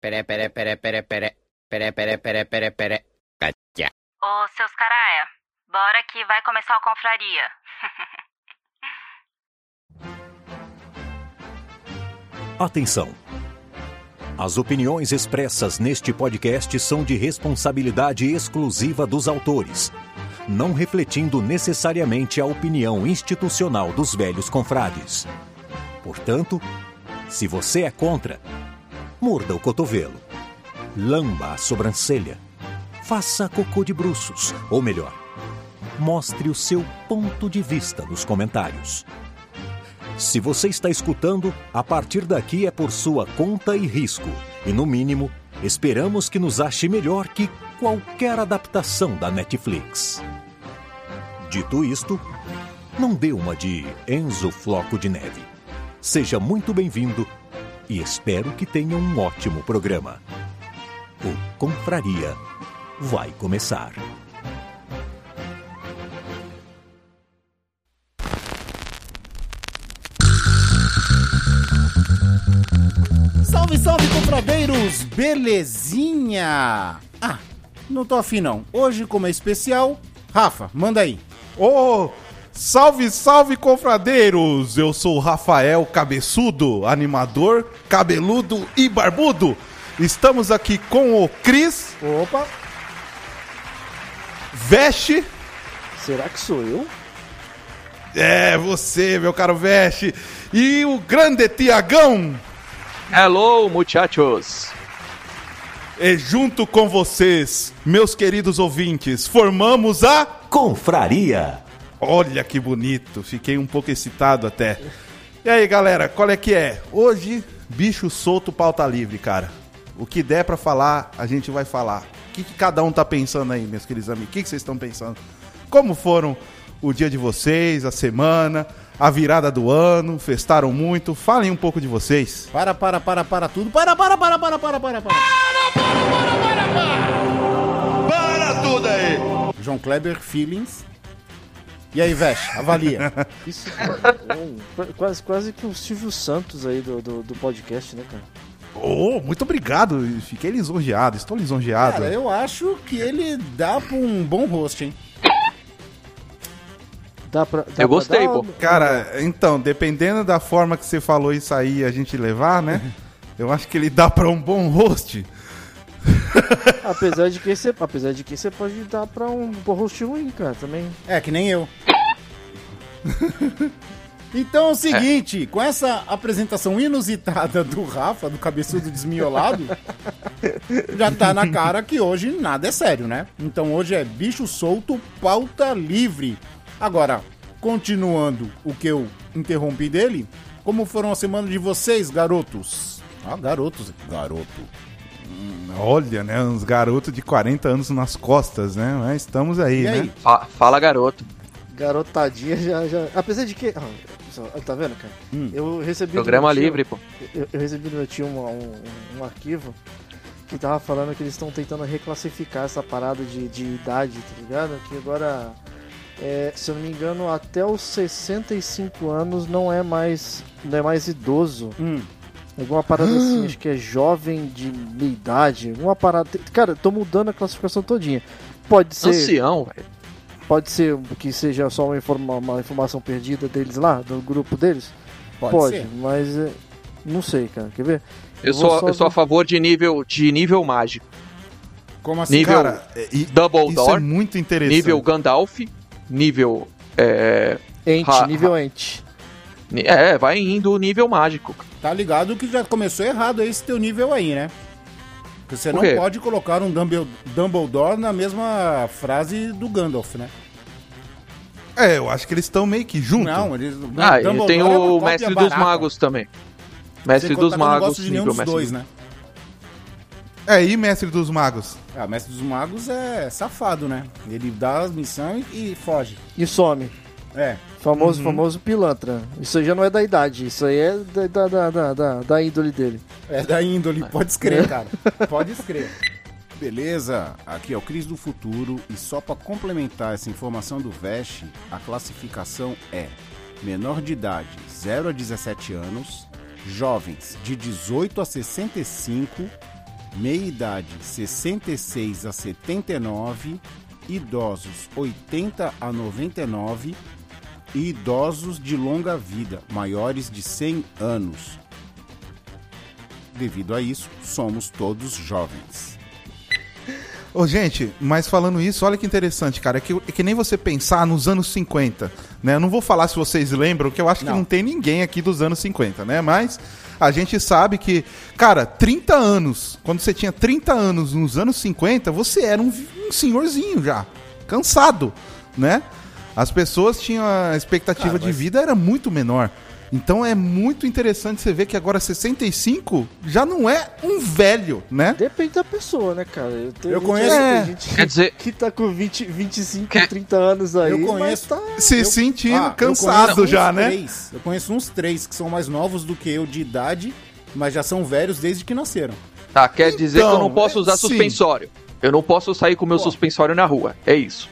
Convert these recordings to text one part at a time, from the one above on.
Peré, peré, peré, peré, peré. Peré, peré, peré, peré, peré. Catia. Ô, seus caraia, bora que vai começar a confraria. Atenção! As opiniões expressas neste podcast são de responsabilidade exclusiva dos autores, não refletindo necessariamente a opinião institucional dos velhos confrades. Portanto, se você é contra, morda o cotovelo, lamba a sobrancelha, faça cocô de bruços, ou melhor, mostre o seu ponto de vista nos comentários. Se você está escutando, a partir daqui é por sua conta e risco. E no mínimo, esperamos que nos ache melhor que qualquer adaptação da Netflix. Dito isto, não dê uma de Enzo Floco de Neve. Seja muito bem-vindo e espero que tenha um ótimo programa. O Confraria vai começar. Salve, salve, compradeiros! Belezinha! Ah, não tô afim não. Hoje, como é especial, Rafa, manda aí. Ô, salve, salve, confradeiros! Eu sou o Rafael Cabeçudo, animador, cabeludo e barbudo. Estamos aqui com o Cris Opa, Veste. será que sou eu? É, você, meu caro Veste. E o grande Tiagão. Hello, muchachos! E junto com vocês, meus queridos ouvintes, formamos a... Confraria! Olha que bonito, fiquei um pouco excitado até. E aí, galera, qual é que é? Hoje, bicho solto, pauta livre, cara. O que der pra falar, a gente vai falar. O que, que cada um tá pensando aí, meus queridos amigos? O que, que vocês estão pensando? Como foram o dia de vocês, a semana, a virada do ano? Festaram muito? Falem um pouco de vocês. Para, para, para, para tudo. Para, para, para, para, para, para, para. Para tudo aí! João Kleber, feelings. E aí, Vesh, avalia. Isso é um- qua- quase, quase que o Silvio Santos aí do, do, do podcast, né, cara? Oh, muito obrigado. Fiquei lisonjeado, estou lisonjeado. Cara, eu acho que ele dá pra um bom host, hein? Dá pra, dá Eu gostei, dar um, pô. uma- Cara, então, dependendo da forma que você falou isso aí e a gente levar, né? Eu acho que ele dá pra um bom host. Apesar de que você, apesar de que você pode dar pra um bom host ruim, cara, também. É, que nem eu. Então é o seguinte, com essa apresentação inusitada do Rafa, do cabeçudo desmiolado, já tá na cara que hoje nada é sério, né? Então hoje é bicho solto, pauta livre. Agora, continuando o que eu interrompi dele, como foram a semana de vocês, garotos? Ah, garotos, garoto. Olha, né? Uns garotos de 40 anos nas costas, né? Mas estamos aí, E né? aí? Fa- fala, garoto. Garotadinha já, já. Apesar de que. Ah, só- tá vendo, cara? Hum. Eu recebi. do Programa meu tio- livre, pô. Eu, eu recebi do meu tio um, um, um arquivo que tava falando que eles estão tentando reclassificar essa parada de, de idade, tá ligado? Que agora, é, se eu não me engano, até os 65 anos não é mais, não é mais idoso. Hum. Alguma parada assim, acho que é jovem de meia idade. Alguma parada. Cara, tô mudando a classificação todinha. Pode ser. Ancião, velho. Pode ser que seja só uma, informa- uma informação perdida deles lá, do grupo deles? Pode ser. mas é, não sei, cara. Quer ver? Eu vou sou, só eu sou a ver- favor de nível, de nível mágico. Como assim? Nível Cara, e- isso é Dumbledore, muito interessante. nível Gandalf, nível... É, Ente, Ha- nível ente. ni- é, vai indo o nível mágico. Tá ligado que já começou errado esse teu nível aí, né? Porque você Por não quê? pode colocar um Dumble- Dumbledore na mesma frase do Gandalf, né? É, eu acho que eles estão meio que juntos. Não, eles. não, Ah, e Dumbledore tem é uma o cópia Mestre dos barata. Magos também. Sem Mestre contar dos que eu não Magos, gosto de nenhum nível dos Mestre dois, dos- né? É, e Mestre dos Magos? Ah, Mestre dos Magos é safado, né? Ele dá as missões e, e foge. E some. É. Famoso, famoso pilantra. Isso aí já não é da idade, isso aí é da, da, da, da, da, da índole dele. É da índole, pode escrever, cara. Pode escrever. Beleza, aqui é o Cris do Futuro e só para complementar essa informação do VESH, a classificação é menor de idade 0 a 17 anos, jovens de 18 a 65, meia idade 66 a 79, idosos 80 a 99 e idosos de longa vida, maiores de 100 anos. Devido a isso, somos todos jovens. Ô, gente, mas falando isso, olha que interessante, cara. É que, é que nem você pensar nos anos 50, né? Eu não vou falar se vocês lembram, que eu acho Não. que não tem ninguém aqui dos anos 50, né? Mas a gente sabe que, cara, 30 anos, quando você tinha 30 anos nos anos 50, você era um, vi- um senhorzinho já, cansado, né? As pessoas tinham a expectativa Cara, de mas- vida era muito menor. Então é muito interessante você ver que agora 65 já não é um velho, né? Depende da pessoa, né, cara? Eu, tenho Eu gente- conheço- tem gente Quer dizer- que tá com 20, 25, Quer- 30 anos aí. Eu mas conheço- tá- Se Eu- sentindo Ah, eu cansado conheço já, uns né? três. eu conheço uns três que são mais novos do que eu de idade, mas já são velhos desde que nasceram. Tá, quer dizer que eu Então, não posso é- usar sim. suspensório. Eu não posso sair com o meu suspensório na rua. É isso.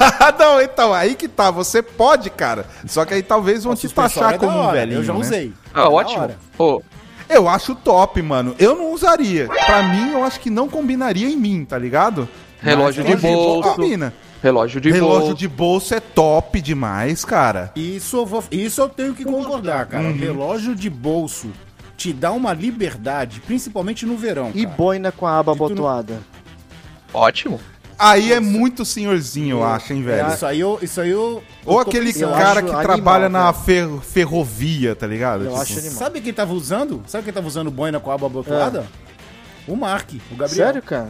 Ah, não, então, aí que tá. Você pode, cara. Só que aí talvez vão O te suspensório taxar é da como um hora, velhinho. Eu já né? usei. É Ah, da ótimo. hora. Ô, Eu acho top, mano. Eu não usaria. Pra mim, eu acho que não combinaria em mim, tá ligado? Relógio Mas um de Ah, bolso. Combina. relógio de Relógio bolso. de bolso é top demais, cara. Isso eu, vou, isso eu tenho Uhum. que concordar, cara. Uhum. Relógio de bolso te dá uma liberdade, principalmente no verão. E cara. boina com a aba E tu não- abotoada. Ótimo. Aí é muito senhorzinho, eu acho, hein, velho. Isso aí eu. Isso aí eu Ou eu tô aquele pensando. eu cara acho que animal, trabalha na velho. fer- ferrovia, tá ligado? Eu Tipo, acho animal. Sabe quem tava usando? Sabe quem tava usando boina com a aba abotoada? O Mark, o Gabriel. Ah. Sério, cara?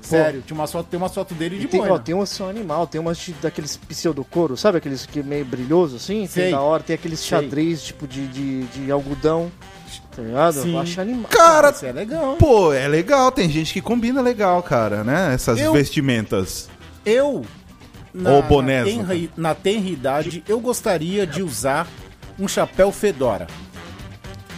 Sério, tinha umas foto, tem uma foto dele de E tem, boina. ó, tem umas que são animal, tem umas de- daqueles pseudo couro, sabe? Aqueles que é meio brilhoso assim, Sei. tem da hora, tem aqueles Sei. xadrez tipo de, de, de algodão, tá ligado? Sim. Eu acho animal. Cara, Isso é legal. pô, é legal. Tem gente que combina legal, cara, né? Essas Eu- vestimentas. Eu, na, Ou boné, na, tenra, na tenra idade, eu gostaria de usar um chapéu fedora.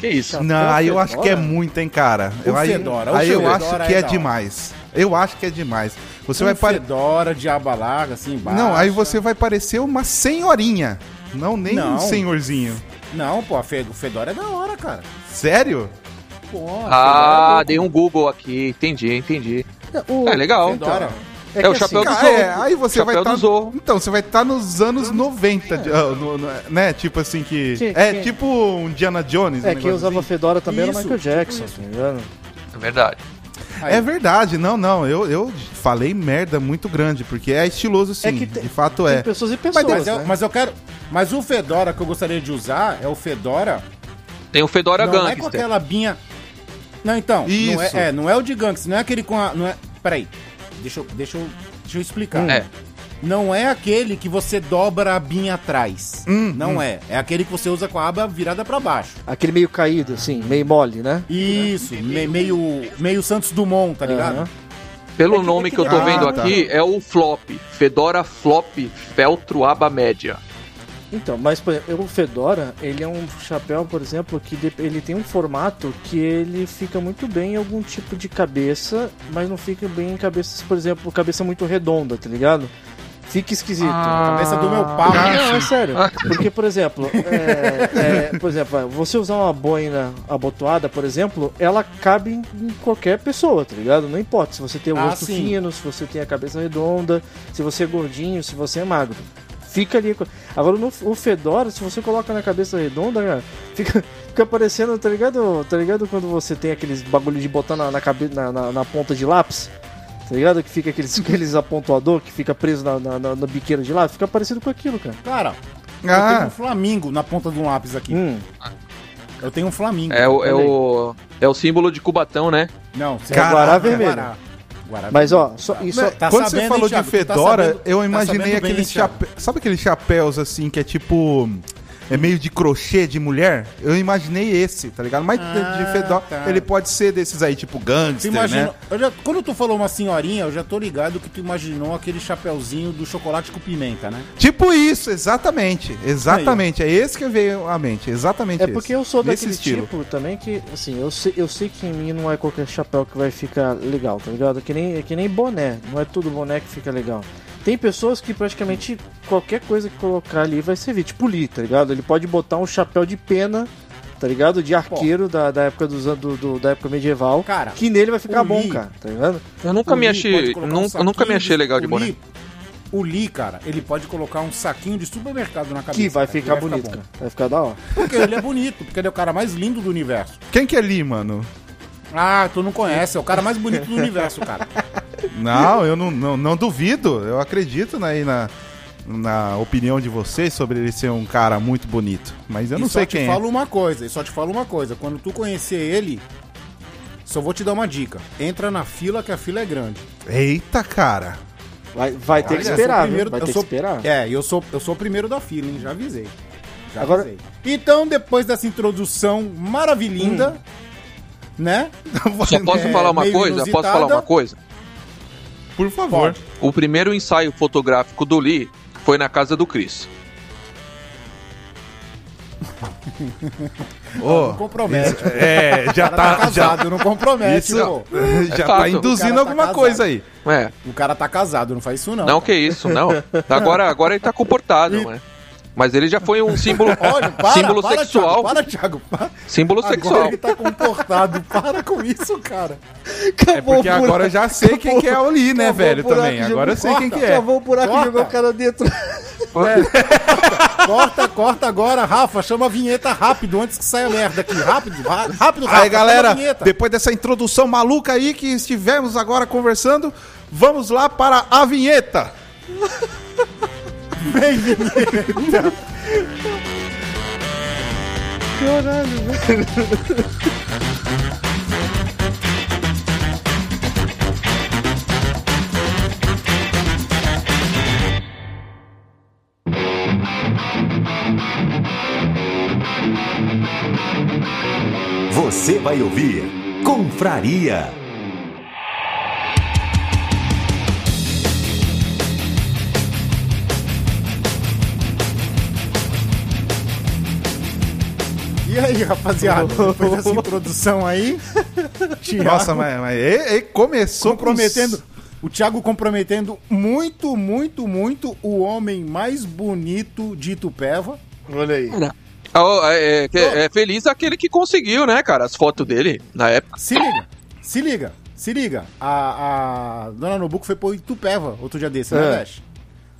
Que isso. Não, Até aí eu o acho que é Fedora? muito, hein, cara. O Eu- aí Fedora, o aí eu Fedora acho é que é da hora. demais. Eu acho que é demais. Você vai um pare... fedora de aba larga, assim, embaixo. Não, aí você vai parecer uma senhorinha. Não, nem um Não. senhorzinho. Não, pô, a fe- o fedora é da hora, cara. Sério? Pô, Ah, dei um Google aqui. Entendi, entendi. O- É legal. Então, fedora. é É o que chapéu assim, do Cara, é, Zorro. aí você vai Chapéu estar. do Zorro. Então, você vai estar nos anos 90, é. de- ah, no- no- né? Tipo assim que. Que- é que- tipo um Diana Jones. um É, quem negócio usava assim. fedora também Isso, era o Michael Jackson, tá ligado? É verdade. É verdade, não, não. Eu, eu falei merda muito grande, porque é estiloso sim. É que tem- de fato Tem é. pessoas e pessoas, Mas um- eu, né? mas eu quero. Mas o fedora que eu gostaria de usar é o fedora. Tem o Fedora não é com Gangster. aquela binha. Não, então. Não Isso. é, é, não é o de gangster, não é aquele com a. Não é, peraí. Deixa eu, deixa eu, deixa eu explicar. É. Não é aquele que você dobra a binha atrás. não é. É aquele que você usa com a aba virada pra baixo. Aquele meio caído, assim, meio mole, né? Isso, me- meio, meio Santos Dumont, tá ligado? Aham. É Pelo nome que eu tô Ah, vendo tá. aqui, é o Flop. Fedora Flop Feltro Aba Média. Então, mas por exemplo, o Fedora, ele é um chapéu, por exemplo, que de- ele tem um formato que ele fica muito bem em algum tipo de cabeça, mas não fica bem em cabeças, por exemplo, cabeça muito redonda, tá ligado? Fica esquisito. Cabeça do meu pau. Não, é sério. Porque, por exemplo, é- é, por exemplo, você usar uma boina abotoada, por exemplo, ela cabe em em qualquer pessoa, tá ligado? Não importa se você tem o Ah, rosto sim. fino, se você tem a cabeça redonda, se você é gordinho, se você é magro. Fica ali. co- Agora, no, o Fedora, se você coloca na cabeça redonda, cara, fica, fica parecendo, tá ligado? Tá ligado quando você tem aqueles bagulho de botar na, na, cabe- na- na- na ponta de lápis? Tá ligado? Que fica aqueles, aqueles apontador que fica preso na, na, na, na biqueira de lápis? Fica parecido com aquilo, cara. Cara, eu tenho um Ah, flamingo na ponta de um lápis aqui. Hum. Eu tenho um flamingo. É o, é, Olha aí. o, é o símbolo de Cubatão, né? Não, você Caraca. Guará vermelho. Guará. Guará Mas vermelho. ó, só, e Mas só- tá quando sabendo, você falou hein, Thiago? de Tu tá fedora, sabendo- eu tá imaginei sabendo bem, aqueles hein, Thiago? chapéus. Sabe aqueles chapéus assim que é tipo. É meio de crochê de mulher? Eu imaginei esse, tá ligado? Mas de Ah, fedora, tá. ele pode ser desses aí, tipo Tu gangster, imagina, né? eu já- quando tu falou uma senhorinha, eu já tô ligado que tu imaginou aquele chapeuzinho do chocolate com pimenta, né? Tipo isso, exatamente. Exatamente. É esse que veio à mente. Exatamente É esse. porque eu sou Nesse daquele tipo também que, assim, eu sei, eu sei que em mim não é qualquer chapéu que vai ficar legal, tá ligado? É Que nem, é que nem boné, não é todo boné que fica legal. Tem pessoas que praticamente qualquer coisa que colocar ali vai servir, tipo o Lee, tá ligado? Ele pode botar um chapéu de pena tá ligado? De arqueiro da, da época dos an- do, do- da época medieval. Cara, que nele vai ficar o bom, Lee- cara, tá ligado? Eu nunca O me Lee achei. pode colocar um nun- eu nunca me saquinho achei legal de o boné. Lee- O Lee, cara, ele pode colocar um saquinho de supermercado na cabeça. Que vai cara, ficar bonito, bom. cara. Vai ficar da hora. Porque ele é bonito, porque ele é o cara mais lindo do universo. Quem que é Lee, mano? Ah, tu não conhece, é o cara mais bonito do universo, cara. Não, eu não, não, não duvido. Eu acredito na, aí na, na opinião de vocês sobre ele ser um cara muito bonito. Mas eu não e sei só te quem é. falo uma coisa, e só te falo uma coisa. Quando tu conhecer ele, só vou te dar uma dica. Entra na fila, que a fila é grande. Eita, cara. Vai, vai Olha, ter que eu sou o esperar, primeiro- viu? Vai eu ter sou- que esperar. É, eu sou, eu sou o primeiro da fila, hein? Já avisei. Já Agora- avisei. Então, depois dessa introdução maravilhinda, Hum. né? Só posso É, falar uma meio coisa? Posso falar inusitada. uma coisa? Por favor. O primeiro ensaio fotográfico do Lee foi na casa do Chris. Ô, Não compromete. pô. é, já O cara tá. tá casado, não compromete, Isso, pô. já fato. tá O cara induzindo tá alguma casado. coisa aí. É. O cara tá casado, não faz isso não. Não, que isso, não. Agora, agora ele tá comportado, né? Mas ele já foi um símbolo, Olha, para, símbolo para, sexual. Thiago, para, Thiago. Para. Símbolo Agora sexual. ele tá comportado. Para com isso, cara. É porque agora eu já sei quem que é o Lee, né, Acabou o velho, buraco também. de Agora eu sei quem que é. Cavou o buraco e Corta. jogou o cara dentro. Corta, corta agora, Rafa. Chama a vinheta rápido antes que saia merda aqui. Rápido, ra- rápido, Rafa. chama Aí, galera, a vinheta. depois dessa introdução maluca aí que estivemos agora conversando, vamos lá para a vinheta. Você vai ouvir Confraria. E aí, rapaziada? Depois dessa introdução aí, Thiago Nossa, mas, mas e- e começou com comprometendo. s- O Thiago comprometendo muito, muito, muito o homem mais bonito de Itupeva. Olha aí. Ah, é, é, que- é feliz aquele que conseguiu, né, cara? As fotos dele na época. Se liga, se liga, se liga. A, a dona Nobuco foi pro Itupeva outro dia desse, né, É. Dash?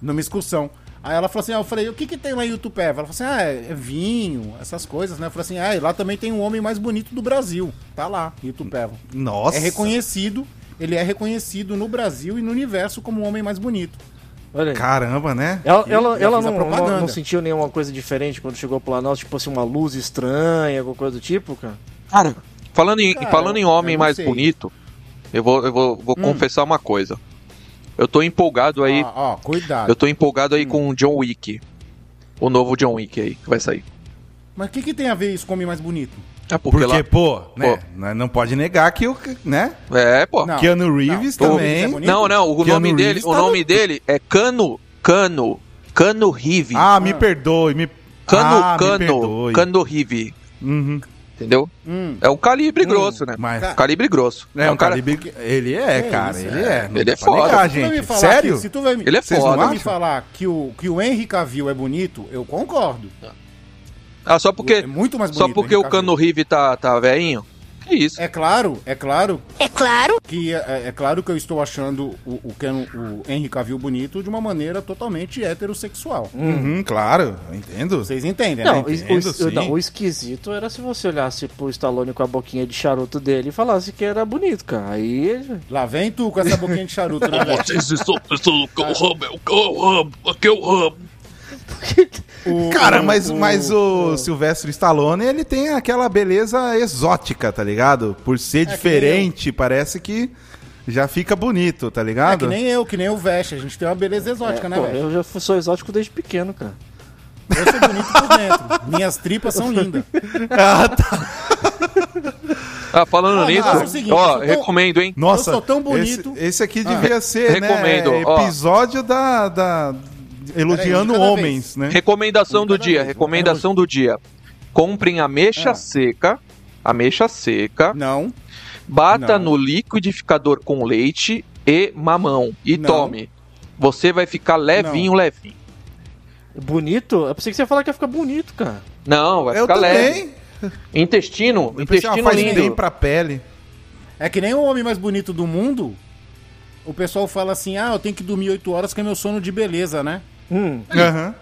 Numa excursão. Aí ela falou assim: ah, eu falei, o que que tem lá em Itupeva? Ela falou assim: ah, é, é vinho, essas coisas, né? Eu falei assim: ah, e lá também tem um homem mais bonito do Brasil. Tá lá, em Itupeva. Nossa. É reconhecido, ele é reconhecido no Brasil e no universo como o homem mais bonito. Olha aí. Caramba, né? Ela, Que ela, já ela fiz a não, não- propaganda. não sentiu nenhuma coisa diferente quando chegou ao Planalto, tipo assim, uma luz estranha, alguma coisa do tipo, cara? Cara, falando em, Cara, falando em eu- homem eu não mais sei. Hum. bonito, eu vou, eu vou, vou confessar uma coisa. Eu tô empolgado aí. Ó, ó, cuidado. Eu tô empolgado Hum. aí com o John Wick. O novo John Wick aí, que vai sair. Mas o que, que tem a ver isso com o homem mais bonito? É porque, Porque, lá. pô, né? nós Não pode negar que o. Né? É, pô. Não. Keanu Reeves Não, também. é bonito. Não, não, o Keanu nome dele, Reeves o tá nome no- dele é Cano, Cano, Cano Rive. ah, me perdoe. Me... Cano, ah, me Cano, perdoe. Cano Rive. Uhum. Entendeu? Hum. É um calibre grosso, né? mas- Ca- Calibre grosso. É, um cara... Ele é, Que cara. isso, ele é. é. Não Ele é pode negar, foda. Tu vai me gente. falar Sério? que- se tu vai me, Ele é se tu foda. vai me acham? falar que o, que o Henry Cavill é bonito, eu concordo. Ah, só porque, é muito mais bonito. só porque o Henry Cavill. Cano Rive tá, tá velhinho? Que isso? É claro, é claro É claro. que é, é claro que eu estou achando o, o, Ken- o Henry Cavill bonito de uma maneira totalmente heterossexual. Uhum, claro. eu Entendo. Vocês entendem, Não, né? entendo, o, es- o- sim. não, o esquisito era se você olhasse pro Stallone com a boquinha de charuto dele e falasse que era bonito, cara. Aí. ele- Lá vem tu com essa boquinha de charuto, né, velho? É, O- Cara, o- mas, o- mas o Silvestre Stallone, ele tem aquela beleza exótica, tá ligado? Por É ser diferente, parece que já fica bonito, tá É ligado? que nem eu, que nem o Veste. A gente tem uma beleza exótica, É, né, pô, velho? eu já fui- sou exótico desde pequeno, cara. Eu sou bonito por dentro. Minhas tripas são lindas. Ah, tá. Ah, falando Ah, nisso, não, é o seguinte, ó, eu tô- recomendo, hein? Nossa, Eu sou tão bonito. Ah. Esse, esse aqui devia ser, recomendo, né, ó. episódio da, da- Peraí, elogiando de cada homens, né? Recomendação do Cada dia, vez, recomendação do dia. Comprem ameixa né? Ah. seca, ameixa seca, Não. bata Não. no liquidificador com leite e mamão e Não. tome. Você vai ficar levinho, levinho. Bonito? Eu pensei que você ia falar que ia ficar bonito, cara. Não, vai Eu ficar também. leve. Intestino, Eu pensei que ela intestino faz bem lindo. pra pele. É que nem o homem mais bonito do mundo. O pessoal fala assim: ah, eu tenho que dormir 8 horas que é meu sono de beleza, né? Hum, Aham.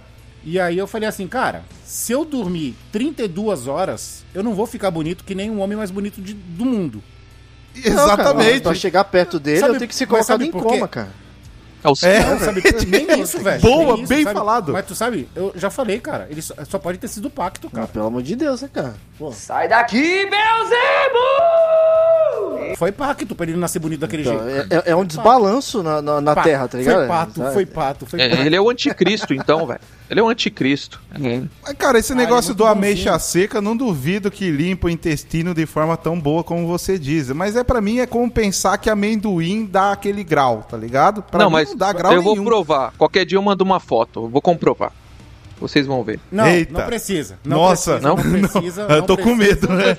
E aí eu falei assim, cara, se eu dormir 32 horas, eu não vou ficar bonito que nem um homem mais bonito de- do mundo. Exatamente. Pra chegar perto dele, Sabe- eu tenho que ser mas colocado sabe em por quê? coma, cara. É o É. Não, sabe? Nem isso, velho. Boa, Nem isso, bem sabe? falado. Mas tu sabe, eu já falei, cara, ele só, só pode ter sido pacto, Não, cara. pelo amor de Deus, né, cara? Pô, Sai daqui, Belzebu! Foi pacto pra ele nascer bonito daquele então, jeito. é, é- é um desbalanço na, na, na Pacto. Terra, tá ligado? Foi pato, Sabe? foi pato, foi pato. É, ele é o anticristo, então, velho. Ele é o anticristo. Mas, cara, esse Ah, é negócio muito do ameixa bonzinho. seca, não duvido que limpa o intestino de forma tão boa como você diz. Mas é para mim é como pensar que amendoim dá aquele grau, tá ligado? Pra não, mim mas não dá grau eu vou nenhum. provar. Qualquer dia eu mando uma foto. Eu vou comprovar. Vocês vão ver. Não, Eita. não precisa. Não Nossa. precisa, não, Não, precisa. eu não tô com precisa. medo, né?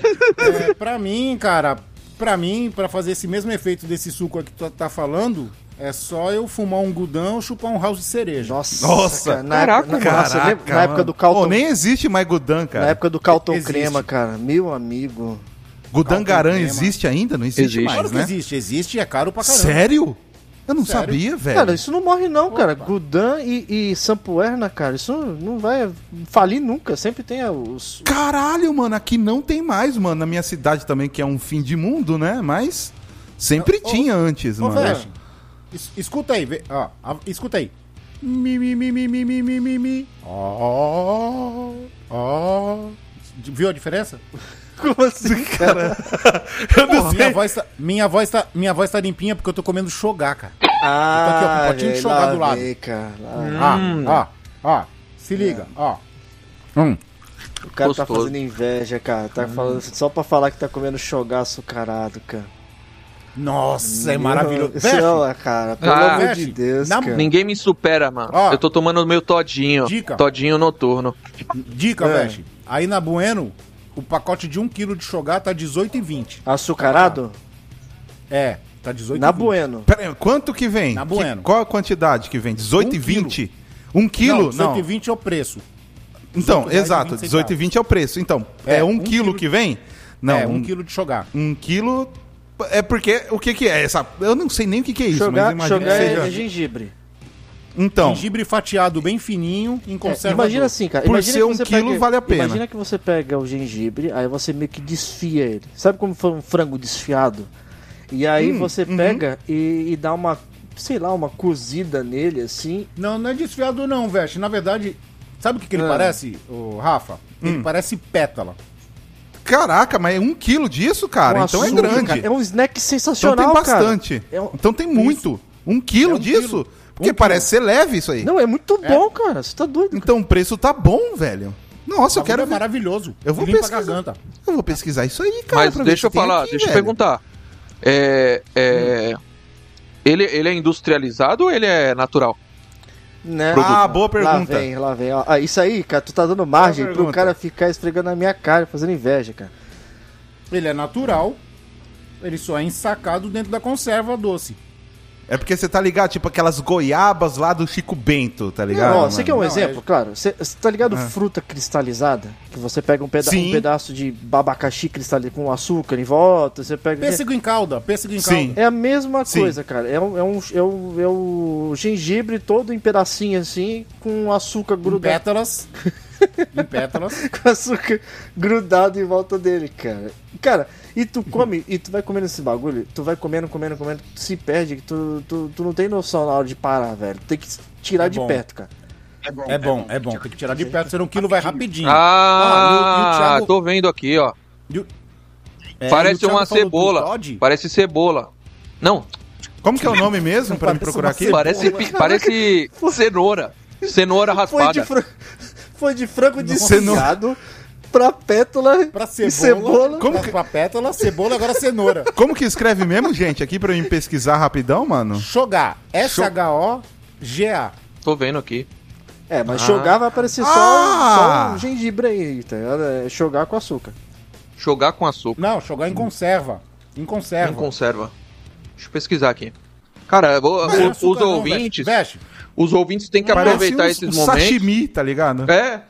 É, pra mim, cara, pra mim, pra fazer esse mesmo efeito desse suco aqui que tu tá falando, é só eu fumar um gudão, chupar um house de cereja. Nossa, Nossa, cara, na caraca, época, na- nossa, lembra- na época mano. do Calton, Pô, nem é. existe mais Gudan, na cara. época do Calton Existe. Crema, cara, meu amigo. Gudan Calton Garan Crema. existe ainda? Não existe, Existe. mais, Claro que né? existe, existe e é caro pra caramba. Sério? Eu não Sério. sabia, velho. Cara, isso não morre não, cara. Gudan e, e Sampuerna, cara, isso não vai falir nunca. Sempre tem os... Caralho, mano, aqui não tem mais, mano. Na minha cidade também, que é um fim de mundo, né? Mas sempre Ô, tinha antes, Ô, mano. Flash, es- escuta aí, vê- ó, a- escuta aí. Mi, mi, mi, mi, mi, mi, mi, mi, mi. Ó, ó. D- Viu a diferença? Como assim, cara? Eu não minha, sei. voz tá, minha, voz tá, minha voz tá limpinha porque eu tô comendo shogar, cara. Ah, aqui, ó, com um potinho de velho, chocolate lá do lado. vem, cara, lá vem. Hum, Ó, ó, ó. Se liga, ó. Hum. O cara tá Gostoso. fazendo inveja, cara. Tá Hum. falando só pra falar que tá comendo chogaço carado, cara. Nossa, Hum, é maravilhoso. Sei Veste, lá, cara, pelo Ah. amor Veste. de Deus, Na- É. cara. Ninguém me supera, mano. Ó. eu tô tomando meu todinho. Dica. Todinho noturno. dica, É. Veste. Aí na Bueno, o pacote de 1kg de shogar tá 18,20. Açucarado? Ah, É, tá 18,20. Na Bueno. Pera aí, quanto que vem? Na Que- Bueno. qual a quantidade que vem? 18 e Um quilo. 20? Um quilo? Não. 18,20 é o preço. Então, 18,20 exato. centavos. 18 e 20 é o preço. Então, é, É, um, um quilo, quilo. que vem? Não, é, um, 1 quilo. kg de shogar. um quilo... É porque... O que que é? Essa, eu não sei nem o que que é isso, mas Chogar, imagina que chogar é, seja... gengibre. Então, Gengibre fatiado bem fininho em É, conserva. imagina assim, cara. Por imagina ser que um você quilo, pega- vale a pena. Imagina que você pega o gengibre, aí você meio que desfia ele. Sabe como foi um frango desfiado? E aí Hum, você uhum. pega e, e dá uma, sei lá, uma cozida nele, assim. Não, não é desfiado não, Veste. Na verdade, sabe o que, que ele Ah. parece, o Rafa? Hum. Ele parece pétala. caraca, mas é um quilo disso, cara? com então açúcar, é grande. cara. É um snack Então sensacional, tem cara. bastante. É um- Então tem muito. Um quilo É um disso? quilo. Porque Um parece ser leve isso aí. Não, é muito bom, cara. Você tá doido. Então o preço tá bom, velho. Nossa, eu Sabor quero é ver. maravilhoso. Eu vou Limpa pesquisar. a garganta. Eu vou pesquisar isso aí, cara. Mas pra ver deixa se eu tem falar, aqui, deixa eu velho. perguntar. É, é, ele, ele é industrializado ou ele é natural? Né? Ah, boa pergunta. Lá vem, lá vem. ó. Ah, isso aí, cara, tu tá dando margem Boa pro pergunta. cara ficar esfregando na minha cara, fazendo inveja, cara. Ele é natural, ele só é ensacado dentro da conserva doce. É porque você tá ligado, tipo aquelas goiabas lá do Chico Bento, tá ligado? Não, ó, mano? Ah. você quer um Não, exemplo, é- claro. Você você tá ligado fruta cristalizada? Que você pega um, peda- Sim. um pedaço de abacaxi cristalizado com açúcar em volta, você pega. Pêssego em calda, pêssego em É. Sim. calda. É a mesma Sim. coisa, cara. É um, é, um, é, um, é um gengibre todo em pedacinho assim, com açúcar Em grudado. pétalas. em pétalas. com açúcar grudado em volta dele, cara. Cara, e tu come, e tu vai comendo esse bagulho, tu vai comendo, comendo, comendo, tu se perde, que tu, tu, tu não tem noção na hora de parar, velho. Tem que tirar É de bom. perto, cara. É bom, é bom. Tem que tirar de perto, senão o quilo vai rapidinho. Ah, Ah, e o- e o Thiago- tô vendo aqui, ó. É, e o Parece Thiago uma falou do cebola. Todd. Parece cebola. Não, Como que é o nome mesmo pra me Parece procurar uma aqui? cebola. parece, parece cenoura. Cenoura Foi de, raspada. fran... Foi de frango não- desfiado pra pétala Pra e cebola, cebola. Como pra- que- pra pétala, cebola, agora cenoura. Como que escreve mesmo, gente, aqui pra eu me pesquisar rapidão, mano? Shogar. S-H-O-G-A. Tô vendo aqui. É, mas shogar vai aparecer só, Ah! só um gengibre aí, tá ligado? É shogar com açúcar. Jogar com açúcar. Não, Shogar em conserva. Em Em conserva. conserva. Deixa eu pesquisar aqui. Cara, eu vou- Não é o- açúcar os não, ouvintes, Veste. Veste. os ouvintes têm que é Parece assim, aproveitar um- esses um momentos. sashimi, tá ligado? É.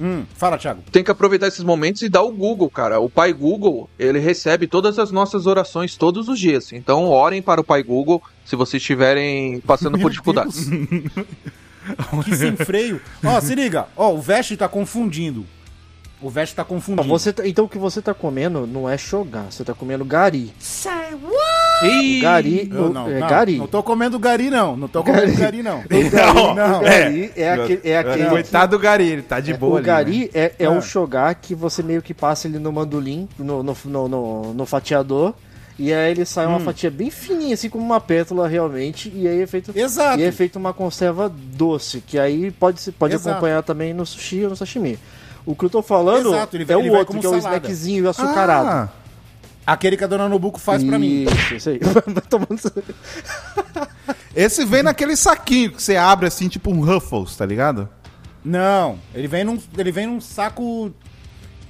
Hum, fala, Thiago. tem que aproveitar esses momentos e dar o Google, cara. O Pai Google, ele recebe todas as nossas orações todos os dias. Então, orem para o Pai Google se vocês estiverem passando por dificuldades. Que sem freio. Ó, se liga. Ó, o Vest tá confundindo. O Vest tá confundindo. Não, você tá- então o que você tá comendo não é shogun, você tá comendo gari. Ih, Gari, Eu o- não, é, não, gari. não tô comendo gari, não. Não tô comendo gari, não. Não, O gari é, aquele, é aquele que- Coitado do Gari, ele tá de boa o ali. né? gari é, é Ah. um shogar que você meio que passa ele no mandolim, no, no, no, no- no fatiador, e aí ele sai Hum. uma fatia bem fininha, assim como uma pétala realmente, e aí é feito, Exato. e é feito uma conserva doce, que aí pode, se- pode Exato. acompanhar também no sushi ou no sashimi. O que eu tô falando Exato, ele vai- é ele o vai outro, como que é o salada. snackzinho açucarado. Ah, Aquele que a dona Nobuco faz pra mim. Isso, isso aí. Vai tomando... esse vem naquele saquinho que você abre assim, tipo um Ruffles, tá ligado? Não, ele vem num, ele vem num saco.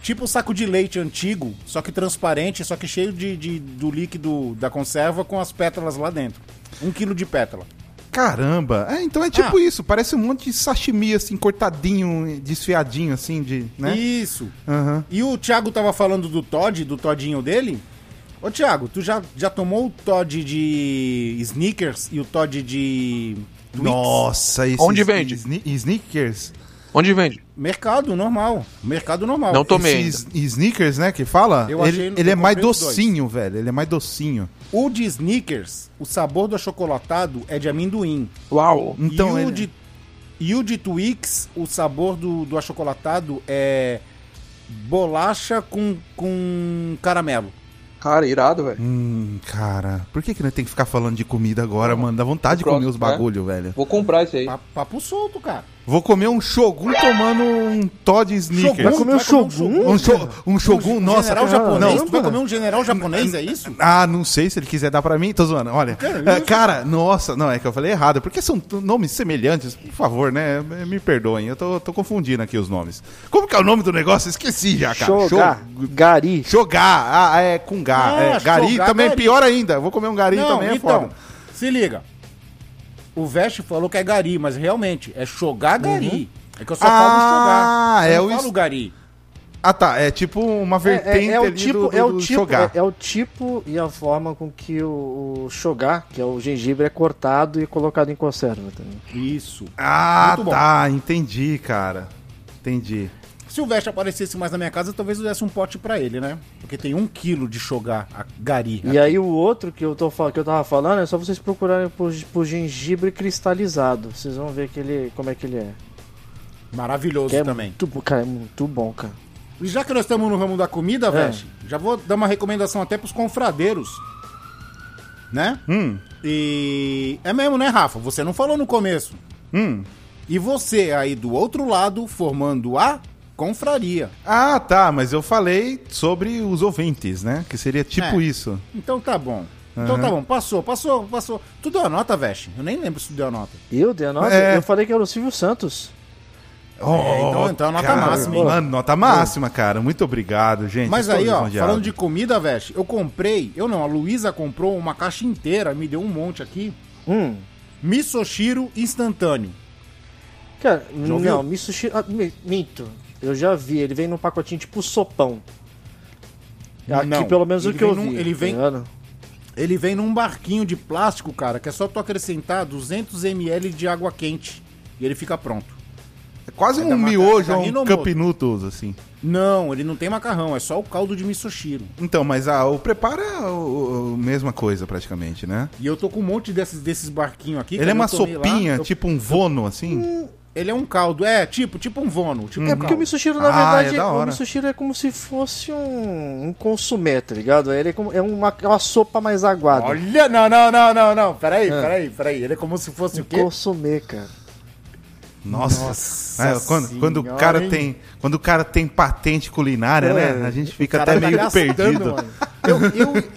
Tipo um saco de leite antigo, só que transparente, só que cheio de, de- do líquido da conserva com as pétalas lá dentro. Um quilo de pétala. Caramba! É, então é tipo Ah. isso, parece um monte de sashimi, assim, cortadinho, desfiadinho, assim, de. né? Isso. Aham. E o Thiago tava falando do Todd, do Todinho dele. Ô Thiago, tu já, já tomou o Todd de Sneakers e o Todd de Twix? Nossa, esse. Onde vende? Sni sneakers? Onde vende? Mercado normal. Mercado normal. Não tomei. Esse ainda. s- sneakers, né, que fala? Eu achei- ele eu ele é mais comprei os docinho, velho. Ele é mais docinho. O de Sneakers, o sabor do achocolatado é de amendoim. Uau! Então, e, o ele... de, e o de Twix, o sabor do, do achocolatado é bolacha com, com caramelo. Cara, irado, velho. Hum, cara, por que que nós tem que ficar falando de comida agora, mano? Dá vontade de Pronto, comer os né? bagulho, velho. Vou comprar esse aí. Pa- Papo solto, cara. Vou comer um Shogun tomando um Todd Shogun, Sneakers. comer um vai Shogun? Um, sho- um Shogun, nossa. general cara, japonês? não, tu vai mano. comer um general japonês, é isso? Ah, não sei se ele quiser dar pra mim. Tô zoando, olha. É, cara, nossa, não, é que eu falei errado. Porque são t- nomes semelhantes, por favor, né? Me perdoem, eu tô, tô confundindo aqui os nomes. Como que é o nome do negócio? Esqueci já, cara. Shogar, Shogun. gari. Jogar, ah, é com gá. Ah, é, gari jogar também, gari. pior ainda. Vou comer um gari também, é então. foda. então, se liga. O Vest falou que é gari, mas realmente é shogar gari. É que eu só falo Uhum. Ah, shogar. Eu é não o falo es- gari. Ah, tá, é tipo uma É, vertente é, é o ali tipo, do, do, é o do tipo, jogar. é, é o tipo e a forma com que o, o shogar, que é o gengibre, é cortado e colocado em conserva. Também. Isso. Ah, Muito bom. tá, entendi, cara. Entendi. Se o Vest aparecesse mais na minha casa, talvez eu desse um pote pra ele, né? Porque tem um quilo de shogar a- gari. E aí o outro que eu, tô, fal- que eu tava falando é só vocês procurarem por, por gengibre cristalizado. Vocês vão ver que ele, como é que ele é. Maravilhoso Que é também. Muito, bo- cara, é muito bom, cara. E já que nós estamos no ramo da comida, É. Veste, já vou dar uma recomendação até pros confradeiros. Né? Hum, E. É mesmo, né, Rafa? Você não falou no começo. hum. E você aí do outro lado, formando a confraria. Ah, tá, mas eu falei sobre os ouvintes, né? Que seria tipo É. isso. Então tá bom. Então tá bom, passou, passou, passou. Tu deu a nota, Veste? Eu nem lembro se tu deu a nota. Eu dei a nota, É. eu falei que era o Silvio Santos. Oh, então- então é nota cara, máxima, hein? Mano, nota máxima, cara. Muito obrigado, gente. oh. Mas Estou aí, ó, lisonjeado. falando de comida, Veste, eu comprei, eu não, a Luísa comprou uma caixa inteira, me deu um monte aqui. Hum. Misoshiro instantâneo. Cara, ouviu? não, Mitsushi. Ah, mi- minto. Eu já vi, ele vem num pacotinho tipo sopão. É Aqui, Não, pelo menos, o ele que eu vem num- vi. ele tá vem- ligado? Ele vem num barquinho de plástico, cara, que é só tu acrescentar 200 ml de água quente e ele fica pronto. É quase da um marca- miojo da ou um Hinomoto. cup noodles, assim. Não, ele não tem macarrão, é só o caldo de misoshiro. Então, mas ah, o preparo é o- o- a mesma coisa, praticamente, né? E eu tô com um monte desses, desses barquinhos aqui. Ele que é eu uma tomei lá, sopinha, eu- tipo um vono, assim? Ele é um caldo, é, tipo, tipo um vono. Tipo um É porque o caldo. Mitsushiro, na Ah, verdade, é da o hora. Mitsushiro é como se fosse um, um consumé, tá ligado? Ele é, como- é uma, é uma sopa mais aguada. Olha, não, não, não, não, não. Peraí, peraí, peraí. Ele é como se fosse o Ah. um quê? consumé, cara. Nossa. Ah, quando, quando o senhora, cara hein? tem, quando o cara tem patente culinária, né? A gente fica Cara, até tá meio gastando, perdido. mano. Eu,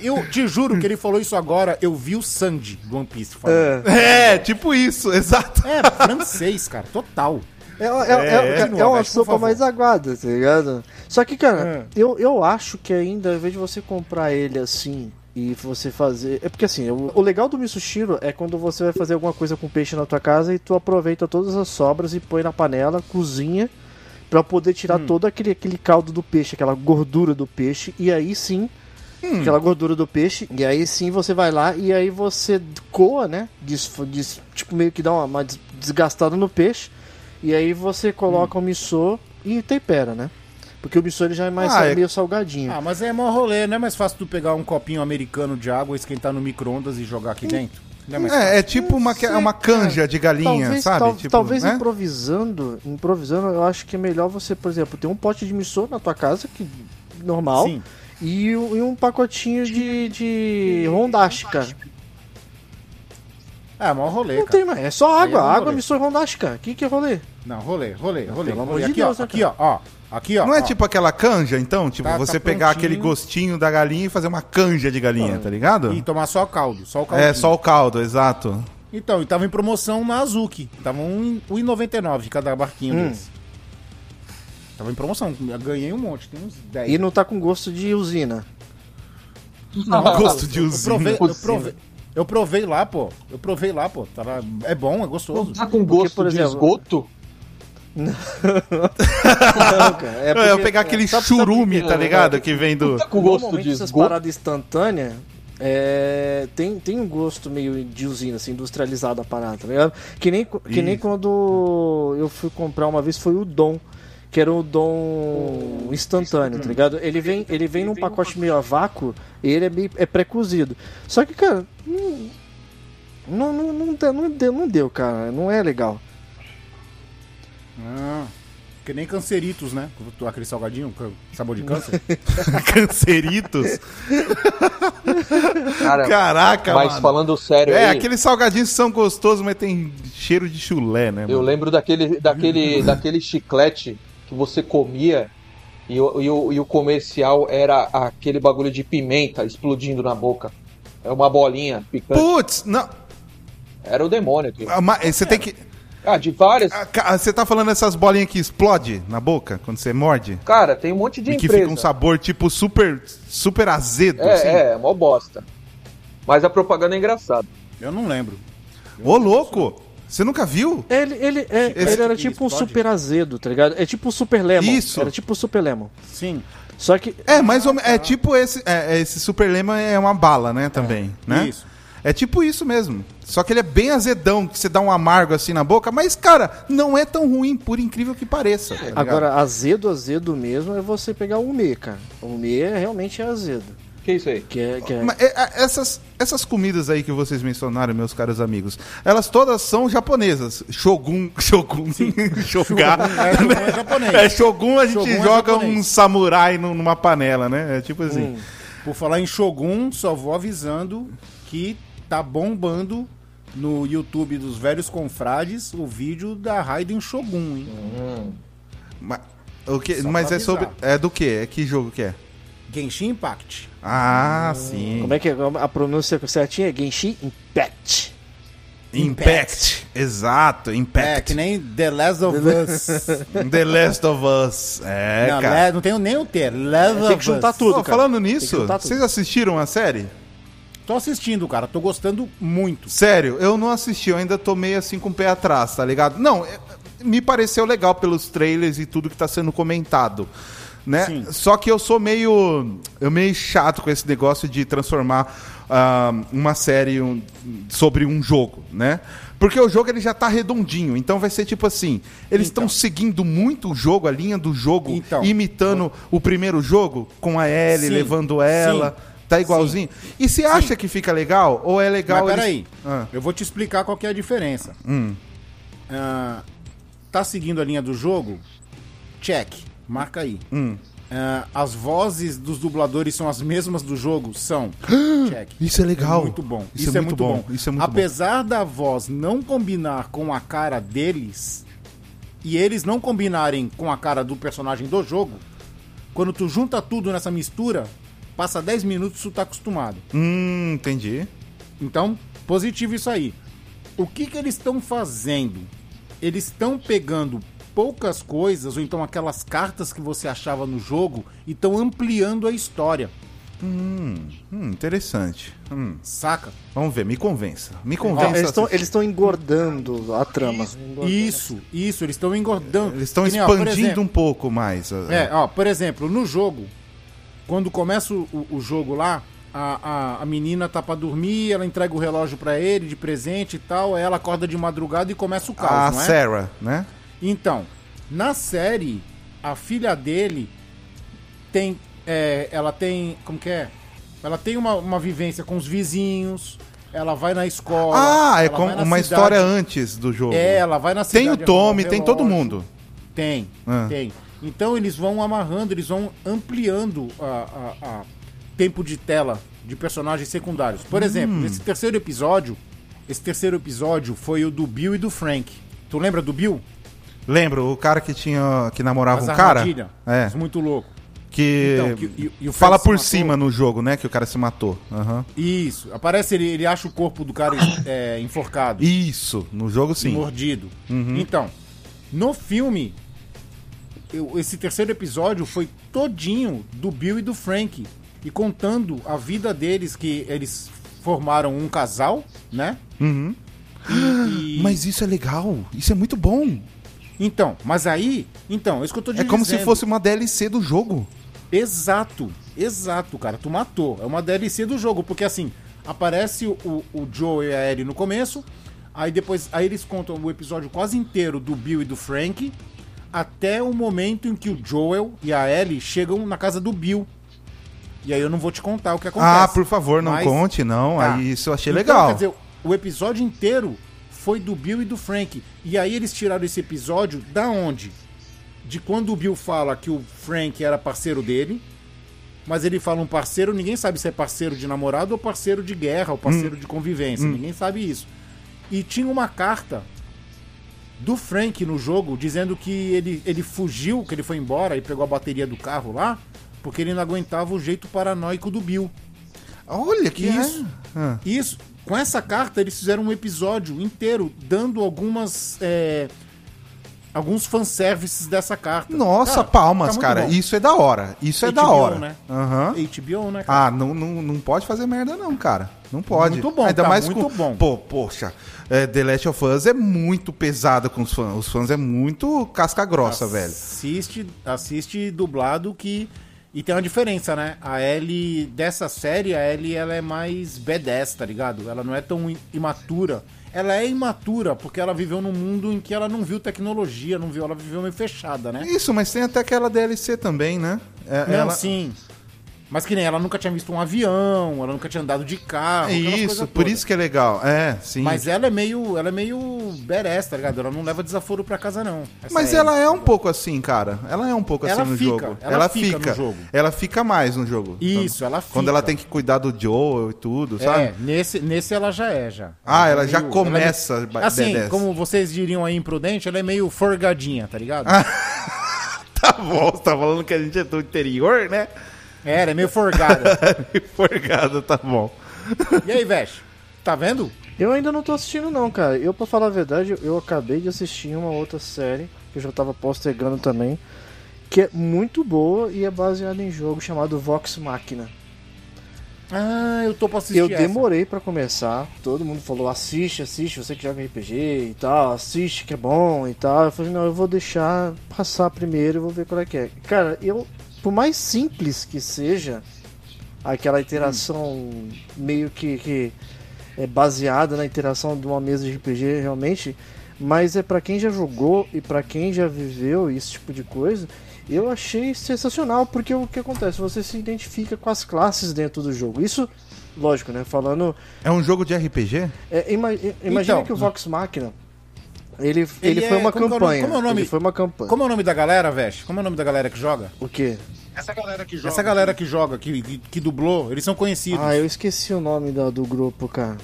eu, eu te juro que ele falou isso agora, eu vi o Sandy do One Piece falando. É, tipo isso, exato. É, francês, cara, total. É, é- é- é- continua, é uma Alex, por sopa favor. Hum. mais aguada, tá ligado? Só que, cara, eu, eu acho que ainda, ao invés de você comprar ele assim e você fazer. É porque assim, o, o legal do Misushiro é quando você vai fazer alguma coisa com peixe na tua casa e tu aproveita todas as sobras e põe na panela, cozinha. Pra poder tirar Hum. todo aquele, aquele caldo do peixe, aquela gordura do peixe, e aí sim, Hum. aquela gordura do peixe, e aí sim você vai lá e aí você coa, né? Des, des- tipo, meio que dá uma, uma des- desgastada no peixe, e aí você Hum. coloca o missô e tempera, né? Porque o missô ele já é mais Ah, é- meio salgadinho. Ah, mas é mó rolê, não é mais fácil tu pegar um copinho americano de água, esquentar no micro-ondas e jogar aqui dentro? Não é mais fácil. É, é tipo uma, que- é uma canja de galinha, talvez, sabe? tal- tipo, talvez né? improvisando, improvisando, eu acho que é melhor você, por exemplo, ter um pote de missô na tua casa, que normal, Sim. e, o- e um pacotinho de, de rondashi, cara. É, mó rolê, Não cara. tem mais, é Aí só é água, um água, rolê. missô e rondashi, cara. O que que é rolê? Não, rolê, rolê, rolê. pelo amor rolê. de Aqui, Deus, ó, né, aqui, ó, ó. Aqui, ó. Não é Tá, ó. tipo aquela canja, então? Tipo, Tá- tá você pegar prontinho. aquele gostinho da galinha e fazer uma canja de galinha, tá ligado? E tomar só o caldo, só o caldo. É, só o caldo, exato. Então, e tava em promoção na Azuki. Tava um- 1,99 cada barquinho Hum. desse. Tava em promoção, eu ganhei um monte, tem uns 10. E não tá com gosto de usina. Um Gosto de Eu provei, usina. eu provei. Eu provei lá, pô. Eu provei lá, pô. Tava... É bom, é gostoso. Tá com gosto por de exemplo- esgoto? Não, cara, é eu porque- pegar aquele sabe- sabe churume, que- tá ligado? Que vem do. Tá com gosto Normalmente de essas esgoto? paradas instantâneas é, tem, tem um gosto meio de usina, assim, industrializado a parada, tá ligado? Que nem, que nem Isso. quando eu fui comprar uma vez foi o Dom, que era o Dom instantâneo, tá ligado? Ele vem, ele vem num pacote meio a vácuo e ele é, meio, é pré-cozido. Só que, cara, não- não, não, não, deu- não, deu, não deu, cara, não é legal. Ah, que nem canceritos, né? Aquele salgadinho, com sabor de câncer. Canceritos? Cara, Caraca, mas mano. falando sério É, aí, aqueles salgadinhos são gostosos, mas tem cheiro de chulé, né? eu mano? lembro daquele, daquele, daquele chiclete que você comia e, o- e, o, e o comercial era aquele bagulho de pimenta explodindo na boca. É uma bolinha picante. Putz, não. Era o demônio aquilo. ah, mas Você tem que. Ah, de várias. ah, ca- Você tá falando essas bolinhas que explode na boca quando você morde? Cara, tem um monte de E que empresa. fica um sabor tipo super super azedo, assim. É, é, mó bosta. Mas a propaganda é engraçada. Eu não lembro. Ô, louco! Você nunca viu? Ele, ele, é- Esse ele era que tipo um explode? super azedo, tá ligado? É tipo um super lemon. Isso. Era tipo um super lemon. Sim. Só que É, mais ou menos. É tipo esse. É, é, esse super lema é uma bala, né? Também, né? isso. É tipo isso mesmo. Só que ele é bem azedão, que você dá um amargo assim na boca, mas, cara, não é tão ruim, por incrível que pareça. tá ligado? Agora, azedo, azedo mesmo é você pegar o umê, cara. O umê é- realmente é azedo. Que isso aí? Que é, que é- Mas, é, é, essas, essas comidas aí que vocês mencionaram, meus caros amigos, elas todas são japonesas. Shogun, Shogun, Shogar. É, Shogun é japonês. É Shogun, a gente Shogun é joga japonês. Um um samurai num- numa panela, né? É tipo assim. Por falar em Shogun, só vou avisando que tá bombando no YouTube dos velhos confrades o vídeo da Raiden Shogun, hein? Ma- o que- Mas, Só pra é sobre. avisar. É do quê? É que jogo que é? Genshin Impact. Ah, Hum, sim. Como é que é a pronúncia certinha? É Genshin Impact. Impact. Exato, É, que Impact. nem The Last É, of Us. The Last of Us. É, não, cara. le- não tenho nem o T. Last Tem of que juntar Us. tudo, Pô, cara. falando Tem que nisso, juntar tudo. vocês assistiram a série? Tô assistindo, cara. Tô gostando muito. Sério, eu não assisti, eu ainda tô meio assim com o pé atrás, tá ligado? Não, é- me pareceu legal pelos trailers e tudo que tá sendo comentado. Né? Sim. Só que eu sou meio. Eu meio chato com esse negócio de transformar ah, uma série um- sobre um jogo, né? Porque o jogo ele já tá redondinho, então vai ser tipo assim: eles estão seguindo muito o jogo, a linha do jogo, Então. imitando o primeiro jogo, com a Ellie Sim. levando ela, tá igualzinho. E você acha que fica legal? Ou é legal. Mas eles- peraí, Ah. Hum. eu vou te explicar qual que é a diferença. Ah, tá seguindo a linha do jogo? Check, marca aí. Hum. Ah, as vozes dos dubladores são as mesmas do jogo? São. Check. Isso é legal. muito bom. Isso, é, muito bom. Isso é muito bom. Apesar da voz não combinar com a cara deles e eles não combinarem com a cara do personagem do jogo, quando tu junta tudo nessa mistura, passa 10 minutos tu tá acostumado. Hum, entendi. Então, positivo isso aí. O que, que eles estão fazendo? Eles estão pegando poucas coisas, ou então aquelas cartas que você achava no jogo, e estão ampliando a história. Hum, hum, interessante. Hum, Saca? vamos ver, me convença. Me Ó, convença. Ah, eles estão eles estão engordando a trama. Engordando. Isso, isso, eles estão engordando. Eles estão Que nem, ó, por expandindo exemplo- um pouco mais. a- É, ó, por exemplo, no jogo, quando começa o, o jogo lá, a, a, a menina tá pra dormir, ela entrega o relógio pra ele de presente e tal, aí ela acorda de madrugada e começa o caos, a não é? Sarah, né? Então, na série, a filha dele tem. é, ela tem. Como que é? Ela tem uma, uma vivência com os vizinhos, ela vai na escola. ah, é ela com vai na uma cidade- história antes do jogo. É, ela vai na tem o cidade arrumar Tommy, tem todo relógio. mundo. Tem, Ah. tem. Então eles vão amarrando, eles vão ampliando a, a- a tempo de tela de personagens secundários. Por Hum. exemplo, nesse terceiro episódio, esse terceiro episódio foi o do Bill e do Frank. Tu lembra do Bill? Lembra o cara que tinha que namorava As um cara? armadilhas. É, Muito louco. que, Então, que- e- e o Frank fala se por matou. cima no jogo, né, que o cara se matou. Aham. Isso. Aparece ele, ele acha o corpo do cara é, enforcado. Ah. Isso, no jogo e sim. Uhum. mordido. Então, no filme, eu- esse terceiro episódio foi todinho do Bill e do Frank. E contando a vida deles, que eles formaram um casal, né? E- e- Uhum. Mas isso é legal, isso é muito bom. Então, mas aí. Então, é isso que eu tô É dizendo. como se fosse uma DLC do jogo. Exato, exato, cara. Tu matou. É uma DLC do jogo, porque assim, aparece o, o Joe e a Ellie no começo, aí depois aí eles contam o episódio quase inteiro do Bill e do Frank, até o momento em que o Joel e a Ellie chegam na casa do Bill. E aí eu não vou te contar o que acontece. ah, por favor, não mas- conte, não. Tá. Aí isso eu achei Então, legal. Quer dizer, o episódio inteiro foi do Bill e do Frank. E aí eles tiraram esse episódio da onde? De quando o Bill fala que o Frank era parceiro dele, mas ele fala um parceiro, ninguém sabe se é parceiro de namorado ou parceiro de guerra, ou parceiro Hum. de convivência, ninguém sabe isso. E tinha uma carta do Frank no jogo dizendo que ele, ele fugiu, que ele foi embora e pegou a bateria do carro lá, porque ele não aguentava o jeito paranoico do Bill. Olha que Isso. é. Ah. Isso. Com essa carta, eles fizeram um episódio inteiro dando algumas. É, alguns fanservices dessa carta. Nossa, Cara, palmas, tá muito cara. bom. Isso é da hora. Isso é da HBO, hora. né? Aham. HBO, né? cara? Ah, não, não, não pode fazer merda não, cara. Não pode. Muito bom, Ainda tá mais muito com... bom. Pô, poxa, é, The Last of Us é muito pesada com os fãs. Os fãs é muito casca grossa, velho. Assiste, assiste dublado que. E tem uma diferença, né? A Ellie dessa série, a Ellie ela é mais badass, tá ligado? Ela não é tão i- imatura. Ela é imatura porque ela viveu num mundo em que ela não viu tecnologia, não viu, ela viveu meio fechada, né? Isso, mas tem até aquela DLC também, né? É, Não, ela- sim. Mas que nem ela nunca tinha visto um avião, ela nunca tinha andado de carro. É aquelas isso, coisas por todas. isso que é legal. É, sim. Mas ela é meio. Ela é meio badass, tá ligado? Ela não leva desaforo pra casa, não. Essa Mas é- ela é um pouco assim, cara. Ela é um pouco Ela assim no fica, jogo. ela fica no jogo. Ela fica mais no jogo. Isso, ela fica. Quando ela tem que cuidar do Joe e tudo, sabe? É, nesse, nesse ela já é, já. Ah, é ela já meio- começa ela é meio- ba- Assim, badass. como vocês diriam aí imprudente, ela é meio forgadinha, tá ligado? Ah. Tá bom, você tá falando que a gente é do interior, né? É, ela é meio forgada. Forgada, tá bom. e aí, Vesh? Tá vendo? Eu ainda não tô assistindo não, cara. Eu, pra falar a verdade, eu acabei de assistir uma outra série, que eu já tava postergando também, que é muito boa e é baseada em jogo chamado Vox Machina. Ah, eu tô pra assistir. Eu essa. demorei pra começar, todo mundo falou, assiste, assiste, você que joga RPG e tal, assiste que é bom e tal. Eu falei, não, eu vou deixar passar primeiro e vou ver qual é que é. Cara, eu, por mais simples que seja, aquela interação meio que, que é baseada na interação de uma mesa de RPG realmente, mas é pra quem já jogou e pra quem já viveu esse tipo de coisa, eu achei sensacional, porque o que acontece? Você se identifica com as classes dentro do jogo. Isso, lógico, né? Falando. É um jogo de RPG? é, ima- é, imagina Então. que o Vox Machina. Ele, ele, Ele foi é- uma como que é o nome- campanha. como é o nome? Ele foi uma campanha. Como é o nome da galera, Vesh? Como é o nome da galera que joga? O quê? Essa galera que joga, que, que, que dublou, eles são conhecidos. Ah, eu esqueci o nome da- do grupo, cara.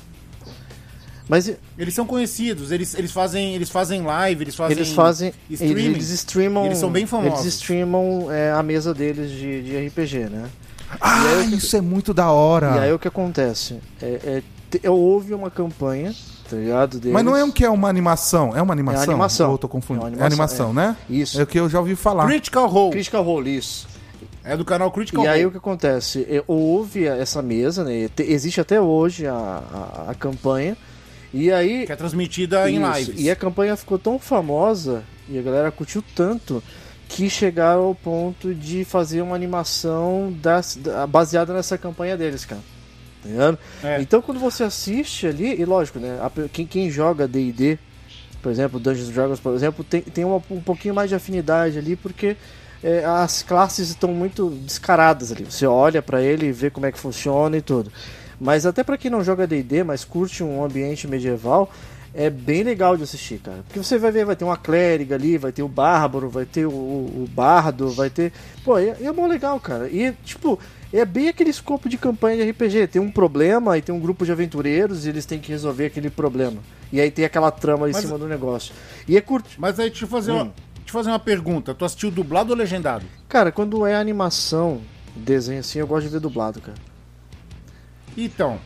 Mas Eles são conhecidos, eles, eles, fazem, eles fazem live, eles fazem. Eles fazem. streaming. Eles streamam. Eles são bem famosos. Eles streamam é, a mesa deles de, de RPG, né? Ah, isso é muito da hora. E aí o que acontece? É, é, te- eu- houve uma campanha, tá ligado? Deles. Mas não é um que é uma animação? É uma animação? animação. Ou eu tô confundindo. É É uma animação, animação, né? Isso. É o que eu já ouvi falar. Critical Role. Critical Role, isso. É do canal Critical E aí Role. o que acontece? É, Houve essa mesa, né? Te- Existe até hoje a, a, a campanha. E aí. que é transmitida em Isso. lives. E é a campanha ficou tão famosa e a galera curtiu tanto que chegaram ao ponto de fazer uma animação das- da- baseada nessa campanha deles, cara. Tá ligado? É. Então quando você assiste ali, e lógico, né? a pe- quem, quem joga DD, por exemplo, Dungeons and Dragons, por exemplo, tem, tem uma- um pouquinho mais de afinidade ali, porque é, as classes estão muito descaradas ali. Você olha pra ele e vê como é que funciona e tudo. Mas até pra quem não joga D&D, mas curte um ambiente medieval, é bem legal de assistir, cara. Porque você vai ver, vai ter uma clériga ali, vai ter o bárbaro, vai ter o, o- o bardo, vai ter... Pô, e, e é bom legal, cara. E, tipo, é bem aquele escopo de campanha de RPG. Tem um problema e tem um grupo de aventureiros e eles têm que resolver aquele problema. E aí tem aquela trama em Mas- cima do negócio. E é curto. Mas aí, deixa eu Hum. fazer, uma, deixa eu fazer uma pergunta. Tu assistiu dublado ou legendado? Cara, quando é animação, desenho assim, eu gosto de ver dublado, cara. Então,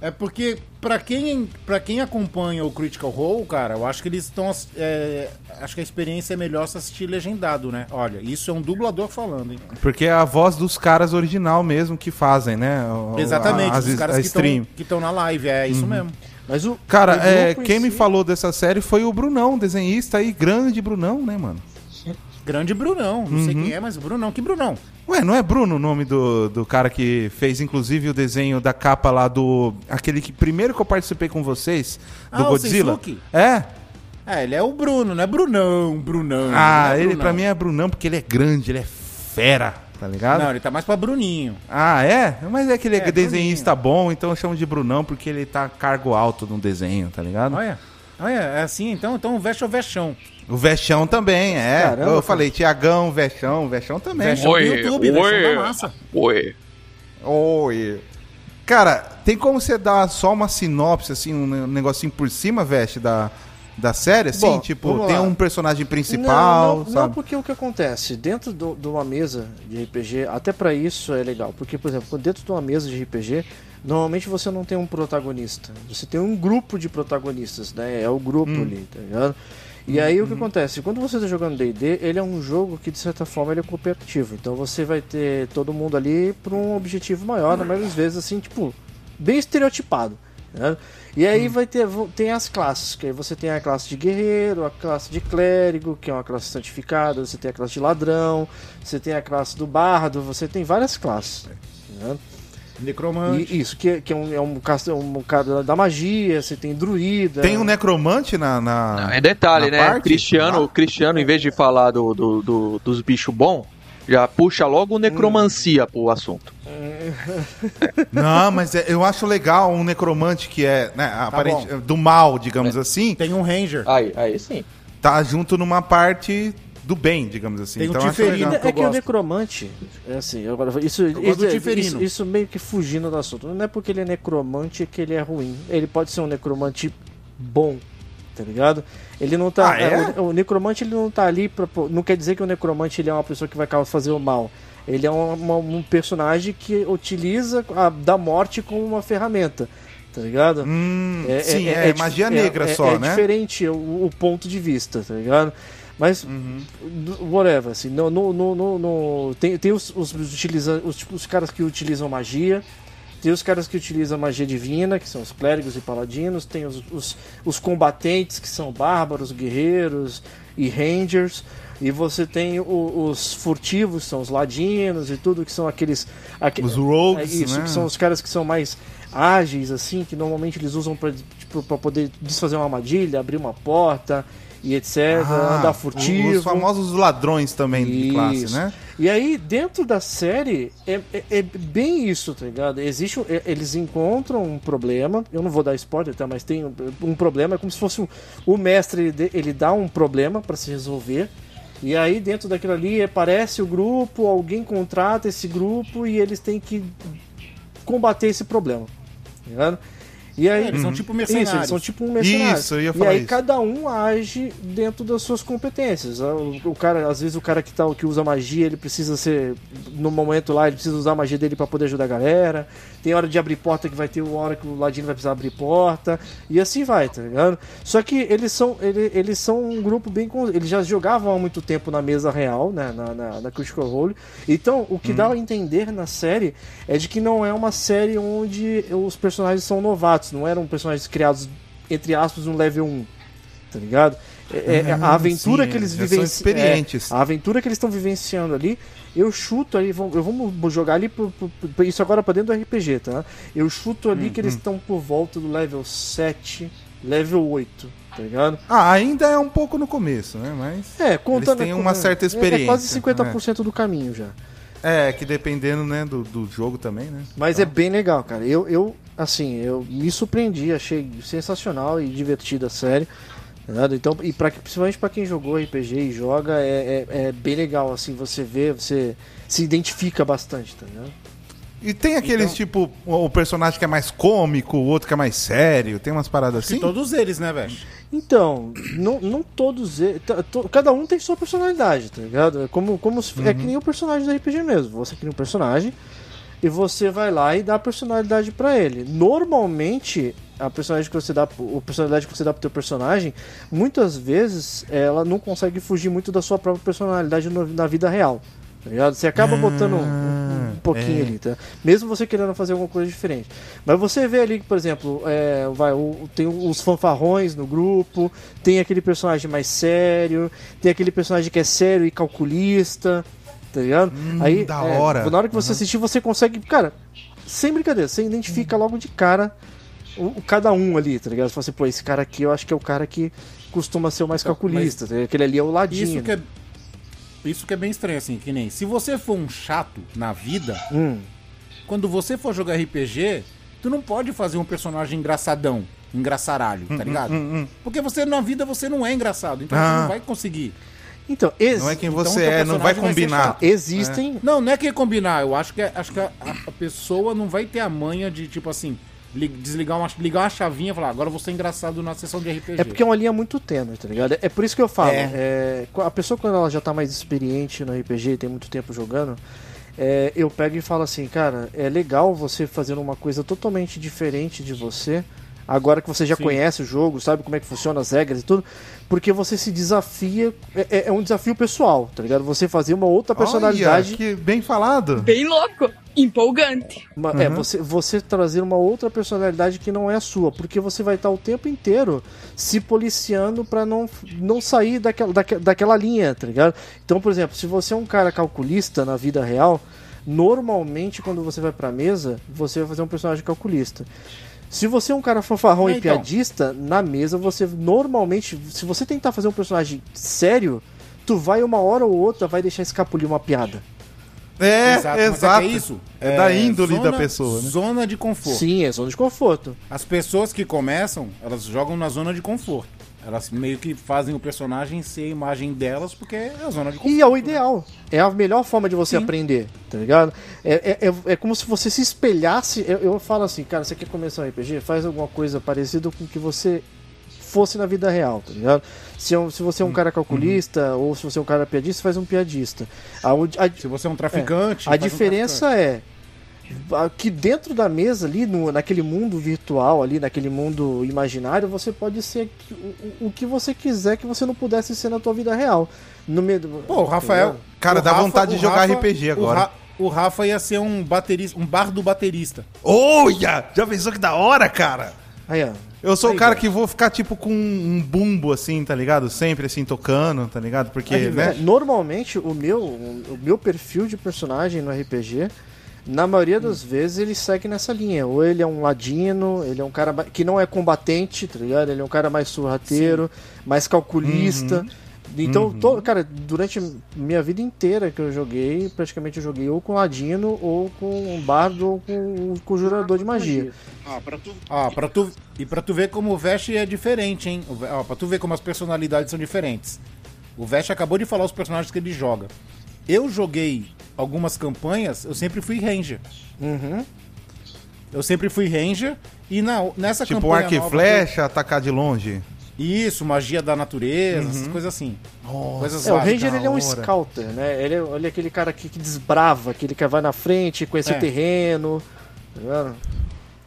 é porque pra quem para quem acompanha o Critical Role, cara, eu acho que eles estão ass- é, acho que a experiência é melhor se assistir legendado, né? Olha, isso é um dublador falando, hein? Porque é a voz dos caras original mesmo que fazem, né? O- Exatamente, a- os as- caras a que estão stream. Uhum. que estão na live, é isso mesmo. Mas o. Cara, o é, grupo em quem me si- falou dessa série foi o Brunão, um desenhista aí, grande Brunão, né, mano? Grande Brunão, não sei Uhum. quem é, mas Brunão, que Brunão? Ué, não é Bruno o nome do, do cara que fez, inclusive, o desenho da capa lá do. Aquele que primeiro que eu participei com vocês, Ah, do o Godzilla? Seizuki? É? É, ele é o Bruno, não é Brunão, Brunão. Ah, não é ele Brunão. pra mim é Brunão porque ele é grande, ele é fera, tá ligado? Não, ele tá mais pra Bruninho. Ah, é? Mas é que ele é, É, desenhista bom, então eu chamo de Brunão porque ele tá cargo alto no desenho, tá ligado? Olha. Olha, é assim, então, então o Veste é o Vexão. O Vexão também, é. Caramba, eu falei, Tiagão, Vexão, Vexão também. Vexão do YouTube, Vexão da massa. Oi. Oi. Cara, tem como você dar só uma sinopse, assim, um ne- negocinho por cima, veste, da, da série, assim? Bom, tipo, vamos tem lá. um personagem principal, Não, não, não, sabe? porque o que acontece? Dentro do- de uma mesa de RPG, até pra isso é legal. Porque, por exemplo, quando dentro de uma mesa de RPG, normalmente você não tem um protagonista. Você tem um grupo de protagonistas, né? É o grupo Hum. ali, tá ligado? E aí o que acontece? Quando você está jogando D&D, ele é um jogo que de certa forma ele é cooperativo. Então você vai ter todo mundo ali para um objetivo maior, na maioria das vezes assim, tipo, bem estereotipado. né? E aí vai ter vo- tem as classes, que aí você tem a classe de guerreiro, a classe de clérigo, que é uma classe santificada, você tem a classe de ladrão, você tem a classe do bardo, você tem várias classes. né? Necromante. E isso, que, que é um, é um, cas- um cara da magia, você tem druida. Tem um necromante na... na- É detalhe, na né? parte? Cristiano, Ah. Cristiano, em vez de falar do, do- do- dos bichos bons, já puxa logo necromancia pro assunto. Não, mas é- eu acho legal um necromante que é, né, Tá aparente- bom. do mal, digamos assim, Tem um Ranger. Aí, aí sim. tá junto numa parte do bem, digamos assim. Tem um então eu acho Tiferino. legal. É que o gosto. necromante, é assim, agora isso, gosto do isso, Tiferino. isso, isso meio que fugindo do assunto. Não é porque ele é necromante que ele é ruim. Ele pode ser um necromante bom, tá ligado? Ele não tá. Ah, é? o, o necromante ele não tá ali pra. pô- Não quer dizer que o necromante ele é uma pessoa que vai ca- fazer o mal. Ele é um, uma- um personagem que utiliza a, da morte como uma ferramenta, tá ligado? Hum, sim, é, dif- magia negra é- só, é né? diferente o, o ponto de vista, tá ligado? Mas, Uhum. d- whatever, assim, no, no, no, no- no- tem, tem os, os, utiliza, os, tipo, os caras que utilizam magia, tem os caras que utilizam magia divina, que são os clérigos e paladinos, tem os, os, os combatentes, que são bárbaros, guerreiros e rangers, e você tem o- os furtivos, são os ladinos e tudo, que são aqueles... aque- Os rogues, é isso, né? que são os caras que são mais ágeis, assim, que normalmente eles usam pra, tipo, pra poder desfazer uma armadilha, abrir uma porta e etc. Ah, andar furtivo. Os famosos ladrões também de classe, Isso. né? E aí, dentro da série, é, é- é bem isso, tá ligado? Existe, um- é- eles encontram um problema, eu não vou dar spoiler, tá? Mas tem um, um problema, é como se fosse um, o mestre, ele, dê- ele dá um problema pra se resolver, e aí dentro daquilo ali aparece o grupo, alguém contrata esse grupo e eles têm que combater esse problema, tá ligado? E aí, Eles são tipo mercenários. isso, eles são tipo um mercenário. Isso, eu ia e falar aí isso. cada um age dentro das suas competências. Ah, O, o cara, às vezes o cara que tá, que usa magia, ele precisa ser no momento lá, ele precisa usar a magia dele pra poder ajudar a galera. Tem hora de abrir porta que vai ter uma hora que o ladino vai precisar abrir porta e assim vai, tá ligado? Só que eles são, ele- eles são um grupo bem, con- eles já jogavam há muito tempo na mesa real, né, na, na, na Critical Role. Então, o que dá a entender na série é de que não é uma série onde os personagens são novatos, não eram personagens criados, entre aspas, no level 1, tá ligado? É- é- a aventura Uhum, sim, que eles eles já são vivenciam. experientes. a aventura que eles estão vivenciando ali, eu chuto ali, vão- eu vou jogar ali, pro- pro- pro- isso agora pra dentro do RPG, tá? Eu chuto ali que Uhum. eles estão por volta do level 7, level 8, tá ligado? Ah, ainda é um pouco no começo, né? Mas. É, contando. têm é, uma é, certa É quase experiência, 50% do caminho já. É, que dependendo, né, do, do jogo também, né? Mas é bem legal, cara. Eu, eu, assim, eu me surpreendi, achei sensacional e divertida a série. tá ligado? Então, e pra, principalmente pra quem jogou RPG e joga, é, é, é bem legal, assim, você vê, você se identifica bastante, tá ligado? E tem aqueles, tipo, o o personagem que é mais cômico, o outro que é mais sério, tem umas paradas Sim. assim? Todos eles, né, velho? Então, não, não todos eles. tá- to- Cada um tem sua personalidade, tá ligado? É, como, como se- é que nem o personagem do RPG mesmo. Você cria um personagem e você vai lá e dá a personalidade pra ele. Normalmente, a personalidade que você dá, pro- a personalidade que você dá pro teu personagem, muitas vezes ela não consegue fugir muito da sua própria personalidade no- na vida real. Tá ligado? Você acaba botando um, um pouquinho é. ali, tá? Mesmo você querendo fazer alguma coisa diferente. Mas você vê ali, que, por exemplo, é, vai, o- tem os fanfarrões no grupo, tem aquele personagem mais sério, tem aquele personagem que é sério e calculista, tá ligado? Aí, Hum, da é, hora. na hora que você assistir, você consegue. Cara, sem brincadeira, você identifica logo de cara o, o cada um ali, tá ligado? Você fala assim, pô, esse cara aqui eu acho que é o cara que costuma ser o mais calculista, tá ligado? aquele ali é o ladinho. Isso que é. Isso que é bem estranho, assim, que nem. Se você for um chato na vida, Hum. quando você for jogar RPG, tu não pode fazer um personagem engraçadão, engraçaralho, Hum, tá ligado? Porque você, na vida, você não é engraçado, então Ah. você não vai conseguir. Então, ex- Não é quem Então, você teu é, não personagem vai vai ser combinar. chato. existem. Não, não é que combinar, eu acho que, é- acho que a, a- a pessoa não vai ter a manha de, tipo assim, li- desligar uma, ligar uma chavinha e falar, agora eu vou ser engraçado na sessão de RPG. É porque é uma linha muito tênue, tá ligado? É por isso que eu falo. É. é, a pessoa, quando ela já tá mais experiente no RPG e tem muito tempo jogando, é, eu pego e falo assim, cara, é legal você fazendo uma coisa totalmente diferente de você, agora que você já conhece o jogo, sabe como é que funciona as regras e tudo, porque você se desafia. é- É, é um desafio pessoal, tá ligado? Você fazer uma outra personalidade. Olha, que bem falado. Bem louco, empolgante. Uma- É, você, você trazer uma outra personalidade que não é a sua, porque você vai estar o tempo inteiro se policiando pra não, não sair daquela, daque- daquela linha, tá ligado? Então, por exemplo, se você é um cara calculista na vida real, normalmente quando você vai pra mesa, você vai fazer um personagem calculista. Se você é um cara fanfarrão É, e então. piadista, na mesa você normalmente, se você tentar fazer um personagem sério, tu vai uma hora ou outra vai deixar escapulir uma piada. É, Exato, mas exato. é que é isso. É da índole da zona- pessoa, né? Zona de conforto. Sim, é zona de conforto. As pessoas que começam, elas jogam na zona de conforto. Elas meio que fazem o personagem ser a imagem delas, porque é a zona de conforto. E é o ideal. É a melhor forma de você aprender, tá ligado? É, é, é, é como se você se espelhasse. Eu, eu falo assim, cara, você quer começar um RPG? Faz alguma coisa parecida com o que você fosse na vida real, tá ligado? Se, é um- se você Hum. é um cara calculista ou se você é um cara piadista, faz um piadista. A, a- Uhum. Se você é um traficante. a faz um traficante. diferença é a- que dentro da mesa ali, no, naquele mundo virtual ali, naquele mundo imaginário, você pode ser que- o, o- o que você quiser que você não pudesse ser na tua vida real. No medo. Pô, o Rafael. Entendeu? Cara, o dá vontade de o jogar RPG agora. O, Ra- o Rafa ia ser um baterista, um bardo baterista. Olha! Já pensou que da hora, cara? Aí, ó. Eu sou Aí, o cara velho. que vou ficar, tipo, com um bumbo, assim, tá ligado? Sempre, assim, tocando, tá ligado? Porque, né? É, normalmente o meu, o meu perfil de personagem no RPG, na maioria das vezes ele segue nessa linha. Ou ele é um ladino, ele é um cara ba- que não é combatente, tá ligado? Ele é um cara mais sorrateiro, mais calculista. Então, to- cara, durante minha vida inteira que eu joguei, praticamente eu joguei ou com ladino, ou com um bardo, ou com um conjurador de magia. Ó, pra tu, e pra tu ver como o Vesh é diferente, hein? O Ve- Ó, pra tu ver como as personalidades são diferentes. O Vesh acabou de falar os personagens que ele joga. Eu joguei algumas campanhas, eu sempre fui Ranger. Uhum. Eu sempre fui ranger e na, nessa Tipo um campanha arco e nova- flecha, atacar de longe. Isso, magia da natureza, essas coisas assim. Coisas É, o básicas. Ranger ele é um Uhum. hora. scouter, né? Ele é, ele é aquele cara que, que desbrava, aquele que vai na frente, conhece É. o terreno. tá ligado?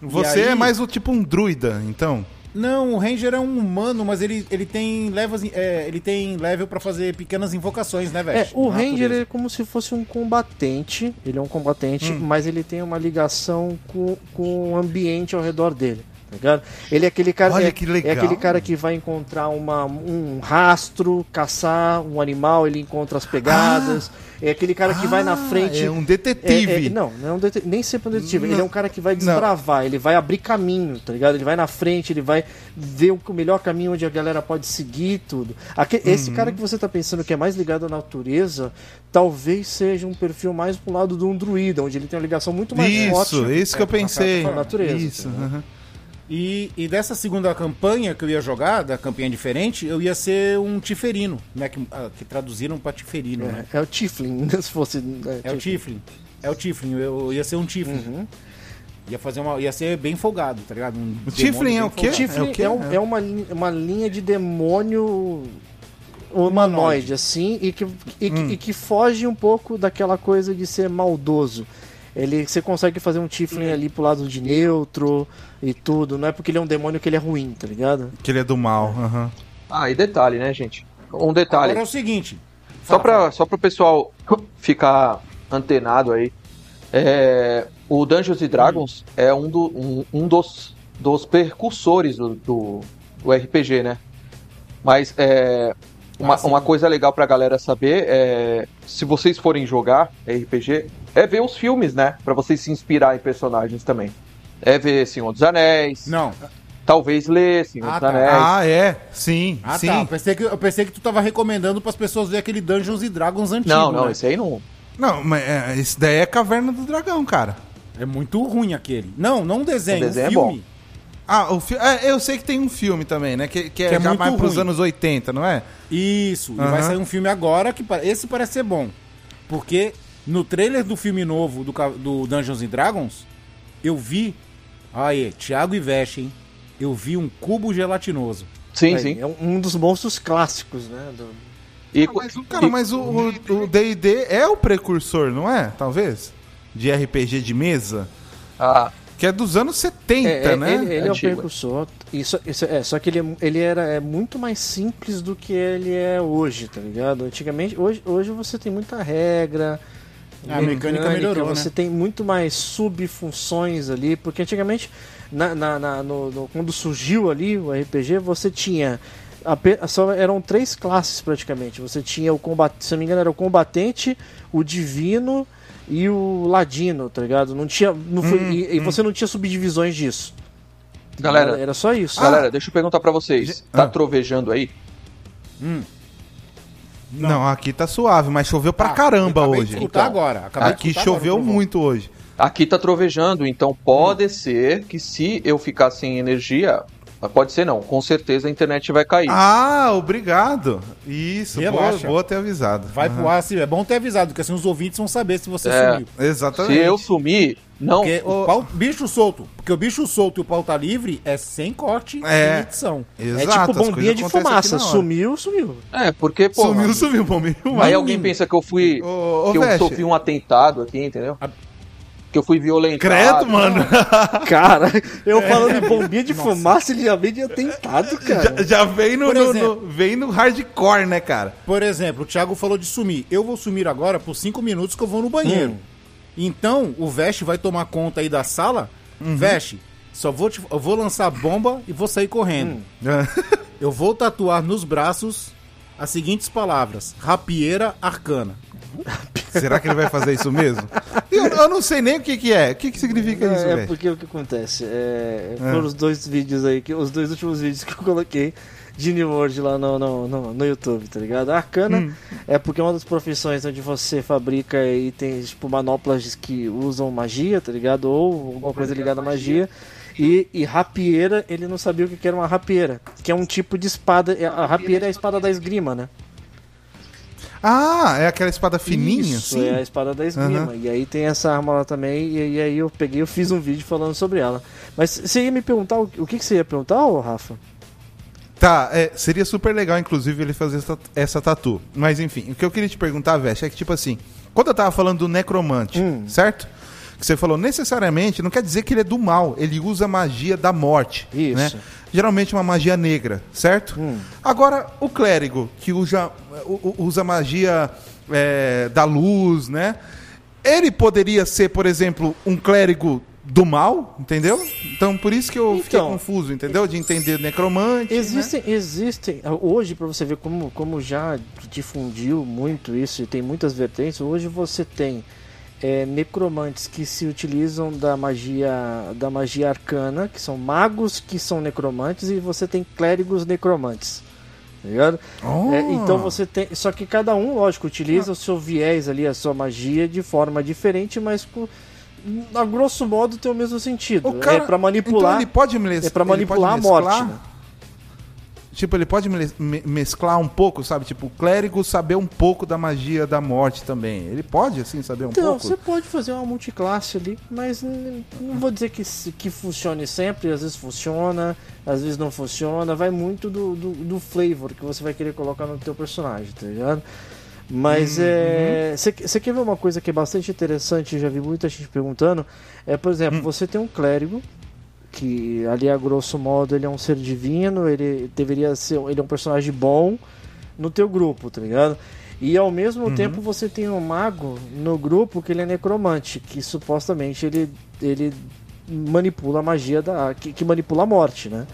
Você aí- é mais o tipo um druida, então. Não, o Ranger é um humano, mas ele, ele tem levels, é, ele tem level pra fazer pequenas invocações, né, velho? É, o Ranger ele é como se fosse um combatente. Ele é um combatente, Hum. mas ele tem uma ligação com, com o ambiente ao redor dele. Tá ligado? Ele é aquele cara. Olha é, que legal. é aquele cara que vai encontrar uma, um rastro, caçar um animal, ele encontra as pegadas. é aquele cara que vai na Ah, frente. É um É, detetive. é, não, não é um dete- nem sempre é um detetive. Ele é um cara que vai Não. desbravar, ele vai abrir caminho, tá ligado? Ele vai na frente, ele vai ver o melhor caminho onde a galera pode seguir e tudo. Aque- Uhum. Esse cara que você tá pensando que é mais ligado à natureza, talvez seja um perfil mais pro lado de um druida, onde ele tem uma ligação muito mais Isso, forte. isso É, que eu pensei. com a natureza, Isso. entendeu? aham. E, e dessa segunda campanha que eu ia jogar, da campanha diferente, eu ia ser um Tiferino, né? Que, ah, que traduziram pra Tiferino, né? É, é o Tiflin, se fosse. né, É o Tiflin. É o Tiflin, eu ia ser um Tiflin. Uhum. Ia fazer uma. Ia ser bem folgado, tá ligado? Um O Tiflin demônio é bem o quê? O Tiflin o é, quê? um- é uma, lin- uma linha de demônio humanoide, Humanoide. assim, e que, e, que- e que foge um pouco daquela coisa de ser maldoso. Ele, você consegue fazer um Tiflin ali pro lado de neutro e tudo. Não é porque ele é um demônio que ele é ruim, tá ligado? Que ele é do mal. aham. Ah, e detalhe, né, gente? Um detalhe. Agora é o seguinte. Só para só o pessoal ficar antenado aí, é, o Dungeons and Dragons é um, do- um- um dos, dos precursores do, do- do RPG, né? Mas é, uma, uma coisa legal pra galera saber é se vocês forem jogar RPG, é ver os filmes, né? Pra vocês se inspirar em personagens também. É ver Senhor dos Anéis, Não. talvez ler Senhor Ah, dos tá. Anéis. Ah, é. Sim, Ah, sim. tá. Eu pensei, que, eu pensei que tu tava recomendando pras pessoas ver aquele Dungeons e Dragons antigo. não, não, né? esse aí não. Não, mas é, esse daí é Caverna do Dragão, cara. É muito ruim aquele. Não, não um desenho, O desenho um é filme. Ah, o fi... é, eu sei que tem um filme também, né? Que, que é, Que é já muito mais pros ruim. anos 80, não é? Isso. E Aham. vai sair um filme agora que pa- esse parece ser bom. Porque no trailer do filme novo do, ca- do Dungeons and Dragons, eu vi. Aí, Thiago e Veste, hein? Eu vi um cubo gelatinoso. Sim, Aí, sim. É um um dos monstros clássicos, né? do- E, Ah, mas, o- cara, mas o- o o D&D é o precursor, não é? Talvez? De RPG de mesa? Ah, Que é dos anos 70, É, é, né? Ele, ele é o Antigo. precursor. Isso, isso, é, só que ele, é- ele era é muito mais simples do que ele é hoje, tá ligado? Antigamente, hoje, hoje você tem muita regra. A mecânica melhorou, né? Você tem muito mais subfunções ali, porque antigamente, na, na- na- no- no- quando surgiu ali o RPG, você tinha. ape- Só eram três classes praticamente. Você tinha o combate, se eu não me engano, era o combatente, o divino e o ladino, tá ligado? Não tinha, não foi- Hum, e, e você não tinha subdivisões disso. galera, Ah, Era só é- isso. Galera, deixa eu perguntar pra vocês. Tá Ah. trovejando aí? Não. aqui tá suave, mas choveu pra caramba Ah, acabei hoje. De escutar Então, agora. Acabei Aqui de escutar agora, choveu por favor. muito hoje. Aqui tá trovejando, então pode ser que se eu ficar sem energia, ah, pode ser não, com certeza a internet vai cair. Ah, obrigado. Isso, boa, Relaxa. boa ter avisado. Vai Aham. pro ar, assim, é bom ter avisado, porque assim os ouvintes vão saber se você É. sumiu. Exatamente. se eu sumir, não. Porque o pau- bicho solto, porque o bicho solto e o pau tá livre é sem corte É. e edição. É Exato, tipo as coisas bombinha de acontecem aqui fumaça. na hora. Sumiu, sumiu. É, porque, pô. sumiu, mano, sumiu, bombinha de fumaça. Aí alguém pensa que eu fui. Ô, ô, que Veste. eu sofri um atentado aqui, entendeu? A- Que eu fui violentado. Credo, mano. Cara, eu É. falando em bombinha de fumaça, ele já veio de atentado, cara. Já, já vem, no, Por no- exemplo. no- vem no hardcore, né, cara? Por exemplo, o Thiago falou de sumir. Eu vou sumir agora por cinco minutos que eu vou no banheiro. Então, o Veste vai tomar conta aí da sala. Veste, só vou te- eu vou lançar a bomba e vou sair correndo. Eu vou tatuar nos braços as seguintes palavras: rapieira arcana. Será que ele vai fazer isso mesmo? Eu, eu não sei nem o que, que é. O que, que significa isso, É, é velho? porque o que acontece? É, foram os dois vídeos aí, que, os dois últimos vídeos que eu coloquei de New World lá no, no, no, no YouTube, tá ligado? A Arcana Hum. é porque é uma das profissões onde você fabrica itens, tipo, manoplas que usam magia, tá ligado? Ou alguma coisa ligada à magia. E, e rapieira, ele não sabia o que que era é uma rapieira, que é um tipo de espada. A rapieira é a espada da esgrima, né? Ah, é aquela espada fininha, Isso, assim? é a espada da esgrima. E aí tem essa arma lá também, e, e aí eu peguei, eu fiz um vídeo falando sobre ela. Mas você ia me perguntar, o, o que, que você ia perguntar, ô Rafa? Tá, é, seria super legal, inclusive, ele fazer essa, essa tatu. Mas enfim, o que eu queria te perguntar, Veste, é que, tipo assim, quando eu tava falando do necromante, Hum. certo? Que você falou necessariamente, não quer dizer que ele é do mal, ele usa a magia da morte. Isso. Hum. Né? Geralmente uma magia negra, certo? Agora, o clérigo, que usa, u- u- usa magia é, da luz, né? Ele poderia ser, por exemplo, um clérigo do mal, entendeu? Então, por isso que eu fiquei Então. confuso, entendeu? De entender necromante. né? Existem, existem. Hoje, para você ver como, como já difundiu muito isso e tem muitas vertentes, hoje você tem é, necromantes que se utilizam da magia da magia arcana, que são magos que são necromantes, e você tem clérigos necromantes. Tá ligado? Oh. É, então você tem. Só que cada um, lógico, utiliza o seu viés ali, a sua magia, de forma diferente, mas com- a grosso modo tem o mesmo sentido. O cara- é para manipular. Então ele pode mes- é pra ele pode manipular a mesclar? morte, né? Tipo, ele pode mes- me- mesclar um pouco, sabe? Tipo, o clérigo saber um pouco da magia da morte também. Ele pode, assim, saber um Então, pouco? você pode fazer uma multiclasse ali, mas n- não vou dizer que, se- que funcione sempre, às vezes funciona, às vezes não funciona, vai muito do, do, do flavor que você vai querer colocar no teu personagem, tá ligado? Uhum. Mas é. Você quer ver uma coisa que é bastante interessante, eu já vi muita gente perguntando. É, por Hum. exemplo, você tem um clérigo, que ali a grosso modo ele é um ser divino, ele deveria ser, ele é um personagem bom no teu grupo, tá ligado? E ao mesmo tempo você tem um mago no grupo que ele é necromante, que supostamente ele, ele manipula a magia da que, que manipula a morte, né?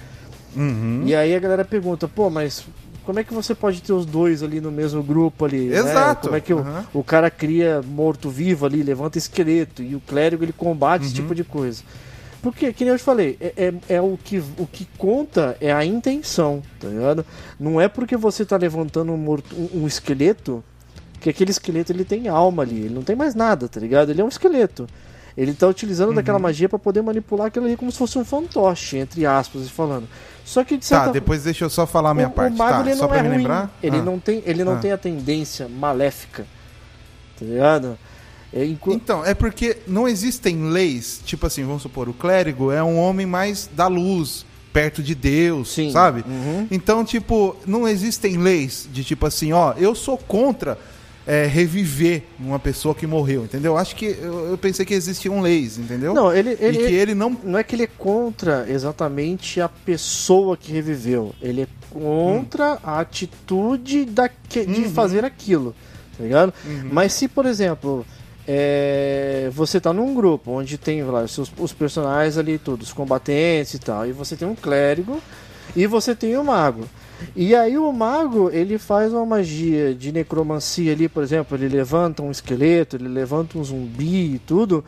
Uhum. E aí a galera pergunta, pô, mas como é que você pode ter os dois ali no mesmo grupo ali? né? Exato. Como é que o, Uhum. o cara cria morto-vivo ali, levanta esqueleto, e o clérigo ele combate Uhum. esse tipo de coisa. Porque, que nem eu te falei, é, é, é o, que, o que conta é a intenção, tá ligado? Não é porque você tá levantando um, morto, um, um esqueleto que aquele esqueleto ele tem alma ali, ele não tem mais nada, tá ligado? Ele é um esqueleto. Ele tá utilizando Uhum. daquela magia pra poder manipular aquilo ali como se fosse um fantoche, entre aspas, falando. Só que de certa Tá, depois deixa eu só falar a minha o, parte, o mago tá? ele Só não pra é me ruim. lembrar? Ele Ah. não tem, ele não Ah. tem a tendência maléfica. Tá ligado? É, inclu- Então, é porque não existem leis, tipo assim, vamos supor, o clérigo é um homem mais da luz, perto de Deus, Sim. sabe? Uhum. Então, tipo, não existem leis de tipo assim, ó, eu sou contra é, reviver uma pessoa que morreu, entendeu? Acho que eu, eu pensei que existiam leis, entendeu? Não, ele- ele- Então, e que ele não. não é que ele é contra exatamente a pessoa que reviveu. Ele é contra a atitude daque- de fazer aquilo. Tá ligado? Mas se, por exemplo, é, você tá num grupo onde tem lá, os, seus- os personagens ali, todos, os combatentes e tal, e você tem um clérigo e você tem um mago. E aí o mago, ele faz uma magia de necromancia ali, por exemplo, ele levanta um esqueleto, ele levanta um zumbi e tudo,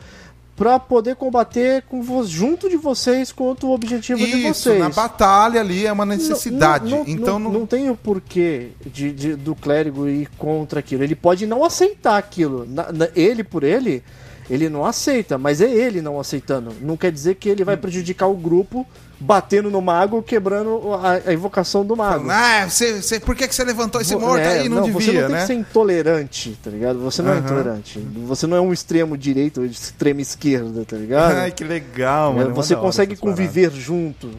pra poder combater com vo- junto de vocês contra o objetivo é um de Isso, vocês. na batalha ali é uma necessidade. Não, não, então não, não. não tem o porquê de, de- do clérigo ir contra aquilo. Ele pode não aceitar aquilo. Na- na- ele por ele, ele não aceita, mas é ele não aceitando. Não quer dizer que ele vai prejudicar o grupo batendo no mago, quebrando a, a invocação do mago. Ah, você, você- por que, que você levantou esse Vo- morto é, aí? Não, Você não devia, tem né? que ser intolerante, tá ligado? Você não é Aham. intolerante. Você não é um extremo direito ou extremo esquerda, tá ligado? Ai, que legal, mano. É, né? você mó da hora consegue essas paradas. conviver junto.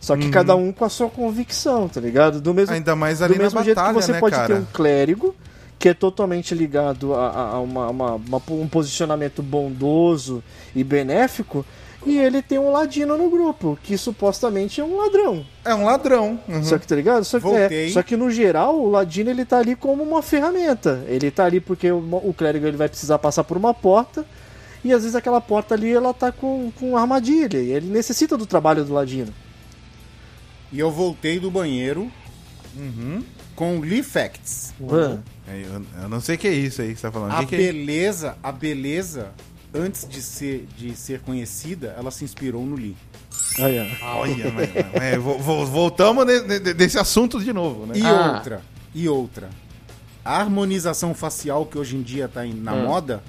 Só que cada um com a sua convicção, tá ligado? Do mesmo, Ainda mais ali do na mesmo jeito que batalha, você né, pode cara? ter um clérigo que é totalmente ligado a, a- a uma- uma- uma- um posicionamento bondoso e benéfico, e ele tem um ladino no grupo, que supostamente é um ladrão. É um ladrão. uhum. Só que, tá ligado? Só que, é, Voltei. só que no geral, o Ladino ele tá ali como uma ferramenta. Ele tá ali porque o, o clérigo ele vai precisar passar por uma porta. E às vezes aquela porta ali ela tá com, com armadilha. E ele necessita do trabalho do Ladino. E eu voltei do banheiro com Lee Facts. Mano, É, Eu, eu não sei o que é isso aí que você tá falando. A O que que é? beleza, a beleza, antes de ser, de ser conhecida, ela se inspirou no Lee. aí, ó. Olha, mas- mas- é, vo- vo- voltamos ne- ne- desse assunto de novo, né? E Ah. outra, e outra. A harmonização facial que hoje em dia tá em- Ah. na moda,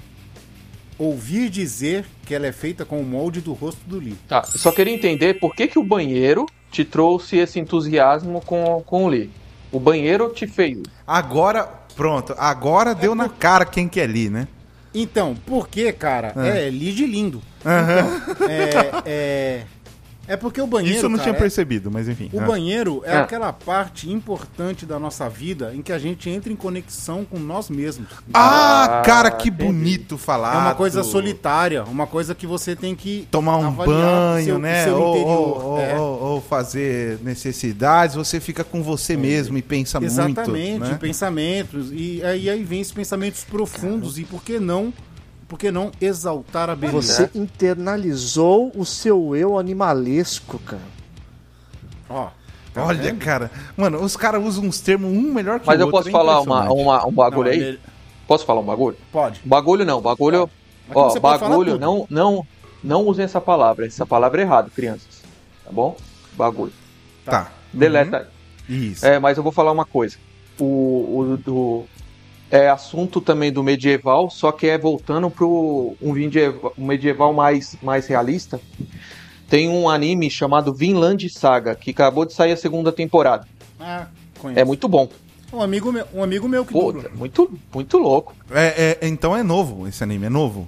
ouvir dizer que ela é feita com o molde do rosto do Lee. Tá, eu só queria entender por que, que o banheiro te trouxe esse entusiasmo com, com o Lee. O banheiro te fez. Agora, Pronto, agora deu na cara quem que é Lee, né? Então, porque, cara, Ah. é, é lige lindo. Então, é, é, é porque o banheiro. Isso eu não cara, tinha é- percebido, mas enfim. O Ah. banheiro é Ah. aquela parte importante da nossa vida em que a gente entra em conexão com nós mesmos. Ah, cara, que entendi. bonito falar. é uma coisa solitária, uma coisa que você tem que Tomar um avaliar banho, seu- né? seu ou, interior, ou- é. ou- ou fazer necessidades, você fica com você mesmo e pensa É. Exatamente, muito. né? pensamentos. E aí, aí vem esses pensamentos profundos e por que não? Por que não exaltar a beleza? Você internalizou o seu eu animalesco, cara. Ó, tá Olha, vendo? cara. Mano, os caras usam uns termos um melhor que Mas o outro. eu posso é falar uma, impressionante. uma- um bagulho Não, aí? ele- Posso falar um bagulho? Pode. Bagulho não, bagulho. Aqui Ó, você pode falar bagulho, tudo. não, não, não usem essa palavra. Essa palavra é errada, crianças. Tá bom? Bagulho. Tá. Deleta aí. Uhum. Isso. É, mas eu vou falar uma coisa. O, o do, é assunto também do medieval, só que é voltando pro um medieval, um medieval mais, mais realista. Tem um anime chamado Vinland Saga, que acabou de sair a segunda temporada. Ah, conheço. É muito bom. Um amigo meu, um amigo meu que Pô, é dubla. muito, muito louco. É, é, então é novo esse anime, é novo?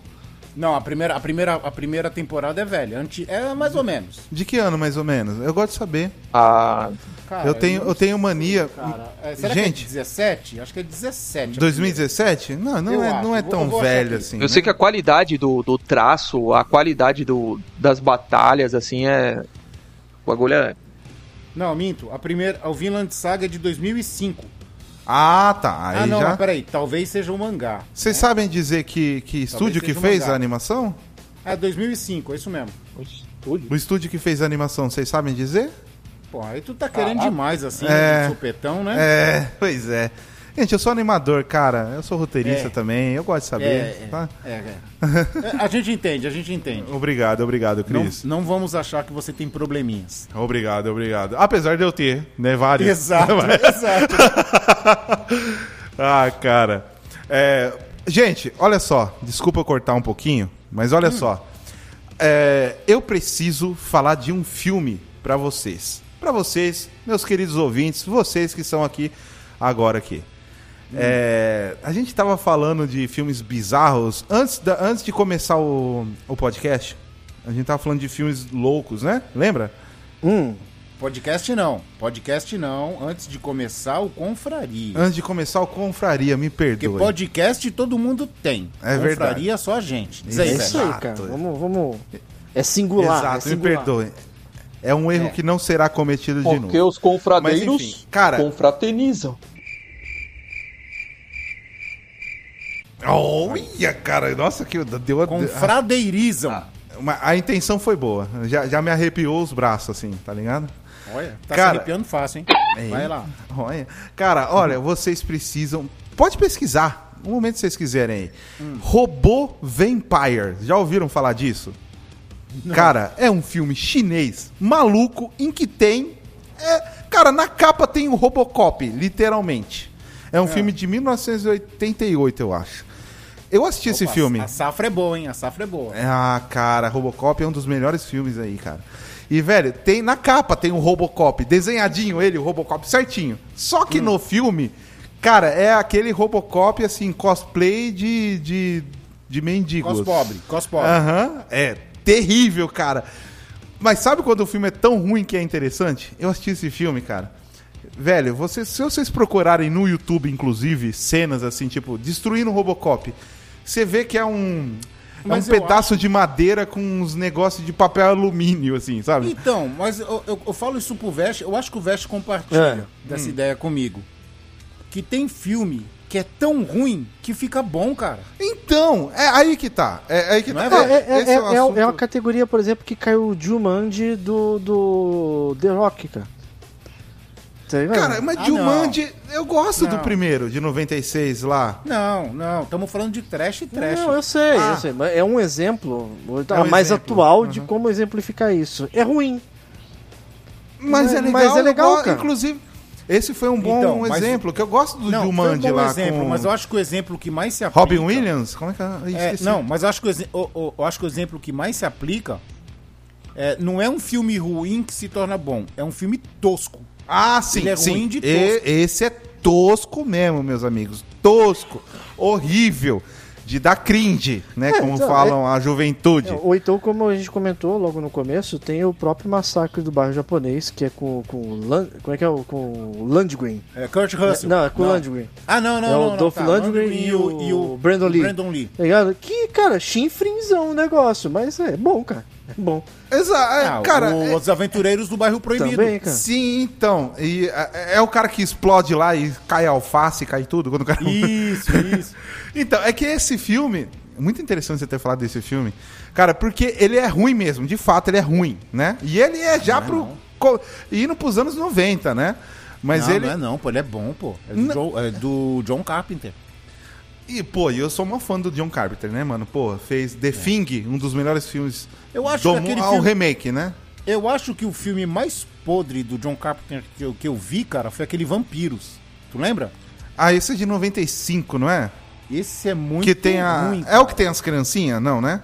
Não, a primeira, a primeira, a primeira temporada é velha. Anti, é mais ou menos. De que ano, mais ou menos? Eu gosto de saber. Ah, Cara, eu tenho, não eu tenho mania. sei, Cara, É, será que Gente. é 17? Acho que é 17. a 2017? Não, Eu não é, não é acho, eu tão vou achar velho aqui. assim. eu sei que a qualidade do, do traço, a qualidade do, das batalhas, assim, é. O bagulho é. Não, minto. A primeira, o Vinland Saga é de 2005. Ah, tá. Aí ah, não, já. mas peraí. Talvez seja um mangá. Vocês sabem dizer que, que estúdio que seja um fez mangá. a animação? É 2005, é isso mesmo. O estúdio que fez a animação, vocês sabem dizer? Pô, aí tu tá querendo demais, assim, Ah, É. de supetão, né? É, pois é. Gente, eu sou animador, cara. Eu sou roteirista É. também. Eu gosto de saber. É, é. tá? É, é. É, A gente entende, a gente entende. Obrigado, obrigado, Não, Cris. não vamos achar que você tem probleminhas. Obrigado, obrigado. Apesar de eu ter, né, vários. Exato, Mas- exato. ah, cara. É, gente, olha só. Desculpa eu cortar um pouquinho, mas olha só. É, eu preciso falar de um filme pra vocês. Pra vocês, meus queridos ouvintes, vocês que estão aqui agora aqui. É, a gente tava falando de filmes bizarros antes, da- antes de começar o, o podcast. A gente tava falando de filmes loucos, né? Lembra? Podcast não. Podcast não. Antes de começar o Confraria. Antes de começar o Confraria, me Porque perdoe. podcast todo mundo tem. É verdade. Confraria só a gente. Diz É aí, isso velho. aí, Exato. cara. Vamos, vamos. É singular. é Exato, me singular. perdoe. É um erro que não será cometido de Porque novo. os confradeiros Mas, enfim, cara- confraternizam. Olha, cara, nossa, que deu a, Confradeirizam. Ah, uma- a intenção foi boa. Já, já me arrepiou os braços, assim, tá ligado? Olha, tá Cara- é se arrepiando fácil, hein? Vai lá. Olha. Cara, olha, vocês precisam. Pode pesquisar. Um momento que vocês quiserem aí. Hum. Robô Vampire. Já ouviram falar disso? Cara, é um filme chinês maluco em que tem. é, cara, na capa tem o Robocop, literalmente. É um filme de 1988, eu acho. Eu assisti esse Opa, filme. A safra é boa, hein? A safra é boa. Ah, cara, Robocop é um dos melhores filmes aí, cara. E, velho, tem na capa tem o Robocop, desenhadinho ele, o Robocop certinho. Só que no filme, cara, é aquele Robocop, assim, cosplay de, de, de mendigos. Cos pobre, cos pobre. Aham, é terrível, cara. Mas sabe quando o filme é tão ruim que é interessante? Eu assisti esse filme, cara. Velho, vocês- se vocês procurarem no YouTube, inclusive, cenas assim, tipo, destruindo o Robocop, você vê que é um. É um Mas eu pedaço de madeira com uns negócios de papel alumínio, assim, sabe? Então, mas eu, eu- eu falo isso pro Vest, eu acho que o Vest compartilha É. Hum. dessa ideia comigo. Que tem filme que é tão ruim que fica bom, cara. Então, é aí que tá. É aí que Não tá. é É, é, é, esse é, o é assunto. uma categoria, por exemplo, que caiu o Jumanji do, do The Rock, cara. Tá ligado? Cara, é mas Ah, Jumanji, eu gosto do Não. primeiro, de 96 lá. Não, não, estamos falando de trash e trash. Não, eu sei, Ah. eu sei. Mas é um exemplo É um mais exemplo. atual de Uhum. como exemplificar isso. É ruim. Mas Né? é legal, Mas é legal, eu go- cara. inclusive. Esse foi um bom Então, mas- exemplo, que eu gosto do Não, foi um Jumanji bom lá exemplo, com mas eu acho que o exemplo que mais se aplica... Robin Williams? Como é que é? Ih, É, esqueci. não, mas eu acho, que o, exe- o- o- eu acho que o exemplo que mais se aplica é, não é um filme ruim que se torna bom, é um filme tosco. Ah, sim, Ele é sim. ruim de E- esse é tosco mesmo, meus amigos. Tosco, horrível, de dar cringe, né? É, como então, falam a juventude. É, Ou então, como a gente comentou logo no começo, tem o próprio massacre do bairro japonês, que é com, com Lan- como é que é o com Landgreen. É Kurt Russell. Não, é com o Landgreen. Ah, não, não, É o não. não, Dolph Lundgren e o- Brandon Lee. Brandon Lee. Tá ligado? Que, cara, chinfrinzão o negócio, mas é bom, cara. É bom. Exa- é, Ah, cara, o- é- Os Aventureiros do Bairro Proibido. Também, cara. sim, então. E, é, é o cara que explode lá e cai alface, cai tudo. Quando o cara... Isso, isso. Então, é que esse filme. é Muito interessante você ter falado desse filme. Cara, porque ele é ruim mesmo. De fato, ele é ruim, né? E ele é já pro. co- Indo pros anos 90, né? Mas não, ele. não é não, pô. Ele é bom, pô. É do, Não. Joe- é do John Carpenter. E, pô, e eu sou uma fã do John Carpenter, né, mano? Pô, fez The Thing, um dos melhores filmes. É. Eu acho do que mu- aquele ao filme- remake, né? Eu acho que o filme mais podre do John Carpenter que eu, que eu vi, cara, foi aquele Vampiros. Tu lembra? Ah, esse é de 95, não é? Esse é muito que tem a. ruim. é o cara. que tem as criancinhas? Não, né?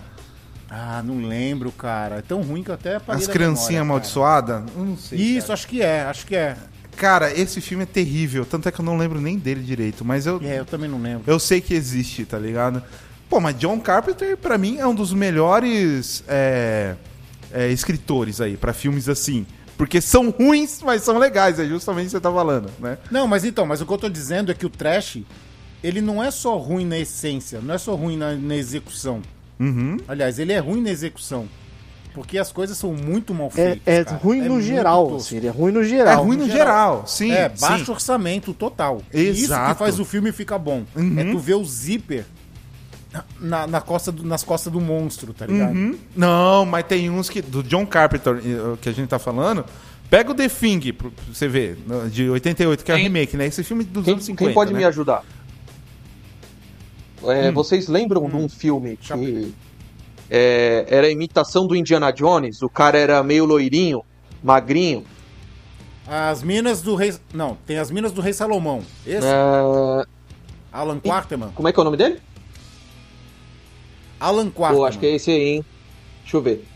Ah, não lembro, cara. É tão ruim que eu até apaguei As da criancinhas memória, cara. amaldiçoadas? Eu Não sei. Isso, acho que é, acho que é. Cara, esse filme é terrível. Tanto é que eu não lembro nem dele direito, mas eu. É, eu também não lembro. Eu sei que existe, tá ligado? Pô, mas John Carpenter, pra mim, é um dos melhores é, é, escritores aí, pra filmes assim. Porque são ruins, mas são legais, é justamente o que você tá falando, né? Não, mas então, mas o que eu tô dizendo é que o trash, ele não é só ruim na essência, não é só ruim na, na execução. Aliás, ele é ruim na execução. Porque as coisas são muito mal É, feitas. é cara. ruim no muito geral, tosco. assim, ele é ruim no geral. é ruim no geral, sim. é, sim. baixo orçamento total. E Isso Exato. que faz o filme ficar bom. Uhum. É tu ver o zíper na- na, na costa do- nas costas do monstro, tá ligado? Uhum. Hum? Não, mas tem uns que. Do John Carpenter, eh, que a gente tá falando. Pega o The Thing, pra você ver, no- de 88, que é o Quem- remake, né? Esse filme dos Quem, anos quem 50. pode né? Hum. me ajudar? É, Vocês lembram de um filme que é, era a imitação do Indiana Jones? O cara era meio loirinho, magrinho. As minas do rei... Não, tem as minas do rei Salomão. Esse, É, Alan Quarterman. como é que é o nome dele? Alan Quarterman. Pô, acho que é esse aí, hein? Deixa eu ver.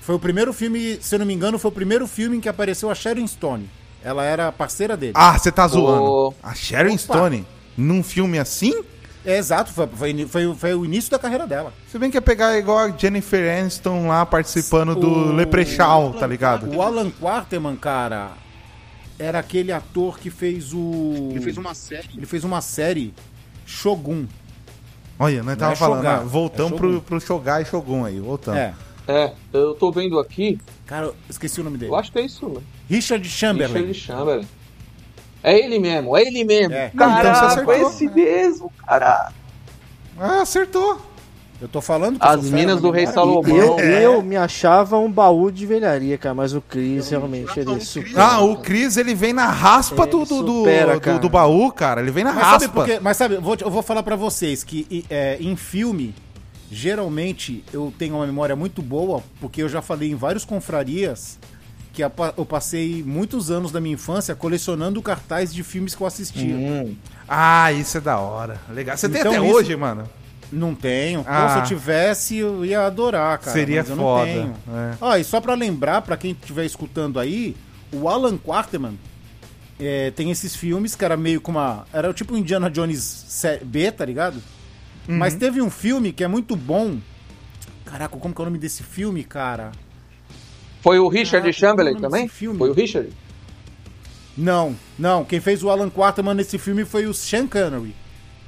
Foi o primeiro filme, se eu não me engano, foi o primeiro filme em que apareceu a Sharon Stone. Ela era a parceira dele. Ah, você tá zoando. Ô. A Sharon Opa. Stone, num filme assim? É, exato, foi, foi ini- foi o- foi o início da carreira dela. Se bem que é pegar igual a Jennifer Aniston lá participando do Leprechaun, tá ligado? O Alan Quarterman, cara, era aquele ator que fez o. Ele fez uma série. Ele fez uma série Shogun. Olha, nós tava é falando, Shogun, ah, voltamos é pro, Shogun. pro Shogai e Shogun aí, voltando. É. É, eu tô vendo aqui, Cara, eu esqueci o nome dele. eu acho que é isso, mano. Richard Chamberlain. Richard Chamberlain. É ele mesmo, é ele mesmo. É. Não, então você Caraca, acertou. é esse mesmo, cara. Ah, acertou. Eu tô falando que eu As sou fera minas na do Rei memória. E eu, Salomão. é. eu me achava um baú de velharia, cara, mas o Chris realmente ele supera. Ah, o Chris, ele vem na raspa do, do, do, supera, do- cara. do baú, cara. Ele vem na Mas raspa. sabe, por quê? mas sabe, eu vou, te- eu vou falar pra vocês que e, é, em filme, geralmente eu tenho uma memória muito boa, porque eu já falei em vários confrarias que a pa- eu passei muitos anos da minha infância colecionando cartaz de filmes que eu assistia. Ah, isso é da hora. Legal. Você tem Então até isso- hoje, mano? Não tenho. Pô, Ah. se eu tivesse, eu ia adorar, cara. Seria mas eu foda, Não tenho. é. Ó, e só pra lembrar, pra quem estiver escutando aí, o Alan Quarterman é, tem esses filmes que era meio com uma. Era tipo um Indiana Jones sé- B, tá ligado? Uhum. Mas teve um filme que é muito bom. Caraca, como que é o nome desse filme, cara? Foi o Richard Caraca, Chamberlain como é o nome também? desse filme? Foi o Richard? Não, não. Quem fez o Alan Quarterman nesse filme foi o Sean Connery.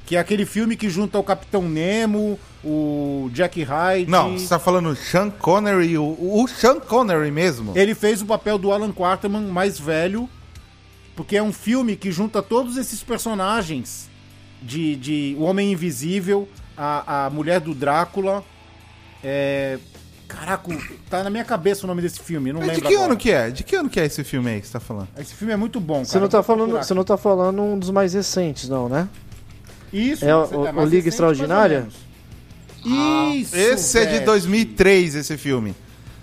Que é aquele filme que junta o Capitão Nemo, o Jack Hyde. Não, você tá falando Sean Connery, o, o Sean Connery mesmo. Ele fez o papel do Alan Quarterman mais velho, porque é um filme que junta todos esses personagens de, de O Homem Invisível, a, a Mulher do Drácula. É... Caraca, tá na minha cabeça o nome desse filme, eu não Mas lembro de que agora. ano que é? De que ano que é esse filme aí que você tá falando? Esse filme é muito bom, cara. Você não, tá Vou falando, procurar. você não tá falando um dos mais recentes, não, né? Isso, é o- você tá o mais recente, Liga mais ou Extraordinária? menos. Isso, Esse é de velho. 2003, esse filme.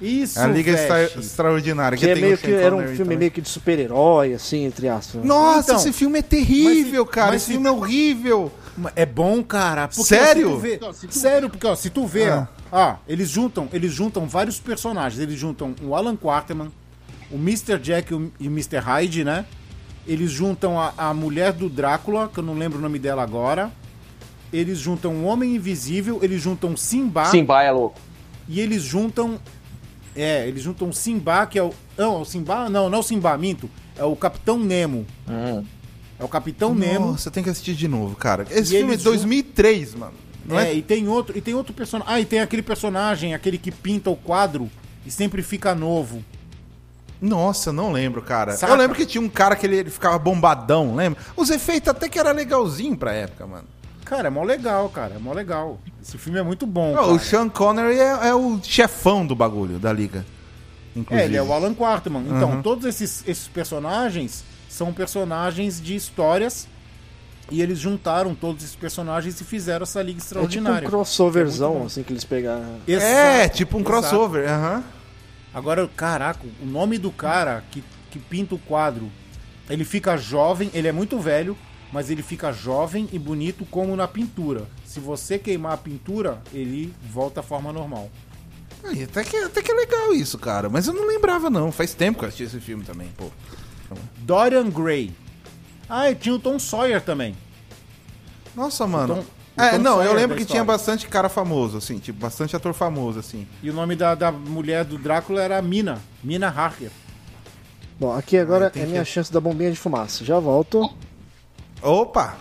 Isso, a Liga Extra- velho. Extraordinária. Que é tem o meio Sean que era um Connery filme também. meio que de super-herói, assim, entre aspas. Nossa, Então, esse filme é terrível, mas se- cara. mas esse se- filme é horrível. É bom, cara. Porque Sério? se tu vê- Sério, porque ó, se tu vê, Ah. ó, ó, eles juntam, eles juntam vários personagens. Eles juntam o Alan Quarterman, o Mr. Jack e o, e o Mr. Hyde, né? Eles juntam a, a mulher do Drácula, que eu não lembro o nome dela agora. Eles juntam o Homem Invisível, eles juntam Ah. Simba Simba é louco. e eles juntam. É, eles juntam Simba, que é o. Não, é o Simba? Não, não é o Simba, minto. É o Capitão Nemo. Hum. É o Capitão Nemo. Nossa, tem que assistir de novo, cara. Esse E filme é eles de 2003, mano. Não é? É, e tem outro, e tem outro personagem. Ah, e tem aquele personagem, aquele que pinta o quadro e sempre fica novo. Nossa, não lembro, cara. Saca? Eu lembro que tinha um cara que ele, ele ficava bombadão, lembra? Os efeitos até que era legalzinho pra época, mano. Cara, é mó legal, cara, é mó legal. Esse filme é muito bom. Ó, cara. Ah, o Sean Connery é, é o chefão do bagulho da liga. Inclusive. É, ele é o Alan Quarterman. Então, Uhum. todos esses, esses personagens são personagens de histórias e eles juntaram todos esses personagens e fizeram essa liga É tipo extraordinária. um crossoverzão, assim, que eles pegaram. É, Exato, tipo um exato. crossover. aham. Agora, caraca, o nome do cara que, que pinta o quadro, ele fica jovem, ele é muito velho, mas ele fica jovem e bonito como na pintura. Se você queimar a pintura, ele volta à forma normal. Aí, Até, que, até que é legal isso, cara. Mas eu não lembrava, não. Faz tempo que eu assisti esse filme também, pô. Dorian Gray. Ah, e tinha o Tom Sawyer também. Nossa, mano. Tom- o é, Tom não, eu Sawyer lembro da que história. tinha bastante cara famoso, assim, tipo, bastante ator famoso, assim. E o nome da, da mulher do Drácula era Mina, Mina Harker. Bom, aqui agora tem é que- minha chance da bombinha de fumaça. Já volto. Opa!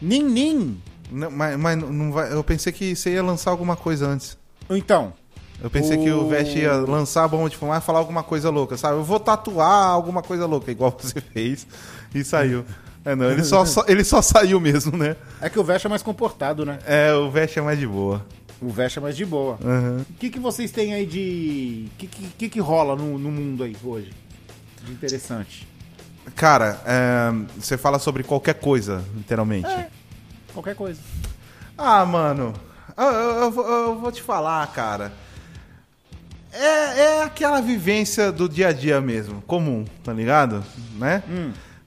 Nin Nin. Não, mas mas não- não vai, eu pensei que você ia lançar alguma coisa antes. Então, Eu pensei que o O- Vest ia lançar a bomba de fumar e falar alguma coisa louca, sabe? Eu vou tatuar alguma coisa louca, igual você fez. E saiu. É, não, ele só, só- ele só saiu mesmo, né? é que o Vesh é mais comportado, né? É, o Vest é mais de boa. O Vesh é mais de boa. Aham. O que, que vocês têm aí de. O que, que, que que rola no, no mundo aí hoje? De interessante. Cara, é, você fala sobre qualquer coisa, literalmente. Qualquer coisa. Ah, mano, eu, eu- eu vou- eu vou te falar, cara. É, é aquela vivência do dia a dia mesmo, comum, tá ligado? Né?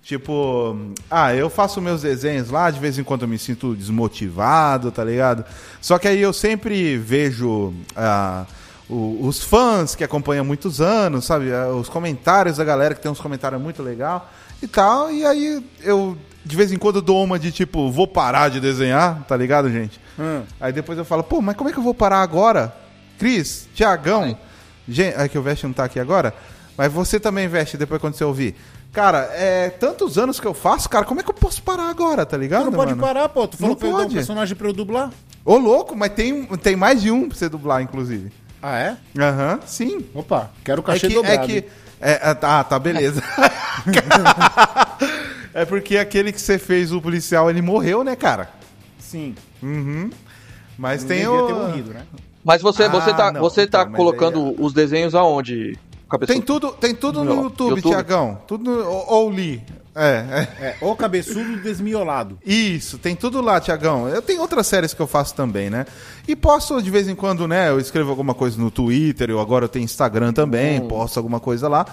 Tipo, ah, eu faço meus desenhos lá, de vez em quando eu me sinto desmotivado, tá ligado? Só que aí eu sempre vejo ah, o- os fãs que acompanham há muitos anos, sabe? Ah, Os comentários da galera, que tem uns comentários muito legal e tal. E aí eu, de vez em quando, eu dou uma de tipo, vou parar de desenhar, tá ligado, gente? Aí depois eu falo, pô, mas como é que eu vou parar agora? Cris, Tiagão, gente, é que o Veste não tá aqui agora, mas você também veste depois quando você ouvir. Cara, é tantos anos que eu faço, cara, como é que eu posso parar agora, tá ligado? Tu não pode mano? parar, pô. Tu falou Não pra eu dar um pode. personagem pra eu dublar? Ô, louco, mas tem, tem mais de um pra você dublar, inclusive. Ah, é? Aham, sim. Opa, quero o É cachê que, é dobrado. que. é, ah, tá, tá, beleza. é porque aquele que você fez o policial, ele morreu, né, cara? Sim. Uhum. Mas Não tem devia o. ter morrido, né? Mas você, Ah, você tá, não, você tá então, mas colocando aí- os desenhos aonde? Cabeça? Tem tudo, tem tudo no Não, YouTube, YouTube. Tiagão. Tudo no, ou, ou li. É, é. É, o cabeçudo desmiolado. Isso, tem tudo lá, Tiagão. Eu tenho outras séries que eu faço também, né? E posto de vez em quando, né? Eu escrevo alguma coisa no Twitter, eu agora eu tenho Instagram também, posto alguma coisa lá.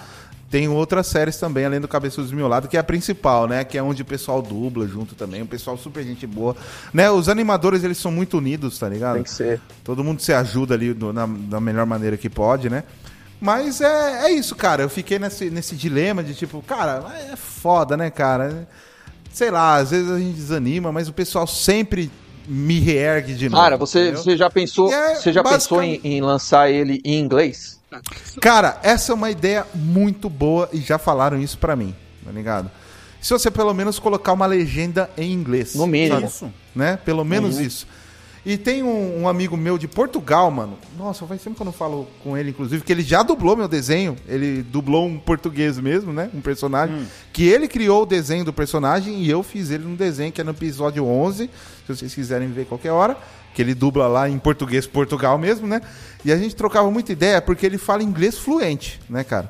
Tenho outras séries também, além do Cabeçudo Desmiolado, que é a principal, né? Que é onde o pessoal dubla junto também, o pessoal super gente boa. Né? Os animadores, eles são muito unidos, tá ligado? Tem que ser. Todo mundo se ajuda ali do- na, da melhor maneira que pode, né? Mas é, é isso, cara. Eu fiquei nesse, nesse dilema de tipo, cara, é foda, né, cara? Sei lá, às vezes a gente desanima, mas o pessoal sempre me reergue de novo. Cara, você, entendeu? você já pensou, E é você já pensou em, basicamente- em lançar ele em inglês? Cara, essa é uma ideia muito boa e já falaram isso pra mim, tá ligado? Se você pelo menos colocar uma legenda em inglês. No mínimo. É Isso. né? Pelo menos isso. E tem um, um amigo meu de Portugal, mano. Nossa, faz tempo que eu não falo com ele, inclusive, que ele já dublou meu desenho. Ele dublou um português mesmo, né? Um personagem. Que ele criou o desenho do personagem e eu fiz ele no desenho, que é no episódio 11. Se vocês quiserem ver qualquer hora. Que ele dubla lá em português, Portugal mesmo, né? E a gente trocava muita ideia porque ele fala inglês fluente, né, cara?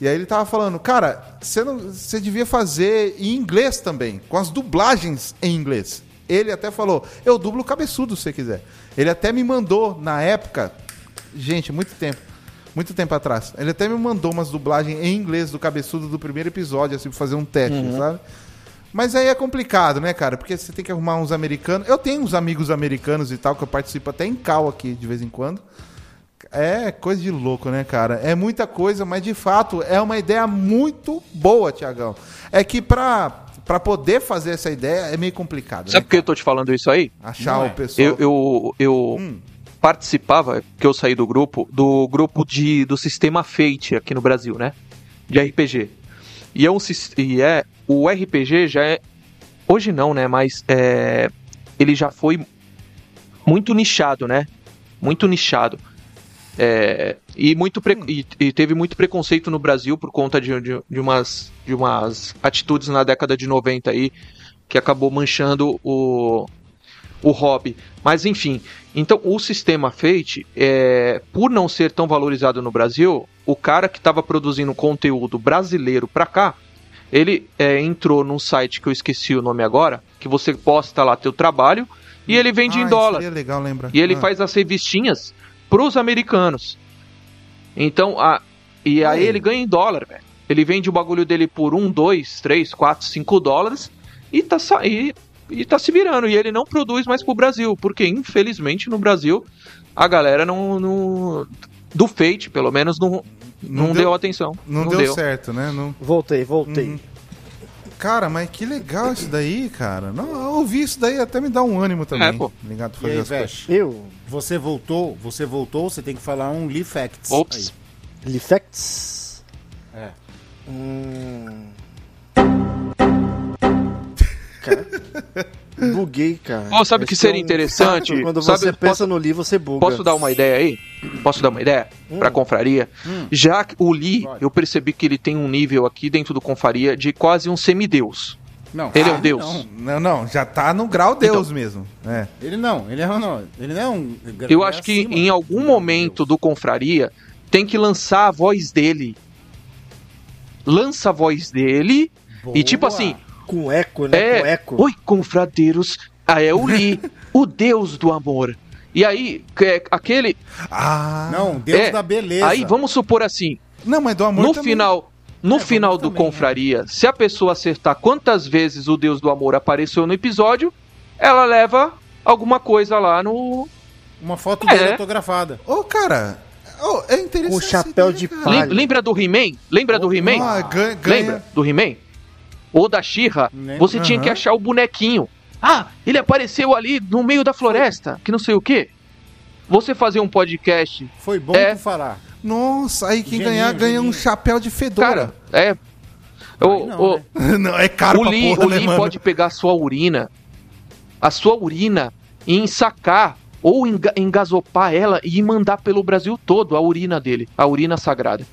E aí ele tava falando, cara, você não- você devia fazer em inglês também, com as dublagens em inglês. Ele até falou, eu dublo cabeçudo se você quiser. Ele até me mandou, na época, gente, muito tempo, muito tempo atrás, ele até me mandou umas dublagens em inglês do cabeçudo do primeiro episódio, assim, pra fazer um teste, sabe? Mas aí é complicado, né, cara? Porque você tem que arrumar uns americanos. Eu tenho uns amigos americanos e tal, que eu participo até em cal aqui de vez em quando. É coisa de louco, né, cara? É muita coisa, mas de fato é uma ideia muito boa, Tiagão. É que pra, pra poder fazer essa ideia é meio complicado. Sabe né? por que eu tô te falando isso aí? Achar Não o é. pessoal. Eu, eu, eu Hum. participava, que eu saí do grupo, do grupo de, do sistema Fate aqui no Brasil, né? De RPG. E é um sis- e é o RPG já é hoje não, né? Mas é, ele já foi muito nichado, né? Muito nichado. É, e, muito Hum. pre- e, e teve muito preconceito no Brasil por conta de, de, de umas, de umas atitudes na década de 90 aí que acabou manchando o, o hobby. Mas enfim, então o sistema Fate, é, por não ser tão valorizado no Brasil, o cara que estava produzindo conteúdo brasileiro pra cá, ele é, entrou num site que eu esqueci o nome agora, que você posta lá teu trabalho e ele vende Ah, em isso dólar. seria legal lembrar. E ele Ah. faz as revistinhas pros americanos. Então, a, e aí ele ganha em dólar, velho. Ele vende o bagulho dele por 1, 2, 3, 4, 5 dólares e tá, sa- e, e tá se virando. E ele não produz mais pro Brasil, porque infelizmente no Brasil a galera não. não- do Fate, pelo menos, não, não, deu, atenção. Não, deu, certo, né? Não... Voltei, voltei. Cara, mas que legal isso daí, cara. Não, eu ouvi isso daí até me dá um ânimo também. É, pô. Ligado? E Fazer aí, as coisas. Vesh, Eu, você voltou, você voltou, você tem que falar um Lee Facts. Ops. Lifects. É. Hum. Cara, buguei, cara. Pô, sabe o que Esse é seria um interessante? fato, Quando Sabe, você posso- pensa no Lee, você buga. Posso dar uma ideia aí? Posso dar uma ideia Hum. pra confraria? Já que o Lee, Pode. eu percebi que ele tem um nível aqui dentro do confraria de quase um semideus. Não, Ele é um não, deus. Não, Não, não, já tá no grau Então. Deus mesmo. É. ele não, ele é um- não, ele não é um. Eu acho que em algum momento do confraria tem que lançar a voz dele. Lança a voz dele e tipo assim, Com eco, né? Com é, eco. oi confradeiros, ah, é o Lee, o deus do amor. E aí, que é aquele, Ah. Não, Deus É, da beleza. aí vamos supor assim, Não, mas do amor no também. final, no É, final vamos do também, né? confraria, se a pessoa acertar quantas vezes o Deus do Amor apareceu no episódio, ela leva alguma coisa lá no Uma foto É. dele autografada. Ô, cara, ô, é interessante. Com o essa chapéu ideia, de cara. Lem- palha. Lembra do He-Man? Lembra do He-Man? Ah, ganha, Lembra ganha. do He-Man? Ou da Xirra? Lembro. Você tinha que Aham. achar o bonequinho. Ah, ele apareceu ali no meio da floresta, que não sei o quê. Você fazer um podcast, Foi bom É. tu falar. Nossa, aí quem Geninho, ganhar ganha um geninho. chapéu de cara, fedora. é. O, não, o- né? não, é caro o pra Lee, porra, o né, Lee mano? pode pegar a sua urina, a sua urina, e ensacar ou enga- engasopar ela e mandar pelo Brasil todo a urina dele, a urina sagrada.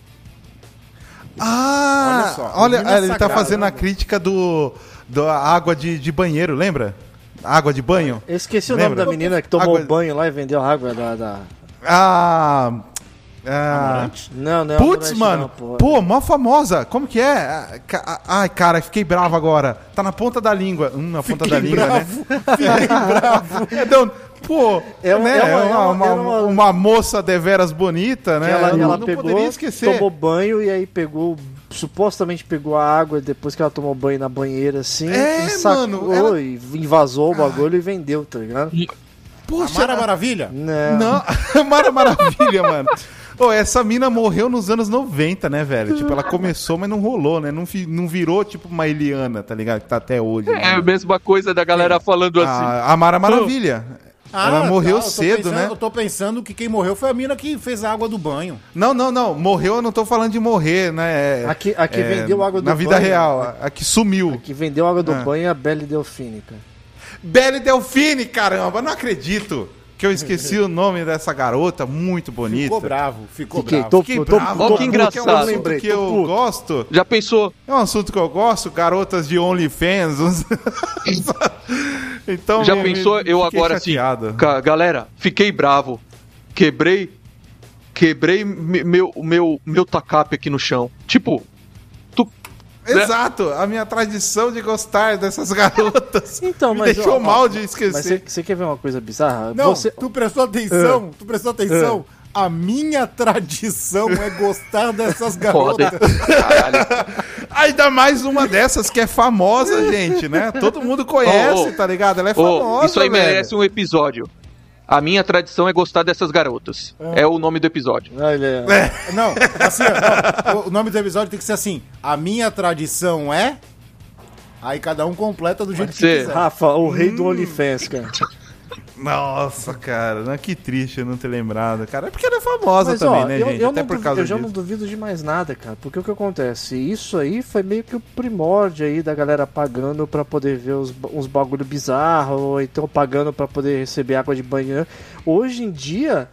Ah, olha, Olha só, olha menina ele tá sagrada, fazendo a né? crítica do da água de, de banheiro, lembra? Água de banho. Eu esqueci o Lembra? nome da menina que tomou Água- banho lá e vendeu água da... da- Ah, ah Não, não. Putz, não mexe mano. não, pô. Pô, mó famosa. Como que é? Ah, ca- ah, Ai, cara, fiquei bravo agora. Tá na ponta da língua. Hum, na ponta da língua, né? Fiquei bravo. É, deu- Pô, É uma- né? é uma- é uma, é uma- uma- é uma- uma moça deveras bonita, né? ela, Eu ela não pegou, poderia esquecer. tomou banho e aí pegou, supostamente pegou a água depois que ela tomou banho na banheira, assim, É, e sacou mano, ela- Ah. e invasou o bagulho e vendeu, tá ligado? A Poxa, é. Mara Maravilha? Não. Não, Mara Maravilha, mano. Ô, essa mina morreu nos anos 90, né, velho? Tipo, ela começou, mas não rolou, né? Não, fi- não virou, tipo, uma Eliana, tá ligado? Que tá até hoje. né? É a mesma coisa da É. galera falando assim. Ah, a, a Mara Maravilha. ela Ah, morreu tá, eu tô cedo, pensando- né? Eu tô pensando que quem morreu foi a mina que fez a água do banho. Não, não, não. Morreu, eu não tô falando de morrer, né? É- A que- a que vendeu água do Na vida banho, real, né? a, a que sumiu. Que vendeu água do Ah. banho é a Belle Delfine, cara. Belle Delfine, caramba, não acredito que eu esqueci o nome dessa garota, muito bonita. Ficou bravo, ficou Fiquei bravo. Fiquei Tô- tô- bravo, tô- porque que É um engraçado. assunto Lembrei, que tô eu puto. gosto. Já pensou? É um assunto que eu gosto, garotas de OnlyFans. uns- então, Já me- me- pensou eu fiquei agora assim? chateado. "Ca- Galera, fiquei bravo. Quebrei. Quebrei me- meu, meu, meu tacape aqui no chão. Tipo, Exato, a minha tradição de gostar dessas garotas. Então, me mas, deixou ó, ó, mal de Mas esquecer. você quer ver uma coisa bizarra? Não, Você- tu prestou Ah. atenção, tu prestou atenção. A minha tradição é gostar dessas É foda. garotas. Caralho. Ainda mais uma dessas que é famosa, gente, né? Todo mundo conhece, Ô, ô, tá ligado? Ela é Ô, famosa. isso aí velho. merece um episódio. A minha tradição é gostar dessas garotas. É o nome do episódio. Olha, É. Não, assim, ó, não, o nome do episódio tem que ser assim: A minha tradição é. Aí cada um completa do jeito que ser. quiser. Ah, Rafa, o rei Hum. do OnlyFans, cara. um- Nossa, cara, né? que triste eu não ter lembrado, cara. É porque ela é famosa Mas, também, ó, né, eu, gente? eu Até não por duvi- causa eu já disso. não duvido de mais nada, cara. Porque o que acontece? Isso aí foi meio que o primórdio aí da galera pagando pra poder ver os, ba- uns bagulho bizarro, ou então pagando pra poder receber água de banho. né? Hoje em dia,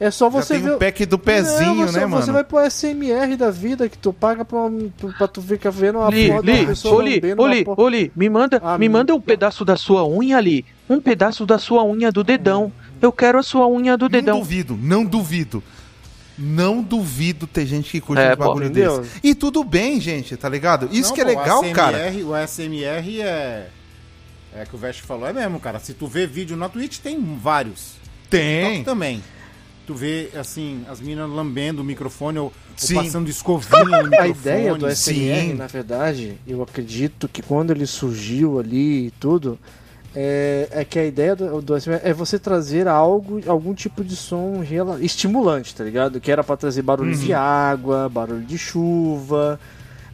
é só Já você tem um ver. o pack do pezinho, Não, né, você, Você mano? vai pro SMR da vida que tu paga pra, um- pra tu ficar vendo uma Li, foto Li, da pessoa ô Li, lambendo ô uma Li, porra. ô Li, me manda, Ah, me me- manda um pedaço da sua unha ali. Um pedaço da sua unha do dedão. Eu quero a sua unha do Não dedão. duvido, não duvido. Não duvido ter gente que curte É, um bagulho pô. Entendeu? desse. E tudo bem, gente, tá ligado? Isso Não, que é pô, legal, o cara. SMR, O SMR é. É que o Vest falou, é mesmo, cara. Se tu vê vídeo na Twitch, tem vários. Tem. TikTok também. Tu vê, assim, as meninas lambendo o microfone ou, ou Sim. passando escovinha no microfone. A ideia do SMR, sim. na verdade, eu acredito que quando ele surgiu ali e tudo, é, é que a ideia do, do SMR é você trazer algo, algum tipo de som rela- estimulante, tá ligado? Que era pra trazer Uhum. barulho de água, barulho de chuva.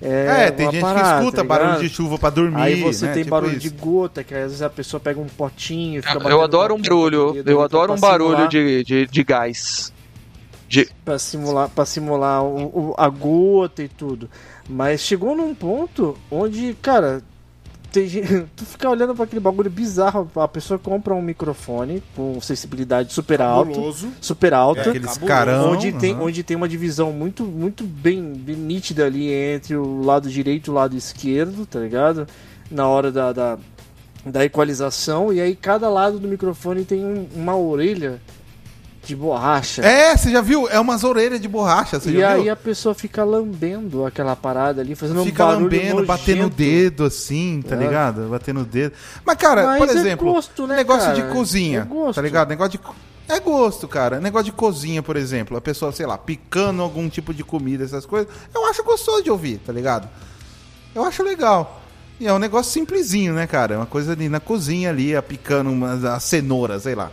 É, É, tem uma gente parada, que escuta tá barulho ligado? de chuva pra dormir. Aí você né? tem Tipo barulho isso. de gota, que às vezes a pessoa pega um potinho e fica Eu batendo adoro um com a ponta do barulho, dedo eu ali adoro pra um barulho simular- de, de, de gás. Pra simular, pra simular o, o- a gota e tudo. Mas chegou num ponto onde, cara, tem gente, tu fica olhando pra aquele bagulho bizarro. A pessoa compra um microfone com sensibilidade Tá super é alto, Cabuloso. super É, alta, Aqueles cabuloso. carão. né? onde, tem, Então, aham. onde tem uma divisão muito, muito bem, bem nítida ali entre o lado direito e o lado esquerdo, tá ligado? Na hora da, da, da equalização. E aí cada lado do microfone tem um- uma orelha de borracha. É, você já viu? É umas orelhas de borracha, você E já aí viu? a pessoa fica lambendo aquela parada ali, fazendo Fica um barulho lambendo, nojento. batendo o dedo assim, tá É. ligado? Batendo o dedo. Mas, cara, Mas por é exemplo, gosto, né, negócio cara? de cozinha, É gosto. tá ligado? Negócio de... co- É gosto, cara. Negócio de cozinha, por exemplo. A pessoa, sei lá, picando algum tipo de comida, essas coisas. Eu acho gostoso de ouvir, tá ligado? Eu acho legal. E é um negócio simplesinho, né, cara? É uma coisa ali na cozinha ali, a picando umas, a cenoura, sei lá.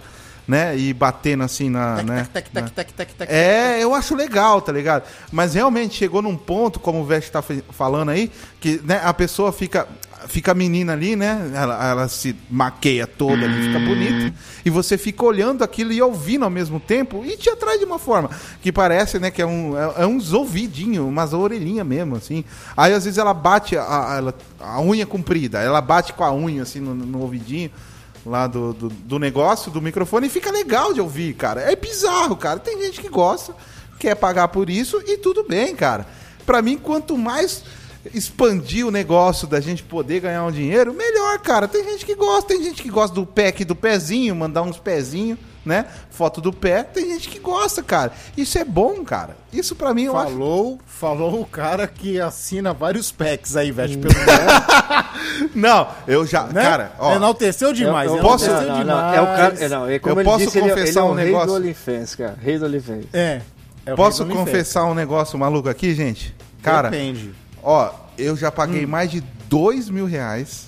Né? E batendo assim na. né? Tec, tec, tec, tec, tec. É, eu acho legal, tá ligado? Mas realmente chegou num ponto, como o Vest tá fe- falando aí, que né, a pessoa fica. Fica a menina ali, né? Ela, ela se maqueia toda ali, fica bonita. E você fica olhando aquilo e ouvindo ao mesmo tempo e te atrai de uma forma. Que parece, né, que é, um, é, é uns ouvidinhos, umas orelhinhas mesmo, assim. Aí às vezes ela bate a, a- ela- a unha comprida, ela bate com a unha, assim, no, no ouvidinho lá do, do, do negócio, do microfone, e fica legal de ouvir, cara. É bizarro, cara. Tem gente que gosta, quer pagar por isso e tudo bem, cara. Pra mim, quanto mais expandir o negócio da gente poder ganhar um dinheiro, melhor, cara. Tem gente que gosta, tem gente que gosta do pack do pezinho, mandar uns pezinhos, né? Foto do pé. Tem gente que gosta, cara. Isso é bom, cara. Isso pra mim eu acho. Falou, falou o cara que assina vários packs aí, Vest, pelo nome, Não, eu já, né? cara, ó. enalteceu É, demais. Eu- eu- posso- não, enalteceu não, não, demais. um é o cara, é, não, é como Eu ele posso disse, ele, é- confessar ele é um o rei negócio? do OnlyFans, cara. Rei do OnlyFans. É, é o Posso Rei do confessar um negócio maluco aqui, gente? Inferno. Cara, Depende. Ó, eu já Hum. paguei mais de dois mil reais.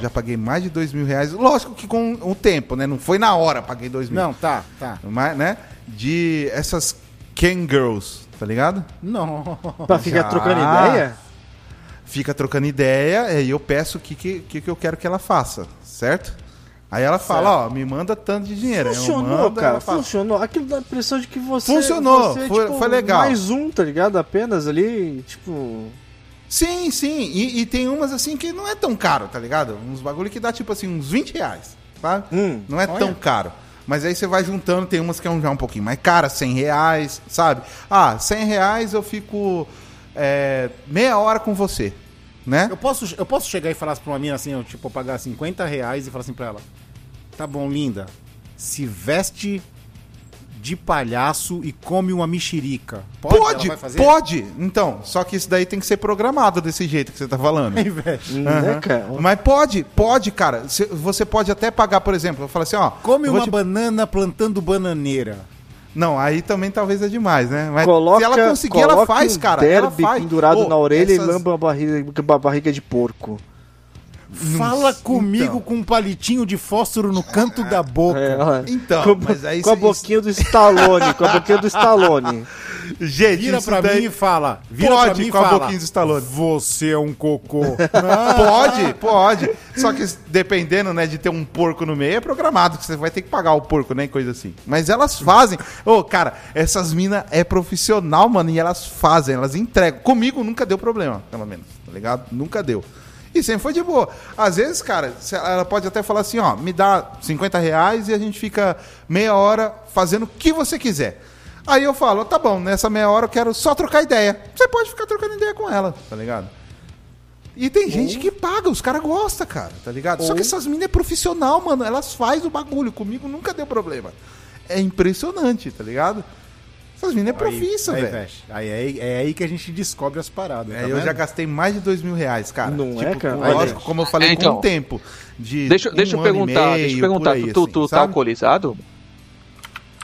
Já paguei mais de dois mil reais. Lógico que com o tempo, né? Não foi na hora, paguei dois mil. Não, tá, tá. Mas, né? De essas Kangirls, tá ligado? Não. Pra ficar já. trocando ideia? Fica trocando ideia e eu peço o que, que, que que eu quero que ela faça, certo? Aí ela fala, ó, me manda tanto de dinheiro. Aí eu Funcionou, mando, cara, ela fala, funcionou. Aquilo dá a impressão de que você. Funcionou, você é, foi- foi legal. Mais um, tá ligado? Apenas ali, tipo. Sim, sim. E, e tem umas assim que não é tão caro, tá ligado? Uns bagulho que dá tipo assim, uns 20 reais, sabe? Hum, não é tão caro. Mas aí você vai juntando, tem umas que é um, já um pouquinho mais cara, 100 reais, sabe? Ah, 100 reais eu fico é, meia hora com você, né? Eu posso, eu posso chegar e falar pra uma mina assim, eu, tipo, pagar 50 reais e falar assim pra ela: Tá bom, linda, se veste de palhaço e come uma mexerica. Pode, Ela vai pode, fazer? Então, só que isso daí tem que ser programado desse jeito que você tá falando. Aí, veste. Né, cara? Mas pode, pode, cara. Cê- Você pode até pagar, por exemplo, eu falo assim, ó. Come eu vou uma te- banana plantando bananeira. Não, aí também talvez é demais, né? Mas Coloca, se ela conseguir, coloca ela faz, um cara. derby ela faz. pendurado Ô, na orelha essas- e lamba a barriga, a barriga de porco. Fala então. comigo com um palitinho de fósforo no canto da boca. É, olha. Então, com, a bo- mas aí com a cê- boquinha do Stallone, com a boquinha do Stallone. Gente, Vira isso pra daí- mim e fala. Vira Pode, pra mim e com a fala. boquinha do Stallone. Você é um cocô. Pode, pode. Só que dependendo, né, de ter um porco no meio, é programado que você vai ter que pagar o porco, né, e coisa assim. Mas elas fazem. Ô, cara, essas minas é profissional, mano, e elas fazem, elas entregam. Comigo nunca deu problema, pelo menos, tá ligado? Nunca deu. E sempre foi de boa. Às vezes, cara, se- ela pode até falar assim, ó, me dá 50 reais e a gente fica meia hora fazendo o que você quiser. Aí eu falo, tá bom, nessa meia hora eu quero só trocar ideia. Você pode ficar trocando ideia com ela, tá ligado? E tem gente que paga, os caras gostam, cara, tá ligado? Só que essas minas é profissional, mano. Elas fazem o bagulho. Comigo nunca deu problema. É impressionante, tá ligado? Essas minas é profissa, Aí, velho. fecha. Aí, aí- é aí que a gente descobre as paradas. É, tá eu vendo? já gastei mais de dois mil reais, cara. Tipo, Não é, cara? com- Olha. Lógico, como eu falei, É, então. com o tempo. De Deixa, deixa um ano eu e perguntar, meio, deixa eu perguntar. por aí, tu assim, tu tá sabe? alcoolizado?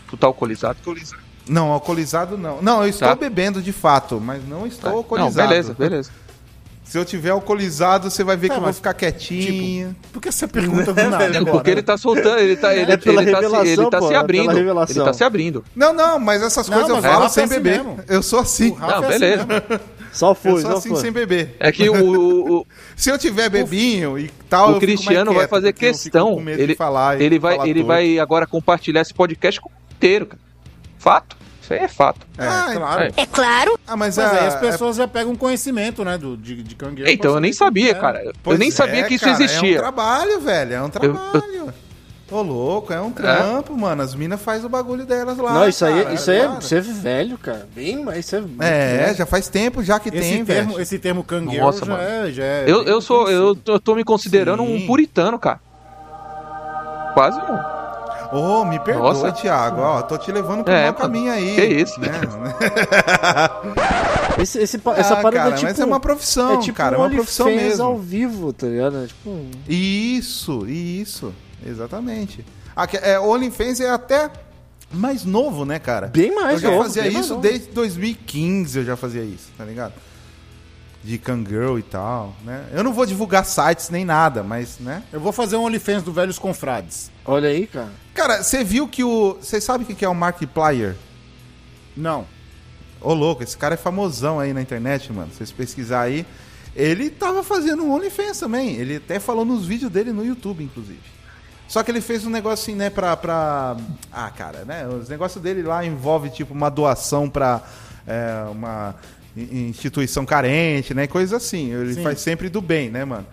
Tu tá alcoolizado? Não, alcoolizado não. Não, eu estou Tá. bebendo de fato, mas não estou Não, alcoolizado. beleza, beleza. Se eu tiver alcoolizado, você vai ver Tá, que eu vou mas, ficar quietinho. tipo- Por que essa pergunta do nada? Não, agora? porque ele tá soltando, ele tá, ele, É pela ele tá, se, ele revelação, tá pô, é se pela abrindo. Ele revelação. tá se abrindo. Não, não, mas essas Não, coisas mas eu falo Rafa é sem assim beber. mesmo. Eu sou assim. O Rafa Não, é assim beleza. mesmo. Só Eu foi, sou só assim foi. sem beber. É que o, o- Se eu tiver bebinho e tal, eu o fico mais Cristiano vai quieto, fazer porque eu fico questão. com medo de Ele, falar e ele vai, falar ele tudo. vai agora compartilhar esse podcast com o inteiro, cara. Fato. Isso aí é fato. Ah, É, claro. é. então, Ah, Mas mas, é, aí ah, as pessoas já pegam conhecimento, né, do, de, de cangueiro. né? então eu nem sabia, cara. Eu Pois nem é, sabia que isso cara, É um existia. trabalho, velho. É um trabalho. Ô, louco, é um trampo, mano. As minas fazem o bagulho delas lá. Não, isso aí, cara, isso aí é, cara. isso é velho, cara. Bem, mas isso é. muito É, velho. já faz tempo já que Esse, tem, termo, velho. esse termo cangueiro Nossa, já, mano. é, já é... Eu, eu sou, eu, eu tô me considerando Sim. um puritano, cara. Quase um. Ô, me perdoa, Nossa. Thiago. Ó, tô te levando pro É, mau mano. caminho aí. Que isso? né? Esse, esse pa- Ah, essa parada cara, é tipo. mas é uma profissão, é tipo cara. É uma um profissão OnlyFans mesmo. ao vivo, tá ligado? É Tipo, um- Isso, isso, exatamente. A, é, o OnlyFans é até mais novo, né, cara? bem mais, eu já novo, fazia bem mais isso novo. desde 2015, eu já fazia isso, tá ligado? De Kangirl e tal, né? Eu não vou divulgar sites nem nada, mas, né? Eu vou fazer um OnlyFans do Velhos Confrades. Olha aí, cara. Cara, você viu que o... Você sabe o que que é o Markiplier? Não. Ô, louco, esse cara é famosão aí na internet, mano. Se vocês pesquisar aí, ele tava fazendo um OnlyFans também. Ele até falou nos vídeos dele no YouTube, inclusive. Só que ele fez um negócio assim, né, pra, pra... Ah, cara, né? Os negócios dele lá envolve, tipo, uma doação pra é, uma in- instituição carente, né? Coisa assim. Ele Sim. faz sempre do bem, né, mano?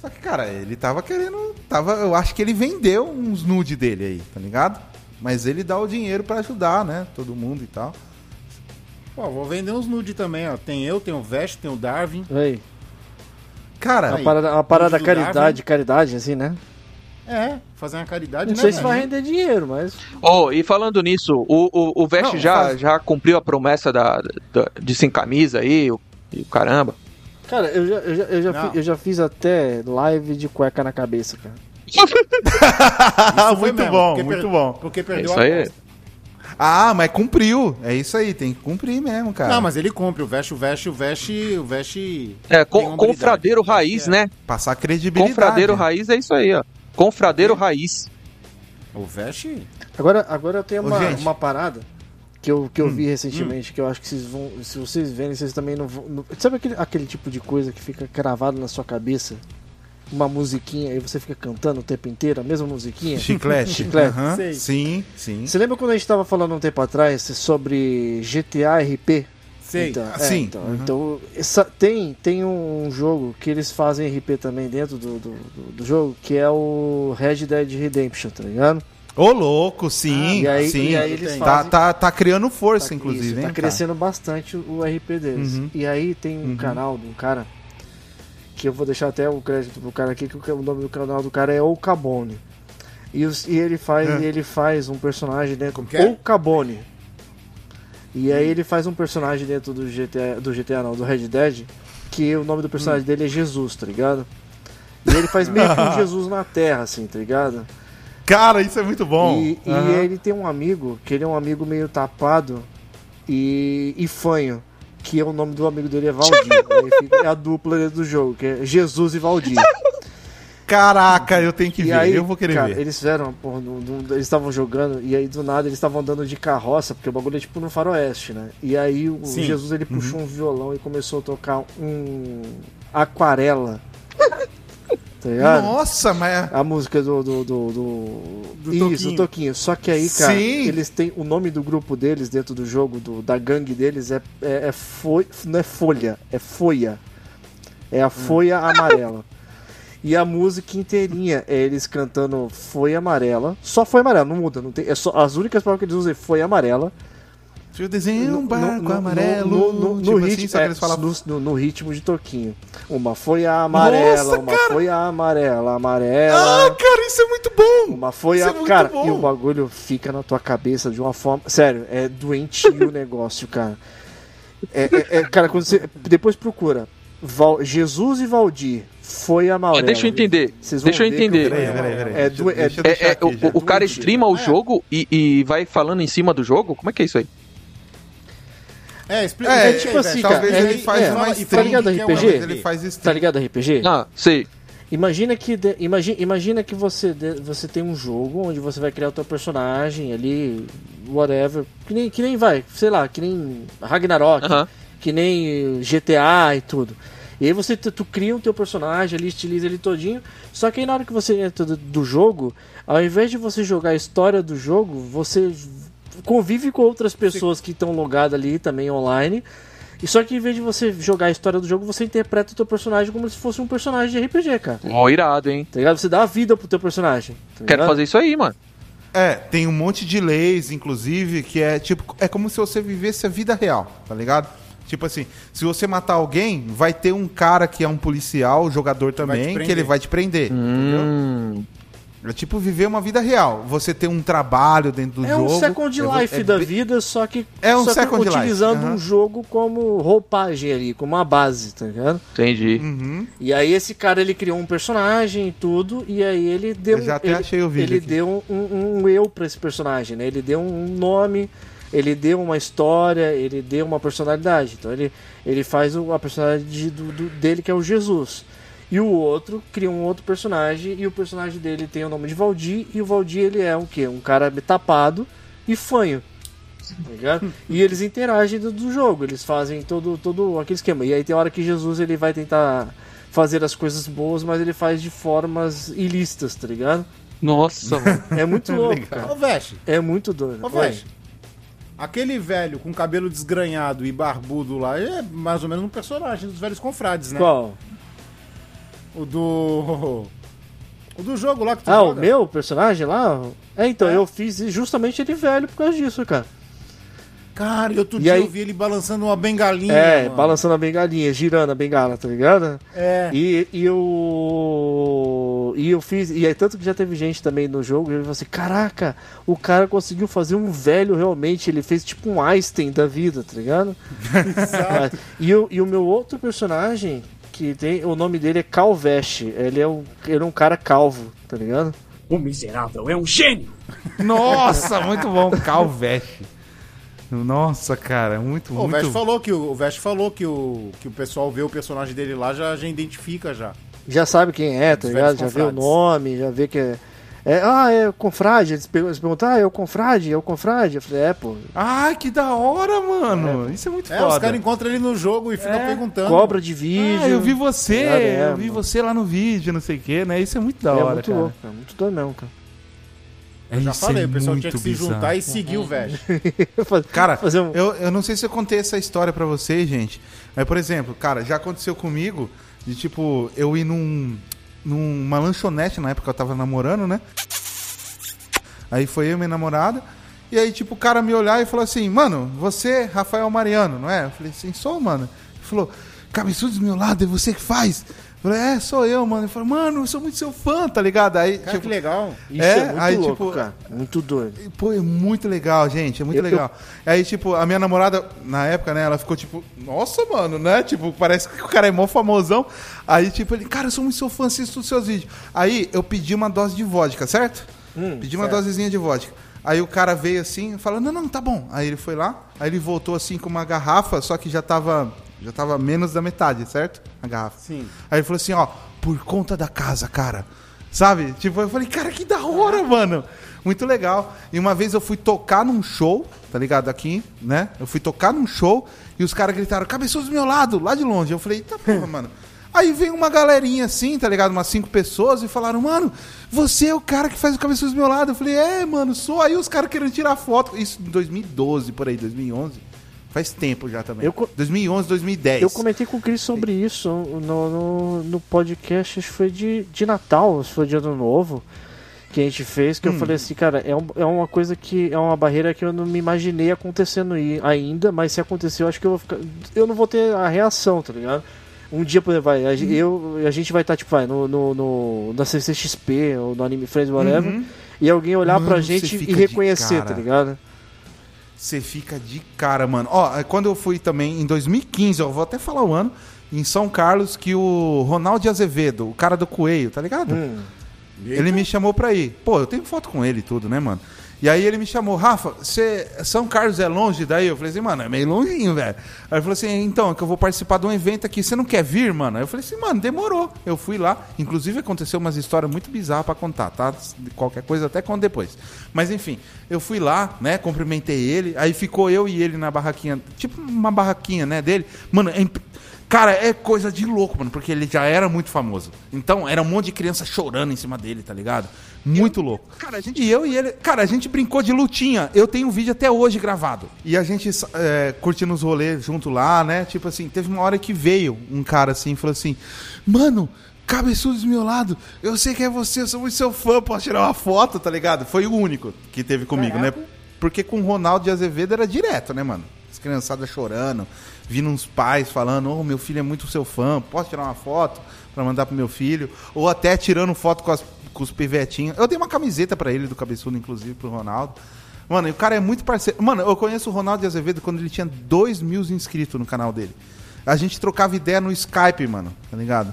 Só que, cara, ele tava querendo... Tava, eu acho que ele vendeu uns nude dele aí, tá ligado? Mas ele dá o dinheiro pra ajudar, né? Todo mundo e tal. Pô, vou vender uns nude também, ó. Tem eu, tem o Vest, tem o Darwin. Aí. Cara, Uma parada, uma parada do caridade, Darwin. caridade, assim, né? É, fazer uma caridade, Não né, sei se velho? vai render dinheiro, mas. Oh, e falando nisso, o, o, o Veste Não, já, faz- já cumpriu a promessa da, da- de sem camisa aí, o, e o caramba. Cara, eu já, eu já, eu já, Não. fi- eu já fiz até live de cueca na cabeça, cara. Ah, Ah, Isso foi muito mesmo, bom, porque muito per- bom. Porque É perdeu isso a aí. aposta. Ah, mas cumpriu. É isso aí, tem que cumprir mesmo, Ah. cara. Não, mas ele cumpre. O Vest, o Vest, o Vest, o Vest... tem É, com, uma confradeiro habilidade. raiz, É. né? Passar credibilidade. Confradeiro raiz é isso aí, ó. Confradeiro raiz. O Vest... Agora, agora eu tenho Ô, uma, gente. Hum, uma parada que eu, que eu vi recentemente, que eu acho que vocês vão. Se vocês verem, vocês também não vão. não- sabe aquele, aquele tipo de coisa que fica cravado na sua cabeça? Uma musiquinha e você fica cantando o tempo inteiro, a mesma musiquinha? Chiclete. Chiclete. Aham. Sei. Sim, sim. Você lembra quando a gente tava falando um tempo atrás sobre GTA RP? Sei. Então, é, Sim. então, Uhum. então, essa- tem, tem um jogo que eles fazem RP também dentro do, do, do- do jogo, que é o Red Dead Redemption, tá ligado? Ô, louco, sim, Ah, e aí- sim. e aí eles tá, fazem- tá, tá criando força, Tá- inclusive, isso, hein? Tá cara? crescendo bastante o RP deles. Uhum. E aí tem um canal de um cara, que eu vou deixar até o crédito pro cara aqui, que o o nome do canal do cara é O Cabone. E, os- e ele, faz, É. e ele faz um personagem dentro Como que é? O Cabone. E Hum. aí ele faz um personagem dentro do GTA, do GTA não, do Red Dead, que o nome do Hum. personagem dele é Jesus, tá ligado? E ele faz meio que um Jesus na Terra, assim, tá ligado? Cara, isso é muito bom. E, e Aham. ele tem um amigo, que ele é um amigo meio tapado e, e fanho, que é o nome do amigo dele é Valdir. né? E fica- é a dupla dentro do jogo, que é Jesus e Valdir. Caraca, eu tenho que E ver, aí, eu vou querer cara, ver. eles fizeram, porra, do- do- eles estavam jogando e aí do nada eles estavam andando de carroça, porque o bagulho é tipo no faroeste, né? E aí o Sim. Jesus ele Uhum. puxou um violão e começou a tocar um aquarela. tá ligado? Nossa, mas. A música do. do, do, do... Do Isso, Toquinho. do Toquinho. Só que aí, cara, Sim. eles têm. O nome do grupo deles dentro do jogo, do, da gangue deles, é, é, é foi, não é folha, é foia. É Hum. a folha amarela. E a música inteirinha é eles cantando Foi Amarela. Só Foi Amarela, não muda. Não tem, é só, as únicas palavras que eles usam é Foi Amarela. Deixa eu desenhar um No- barco no- no- amarelo. No, no- no tipo assim, ritmo, só que é, eles falavam. no, no- no ritmo de Toquinho. Uma folha amarela, Nossa, uma cara! folha amarela, amarela. Ah, cara, isso é muito bom! Uma foi Isso é a. muito cara, bom. e o bagulho fica na tua cabeça de uma forma. Sério, é doentio o negócio, cara. É, é- é- cara, quando você. Depois procura. Val- Jesus e Valdir foi a Maurela. Deixa eu entender. Vocês vão Deixa eu ver que entender. negócio- Peraí, peraí, peraí. É Deixa- do- é- deixa eu É, deixar é, aqui já. o, o cara streama o É. jogo e, e vai falando em cima do jogo? Como é que é isso aí? É, explica. É, É tipo assim, cara. talvez é- ele faz é, uma tá stream, ligado que é RPG? Talvez ele faz Tá stream. ligado RPG? Ah, sei. Imagina que, de- imagi- imagina que você, de- você tem um jogo onde você vai criar o teu personagem ali, whatever. Que nem, que nem vai, sei lá, que nem Ragnarok, Aham. que nem GTA e tudo. E aí você tu, tu cria o teu personagem ali, estiliza ele todinho. Só que aí na hora que você entra do, do jogo, ao invés de você jogar a história do jogo, você convive com outras pessoas que estão logadas ali também online. E só que em vez de você jogar a história do jogo, você interpreta o teu personagem como se fosse um personagem de RPG, cara. Ó, irado, hein? Tá ligado? Você dá a vida pro teu personagem. tá Quero ligado? fazer isso aí, mano. É, tem um monte de leis, inclusive, que é tipo. É como se você vivesse a vida real, tá ligado? Tipo assim, se você matar alguém, vai ter um cara que é um policial, jogador também, que prender. ele vai te prender. Hum. É tipo viver uma vida real. Você tem um trabalho dentro do É jogo. um Second Eu vou- Life é da bem- vida, só que, É um só que Second Life, utilizando aham. um jogo como roupagem ali, como uma base, tá ligado? Entendi. Uhum. E aí esse cara ele criou um personagem e tudo, e aí ele deu. Eu já até ele, achei o vídeo Ele aqui. deu um, um- um eu pra esse personagem, né? Ele deu um nome, ele deu uma história, ele deu uma personalidade. Então ele, ele faz o- a personalidade de- do, do- dele, que é o Jesus. E o outro cria um outro personagem, e o personagem dele tem o nome de Valdir, e o Valdir ele é um quê? Um cara tapado e fanho. tá ligado? E eles interagem do, do jogo, eles fazem todo, todo aquele esquema. E aí tem hora que Jesus ele vai tentar fazer as coisas boas, mas ele faz de formas ilícitas, tá ligado? Nossa, mano. É muito louco, cara. Ô, Veste, É muito doido. ô, Oi. Veste. Aquele velho com cabelo desgranhado e barbudo lá é mais ou menos um personagem dos velhos confrades, né? Qual? O do. O do jogo lá que tu Ah, o joga. meu personagem lá? É, então, Tá É. eu fiz justamente ele velho por causa disso, cara. Cara, outro E dia aí- eu vi ele balançando uma bengalinha. é, mano. balançando a bengalinha, girando a bengala, tá ligado? É. E, e eu. E eu fiz. E é tanto que já teve gente também no jogo. E eu falei assim: caraca, o cara conseguiu fazer um velho realmente. Ele fez tipo um Einstein da vida, tá ligado? Exato. E, o- e o meu outro personagem, que tem. O nome dele é Calveste. Ele é um, ele é um cara calvo, tá ligado? O miserável é um gênio! Nossa, muito bom. Calvete. Nossa, cara, muito, O muito Vest falou que o, o Vest falou que o que o pessoal vê o personagem dele lá já, já identifica já. já sabe quem é, tá Os ligado? velhos Já vê o confrades. nome, já vê que é. é, ah, é o Confrade. Eles pergun- eles perguntam, ah, é o Confrade, é o Confrade. Eu falei, é, pô, Ai, que da hora, mano. Isso é muito É, os foda. caras encontram ele no jogo e ficam perguntando. É. cobra de vídeo. Ah, eu vi você, Cara, é, eu vi mano. você lá no vídeo, não sei o que, né? Isso é muito da É hora, muito cara. louco, cara. Muito doido mesmo, cara. É, Já isso é falei, o pessoal muito tinha que se bizarro. juntar e seguir o Vest. Cara, é, Fazer um- eu, eu não sei se eu contei essa história pra vocês, gente. Mas, por exemplo, cara, já aconteceu comigo de, tipo, eu ir num, numa lanchonete na época que eu tava namorando, né? Aí foi eu e minha namorada. E aí, tipo, o cara me olhar e falou assim, mano, você, Rafael Mariano, não é? Eu falei assim, sou, mano. Ele falou, cabeçudo do meu lado, é você que faz? Eu falei, é, sou eu, mano. Ele falou, mano, eu sou muito seu fã, tá ligado? Aí, Cara, tipo, que legal. Isso É, é, muito aí, louco, tipo, cara. Muito doido. Pô, é muito legal, gente. É muito Eu- legal. Aí, tipo, a minha namorada, na época, né, ela ficou tipo, nossa, mano, né? Tipo, parece que o cara é mó famosão. Aí, tipo, ele, cara, eu sou muito seu fã, assisto os seus vídeos. Aí eu pedi uma dose de vodka, certo? pedi uma dosezinha de vodka. Aí o cara veio assim e falou, não, não, tá bom. Aí ele foi lá, aí ele voltou assim com uma garrafa, só que já tava Já tava menos da metade, certo? A garrafa. Sim. Aí ele falou assim, ó, por conta da casa, cara. Sabe? Tipo, eu falei, cara, que da hora, mano. Muito legal. E uma vez eu fui tocar num show, tá ligado? Aqui, né? Eu fui tocar num show e os caras gritaram, cabeçudo do meu lado, lá de longe. Eu falei, eita porra, mano. Aí veio uma galerinha assim, tá ligado? Umas cinco pessoas e falaram, mano, você é o cara que faz o cabeçudo do meu lado. Eu falei, é, mano, sou. Aí os caras querendo tirar foto. Isso em 2012, por aí, 2011. Faz tempo já também. Eu co- 2011, 2010. Eu comentei com o Cris sobre isso no, no, no podcast, acho que foi de, de Natal, se foi de Ano Novo, que a gente fez, Hum. que eu falei assim, cara, é, um- é uma coisa que é uma barreira que eu não me imaginei acontecendo aí ainda, mas se acontecer, eu acho que eu vou ficar. Eu não vou ter a reação, tá ligado? Um dia, por exemplo, vai, a, Uhum. gen- eu, a gente vai estar, tipo, vai, no, no, no- na CCXP ou no Anime Friends, whatever, e alguém olhar Uhum. Mano, pra você gente e fica de reconhecer, cara. tá ligado? Você fica de cara, mano. Ó, é quando eu fui também, em 2015, ó, vou até falar o ano, em São Carlos, que o Ronaldo Azevedo, o cara do Coelho, tá ligado? Ele me chamou pra ir. Pô, eu tenho foto com ele e tudo, né, mano? E aí ele me chamou, Rafa, você São Carlos é longe daí? Eu falei assim, mano, é meio longinho, velho. Aí ele falou assim, então, é que eu vou participar de um evento aqui, você não quer vir, mano? Aí eu falei assim, mano, demorou. Eu fui lá, inclusive aconteceu umas histórias muito bizarras pra contar, tá? Qualquer coisa até conto depois. Mas enfim, eu fui lá, né, cumprimentei ele, aí ficou eu e ele na barraquinha, tipo uma barraquinha, né, dele. Mano, é imp- Cara, é coisa de louco, mano, porque ele já era muito famoso. Então, era um monte de criança chorando em cima dele, tá ligado? Muito louco. Cara, a gente... E eu e ele... Cara, a gente brincou de lutinha. Eu tenho um vídeo até hoje gravado. E a gente é, curtindo os rolês junto lá, né? Tipo assim, teve uma hora que veio um cara assim e falou assim... Mano, cabeçudo do meu lado, eu sei que é você, eu sou muito seu fã, posso tirar uma foto, tá ligado? Foi o único que teve comigo, né? Porque com o Ronaldo de Azevedo era direto, né, mano? As criançadas chorando, vindo uns pais falando, ô, meu filho é muito seu fã, posso tirar uma foto pra mandar pro meu filho? Ou até tirando foto com, as- com os pivetinhos. Eu dei uma camiseta pra ele do cabeçudo, inclusive, pro Ronaldo. Mano, e o cara é muito parceiro. Mano, eu conheço o Ronaldo de Azevedo quando ele tinha 2 mil inscritos no canal dele. A gente trocava ideia no Skype, mano, tá ligado?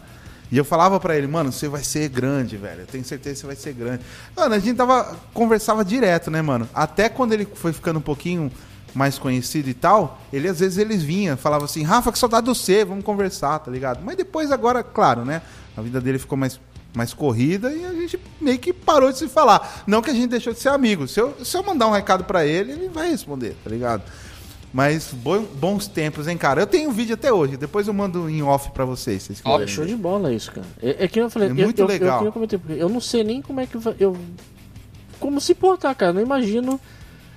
E eu falava pra ele, mano, você vai ser grande, velho. Eu tenho certeza que você vai ser grande. Mano, a gente tava conversava direto, né, mano? Até quando ele foi ficando um pouquinho mais conhecido e tal, ele às vezes eles vinha, falava assim: "Rafa, que saudade de você, vamos conversar", tá ligado? Mas depois agora, claro, né? A vida dele ficou mais mais corrida e a gente meio que parou de se falar. Não que a gente deixou de ser amigo. Se eu, se eu mandar um recado pra ele, ele vai responder, tá ligado? Mas bo- bons tempos, hein, cara? Eu tenho um vídeo até hoje. Depois eu mando em off pra vocês. se vocês É quiserem. show de bola isso, cara. É, é que nem eu falei, É eu- muito eu, Eu, legal. que nem eu, comentei, porque eu não sei nem como é que vai, eu como se portar, cara. Não imagino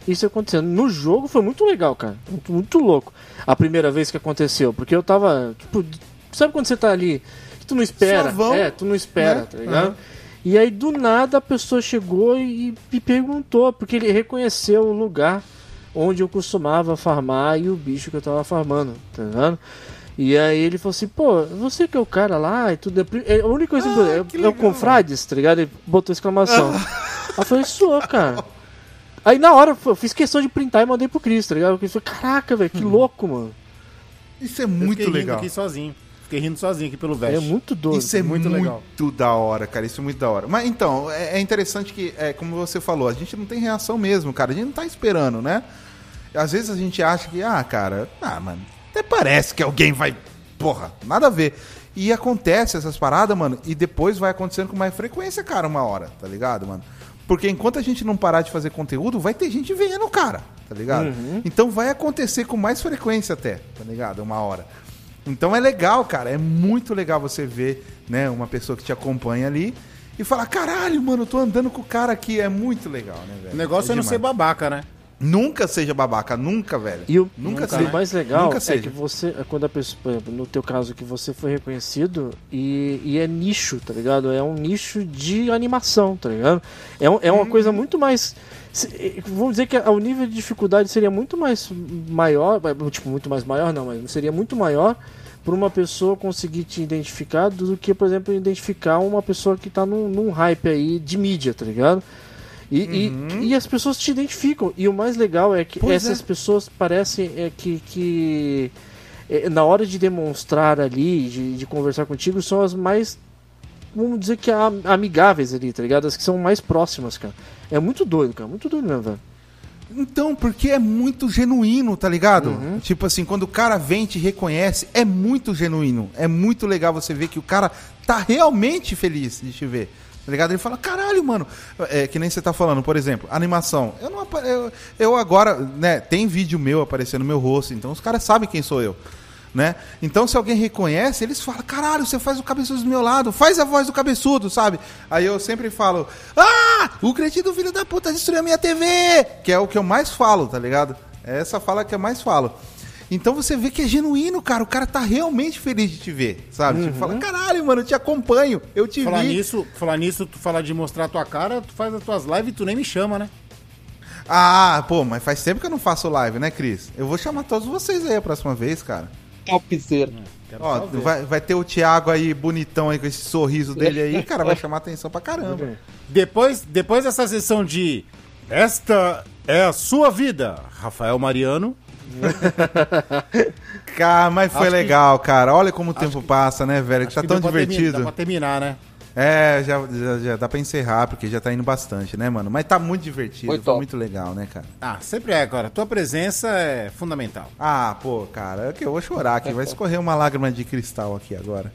isso acontecendo. No jogo foi muito legal, cara. Muito, muito louco. A primeira vez que aconteceu, porque eu tava, tipo, sabe quando você tá ali que tu não espera, Suavão, é, tu não espera, né? tá ligado? Aham. E aí do nada a pessoa chegou e me perguntou, porque ele reconheceu o lugar onde eu costumava farmar e o bicho que eu tava farmando, tá ligado? E aí ele falou assim, pô, você que é o cara lá e tudo. é pri- é A única coisa Ah, que que eu- é, o legal. Ah. Confrades, tá ligado? Ele botou exclamação. Aí eu falei, sou, cara. Aí na hora eu fiz questão de printar e mandei pro Cris, tá ligado? Porque ele falou, caraca, velho, Hum. que louco, mano. Isso é Eu muito fiquei rindo legal. aqui sozinho. Fiquei rindo sozinho aqui pelo É veste. muito doido. Isso é muito, muito legal. da hora, cara. Isso é muito da hora. Mas então, é, é interessante que, é, como você falou, a gente não tem reação mesmo, cara. A gente não tá esperando, né? Às vezes a gente acha que, ah, cara, ah, mano, até parece que alguém vai. Porra, nada a ver. E acontece essas paradas, mano, e depois vai acontecendo com mais frequência, cara, uma hora, tá ligado, mano? Porque enquanto a gente não parar de fazer conteúdo, vai ter gente vendo, cara, tá ligado? Uhum. Então vai acontecer com mais frequência até, tá ligado? Uma hora. Então é legal, cara. É muito legal você ver, né, uma pessoa que te acompanha ali e falar, caralho, mano, eu tô andando com o cara aqui. É muito legal, né, velho? O negócio é, não demais. ser babaca, né? Nunca seja babaca, nunca, velho. E o, Nunca nunca seja. o mais legal Nunca é seja. que você, quando a pessoa, por exemplo, no teu caso, que você foi reconhecido e, e é nicho, tá ligado? É um nicho de animação, tá ligado? É, um- é uma coisa muito mais. se- eh, Vamos dizer que a- o nível de dificuldade seria muito mais maior, eh, tipo, muito mais maior não, mas seria muito maior para uma pessoa conseguir te identificar do que, por exemplo, identificar uma pessoa que tá num, num hype aí de mídia, tá ligado? E, e- e, as pessoas te identificam. E o mais legal é que Uhum. Pois essas é. pessoas parecem é, que, que é, na hora de demonstrar ali, de, de conversar contigo, são as mais, vamos dizer que am- amigáveis ali, tá ligado? As que são mais próximas, cara. É muito doido, cara. Muito doido mesmo, velho. Então, porque é muito genuíno, tá ligado? Uhum. Tipo assim, quando o cara vem e te reconhece, é muito genuíno. É muito legal você ver que o cara tá realmente feliz de te ver. Tá ligado? Ele fala, caralho, mano. É, que nem você tá falando, por exemplo, animação. Eu não apa- eu, eu agora, né, tem vídeo meu aparecendo no meu rosto, então os caras sabem quem sou eu. Né? Então, se alguém reconhece, eles falam: Caralho, você faz o cabeçudo do meu lado, faz a voz do cabeçudo, sabe? Aí eu sempre falo: Ah, o cretino filho da puta destruiu a minha TV! Que é o que eu mais falo, tá ligado? É essa fala que eu mais falo. Então você vê que é genuíno, cara. O cara tá realmente feliz de te ver, sabe? Tipo, fala: Caralho, mano, eu te acompanho, eu te Uhum. Falar vi. nisso, falar nisso, tu falar de mostrar tua cara, tu faz as tuas lives e tu nem me chama, né? Ah, pô, mas faz tempo que eu não faço live, né, Cris? Eu vou chamar todos vocês aí a próxima vez, cara. Topzera. Ó, vai, vai ter o Thiago aí bonitão aí com esse sorriso dele aí, cara, vai chamar atenção pra caramba. Depois, depois dessa sessão de Esta é a sua vida, Rafael Mariano. Cara, mas foi Acho que- legal, cara. Olha como o tempo passa, né, velho? Que acho tá que tão deu pra termi- divertido. Dá pra terminar, né? É, já, já, já dá pra encerrar, porque já tá indo bastante, né, mano? Mas tá muito divertido, Foi foi, top. muito legal, né, cara? Ah, sempre é, cara. Tua presença é fundamental. Ah, pô, cara, é que eu vou chorar aqui. Vai escorrer uma lágrima de cristal aqui agora.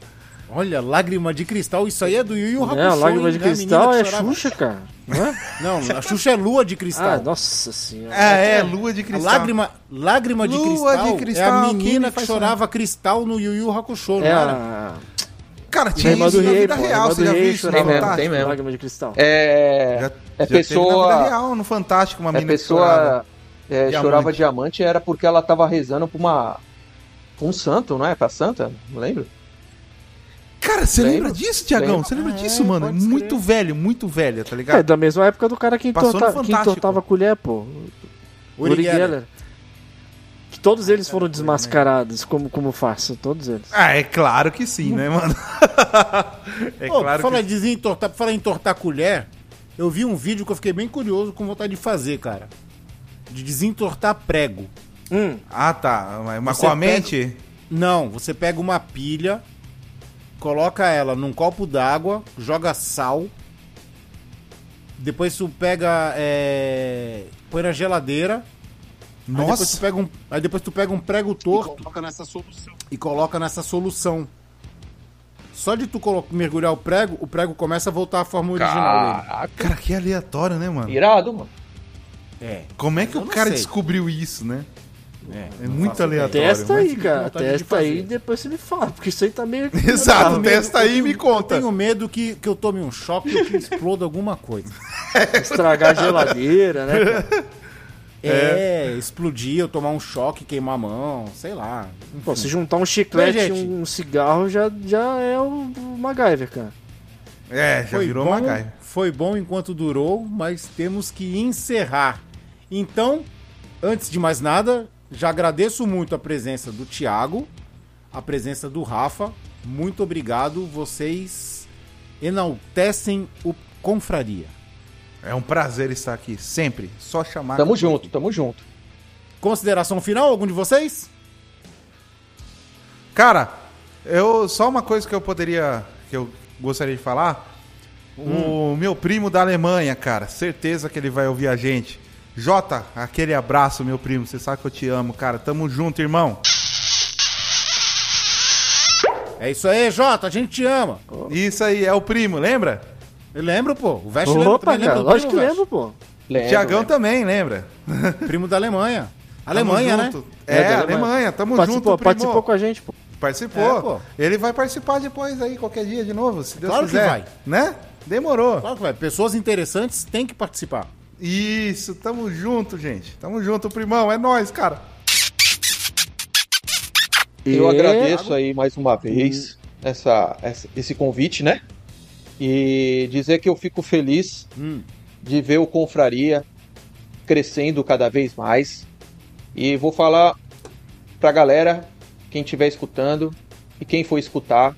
Olha, lágrima de cristal, isso aí é do Yu Yu Não, Hakusho, lágrima de hein, né? A cristal menina é que chorava. Xuxa, cara. Não é? Não, a Xuxa é lua de Ah, cristal. nossa senhora. É, é, lua Ah, de A cristal. lágrima, lágrima de, Lua de cristal é cristal, a quem menina me que faz chorava cristal no Yu Yu Hakusho, não É era? a Cara, tinha Irmã isso do na Rei, vida pô, real, Irmã você do já Rei viu isso no Tem mesmo, Fantástico? tem mesmo. lágrima de cristal. É, Já- é já teve na vida pessoa. real, no Fantástico, uma É menina que chorava. pessoa é, Diamante. chorava diamante era porque ela tava rezando pra uma. pra um santo, não é? Pra santa? Não lembro. Cara, você Lembro, lembra disso, Tiagão? lembro. Você lembra disso, mano? É Muito velho, muito velho, tá É, ligado? da mesma época do cara que, Passou no entorta, que Fantástico. entortava a colher, pô. Uri Uri Geller. Geller. Que Ah, todos eles foram desmascarados, como, como faço, todos eles. Ah, é claro que sim, né, mano? é Ô, claro fala que de entortar, fala em entortar colher. Eu vi um vídeo que eu fiquei bem curioso com vontade de fazer, cara. De desentortar prego. Hum. Ah, tá. Mas- Mas Você com a pega- mente? Não, você pega uma pilha, coloca ela num copo d'água, joga sal. Depois tu pega. é, põe na geladeira. Aí depois, tu Nossa. pega um, aí depois tu pega um prego torto. E coloca nessa solução. Só de tu colo- mergulhar o prego, o prego começa a voltar à forma original dele. Caraca, Cara, que aleatório, né, mano? irado, mano. É. Como é que Eu o não cara sei. descobriu isso, né? É, É muito aleatório. Testa mas- aí, cara. vontade de Testa aí fazer. e depois você me fala, porque isso aí tá meio. Exato, tá testa aí e me conta. Tenho medo que, que eu tome um choque e que exploda alguma coisa. Estragar a geladeira, né? cara? É, explodir, eu tomar um choque, queimar a mão, sei lá. Pô, se juntar um chiclete Mas, e gente- um cigarro já, já é o o MacGyver, cara. É, já virou bom, uma gaia. Foi bom enquanto durou, mas temos que encerrar. Então, antes de mais nada, já agradeço muito a presença do Thiago, a presença do Rafa. Muito obrigado, vocês enaltecem o Confraria. É um prazer estar aqui, sempre. Só chamar. Tamo junto, tamo junto. Consideração final, algum de vocês? Cara, eu só uma coisa que eu poderia, que eu gostaria de falar. O meu primo da Alemanha, cara, certeza que ele vai ouvir a gente. Jota, aquele abraço, meu primo. Você sabe que eu te amo, cara. Tamo junto, irmão. É isso aí, Jota, a gente te ama. Isso aí, é o primo, lembra? Eu lembro, pô, o Vest lembra Opa, também, lembra cara, do lógico que primo, Vest? lembro, pô. Lembro, Tiagão lembro. também, lembra? Primo da Alemanha. Alemanha, né? Tamo junto. É, da Alemanha. tamo participou, junto, primo. participou com a gente, pô. Participou. É, pô. Ele vai participar depois aí, qualquer dia de novo, se Deus Claro que quiser. vai. Né? Demorou. Claro que vai, pessoas interessantes têm que participar. Isso, tamo junto, gente. Tamo junto, primão. É nóis, cara. Eu E- agradeço aí mais uma vez essa, essa- esse convite, né? E dizer que eu fico feliz Hum. de ver o Confraria crescendo cada vez mais. E vou falar pra galera, quem estiver escutando e quem for escutar,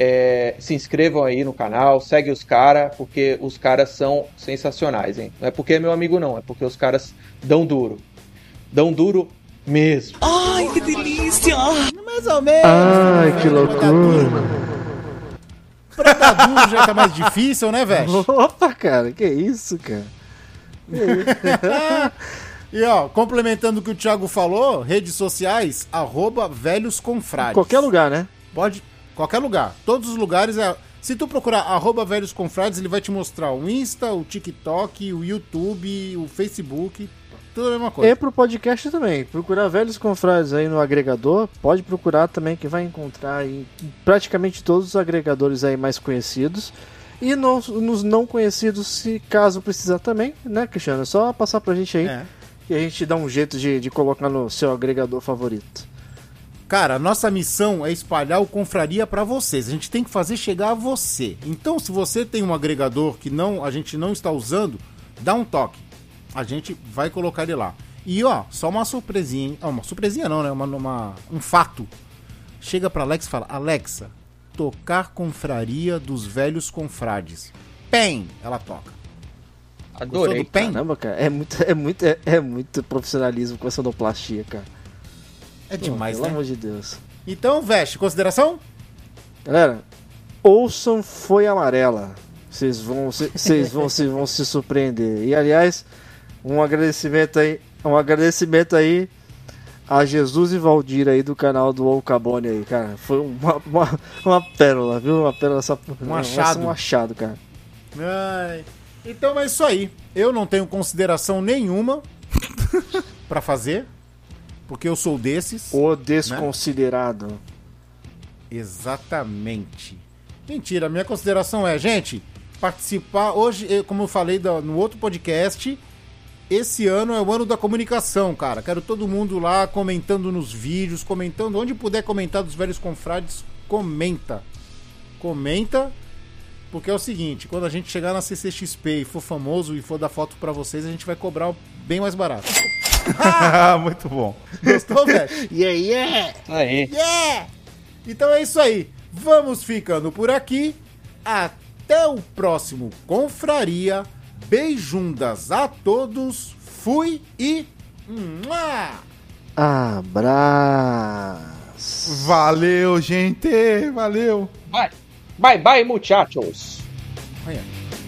é, se inscrevam aí no canal, segue os caras, porque os caras são sensacionais, hein? Não é porque é meu amigo, não, é porque os caras dão duro. Dão duro mesmo. Mais ou menos. Ai, que loucura. Pra dar duro já tá mais difícil, né, velho? Opa, cara, que isso, cara. É. E ó, complementando o que o Thiago falou, redes sociais, arroba velhos confrades. Qualquer lugar, né? Pode, qualquer lugar. Todos os lugares é. Se tu procurar arroba velhos confrades, ele vai te mostrar o Insta, o TikTok, o YouTube, o Facebook, tudo a mesma coisa. E pro podcast também. Procurar Velhos Confrades aí no agregador. Pode procurar também que vai encontrar em praticamente todos os agregadores aí mais conhecidos. E nos, nos não conhecidos, se caso precisar também, né, Cristiano? É só passar pra gente aí É. que a gente dá um jeito de, de colocar no seu agregador favorito. Cara, nossa missão é espalhar o Confraria pra vocês. A gente tem que fazer chegar a você. Então, se você tem um agregador que não a gente não está usando, dá um toque. A gente vai colocar ele lá. E ó, só uma surpresinha, hein? Ah, uma surpresinha não, né? Uma, uma- um fato. Chega pra Alex e fala: Alexa, tocar Confraria dos Velhos Confrades. Pem! Ela toca. Adorei. do Pem? Caramba, cara, é muito, é muito, é, é muito profissionalismo com a sonoplastia, cara. É demais, Pelo né? amor de Deus. Então, veste, consideração? Galera, ouçam Foi Amarela. Vocês vão, se- vocês vão, se vão se surpreender. E aliás, um agradecimento aí, um agradecimento aí a Jesus e Valdir aí do canal do Olcabone aí, cara. Foi uma, uma, uma pérola, viu? Uma pérola essa Um achado. Um achado, cara. Ai. Então é isso aí. Eu não tenho consideração nenhuma pra fazer, porque eu sou desses. O desconsiderado. Exatamente. Mentira, minha consideração é, gente, participar hoje, eu- como eu falei da- no outro podcast, esse ano é o ano da comunicação, cara. Quero todo mundo lá comentando nos vídeos, comentando onde puder comentar dos velhos confrades, comenta. Comenta, porque é o seguinte, quando a gente chegar na CCXP e for famoso e for dar foto pra vocês, a gente vai cobrar bem mais barato. Muito bom. Gostou, velho? E aí é. Aí. Yeah! Então é isso aí. Vamos ficando por aqui. Até o próximo Confraria. Beijundas a todos. Fui e. Mua! Abraço. Valeu, gente. Valeu. Vai. Bye, bye, muchachos. Olha,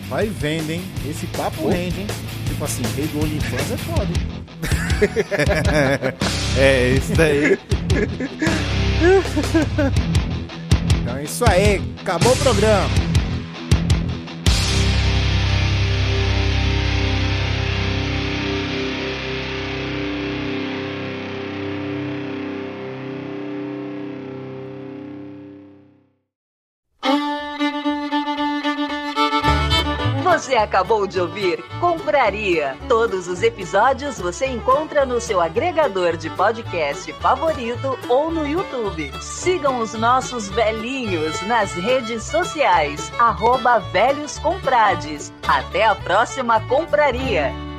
Vai vendo, hein? Esse papo rende, hein? Tipo assim, rei do OnlyFans é foda. hein? É, isso daí. Então é isso aí. Acabou o programa. Você acabou de ouvir Compraria. Todos os episódios você encontra no seu agregador de podcast favorito ou no YouTube. Sigam os nossos velhinhos nas redes sociais, arroba velhos comprades. Até a próxima Compraria.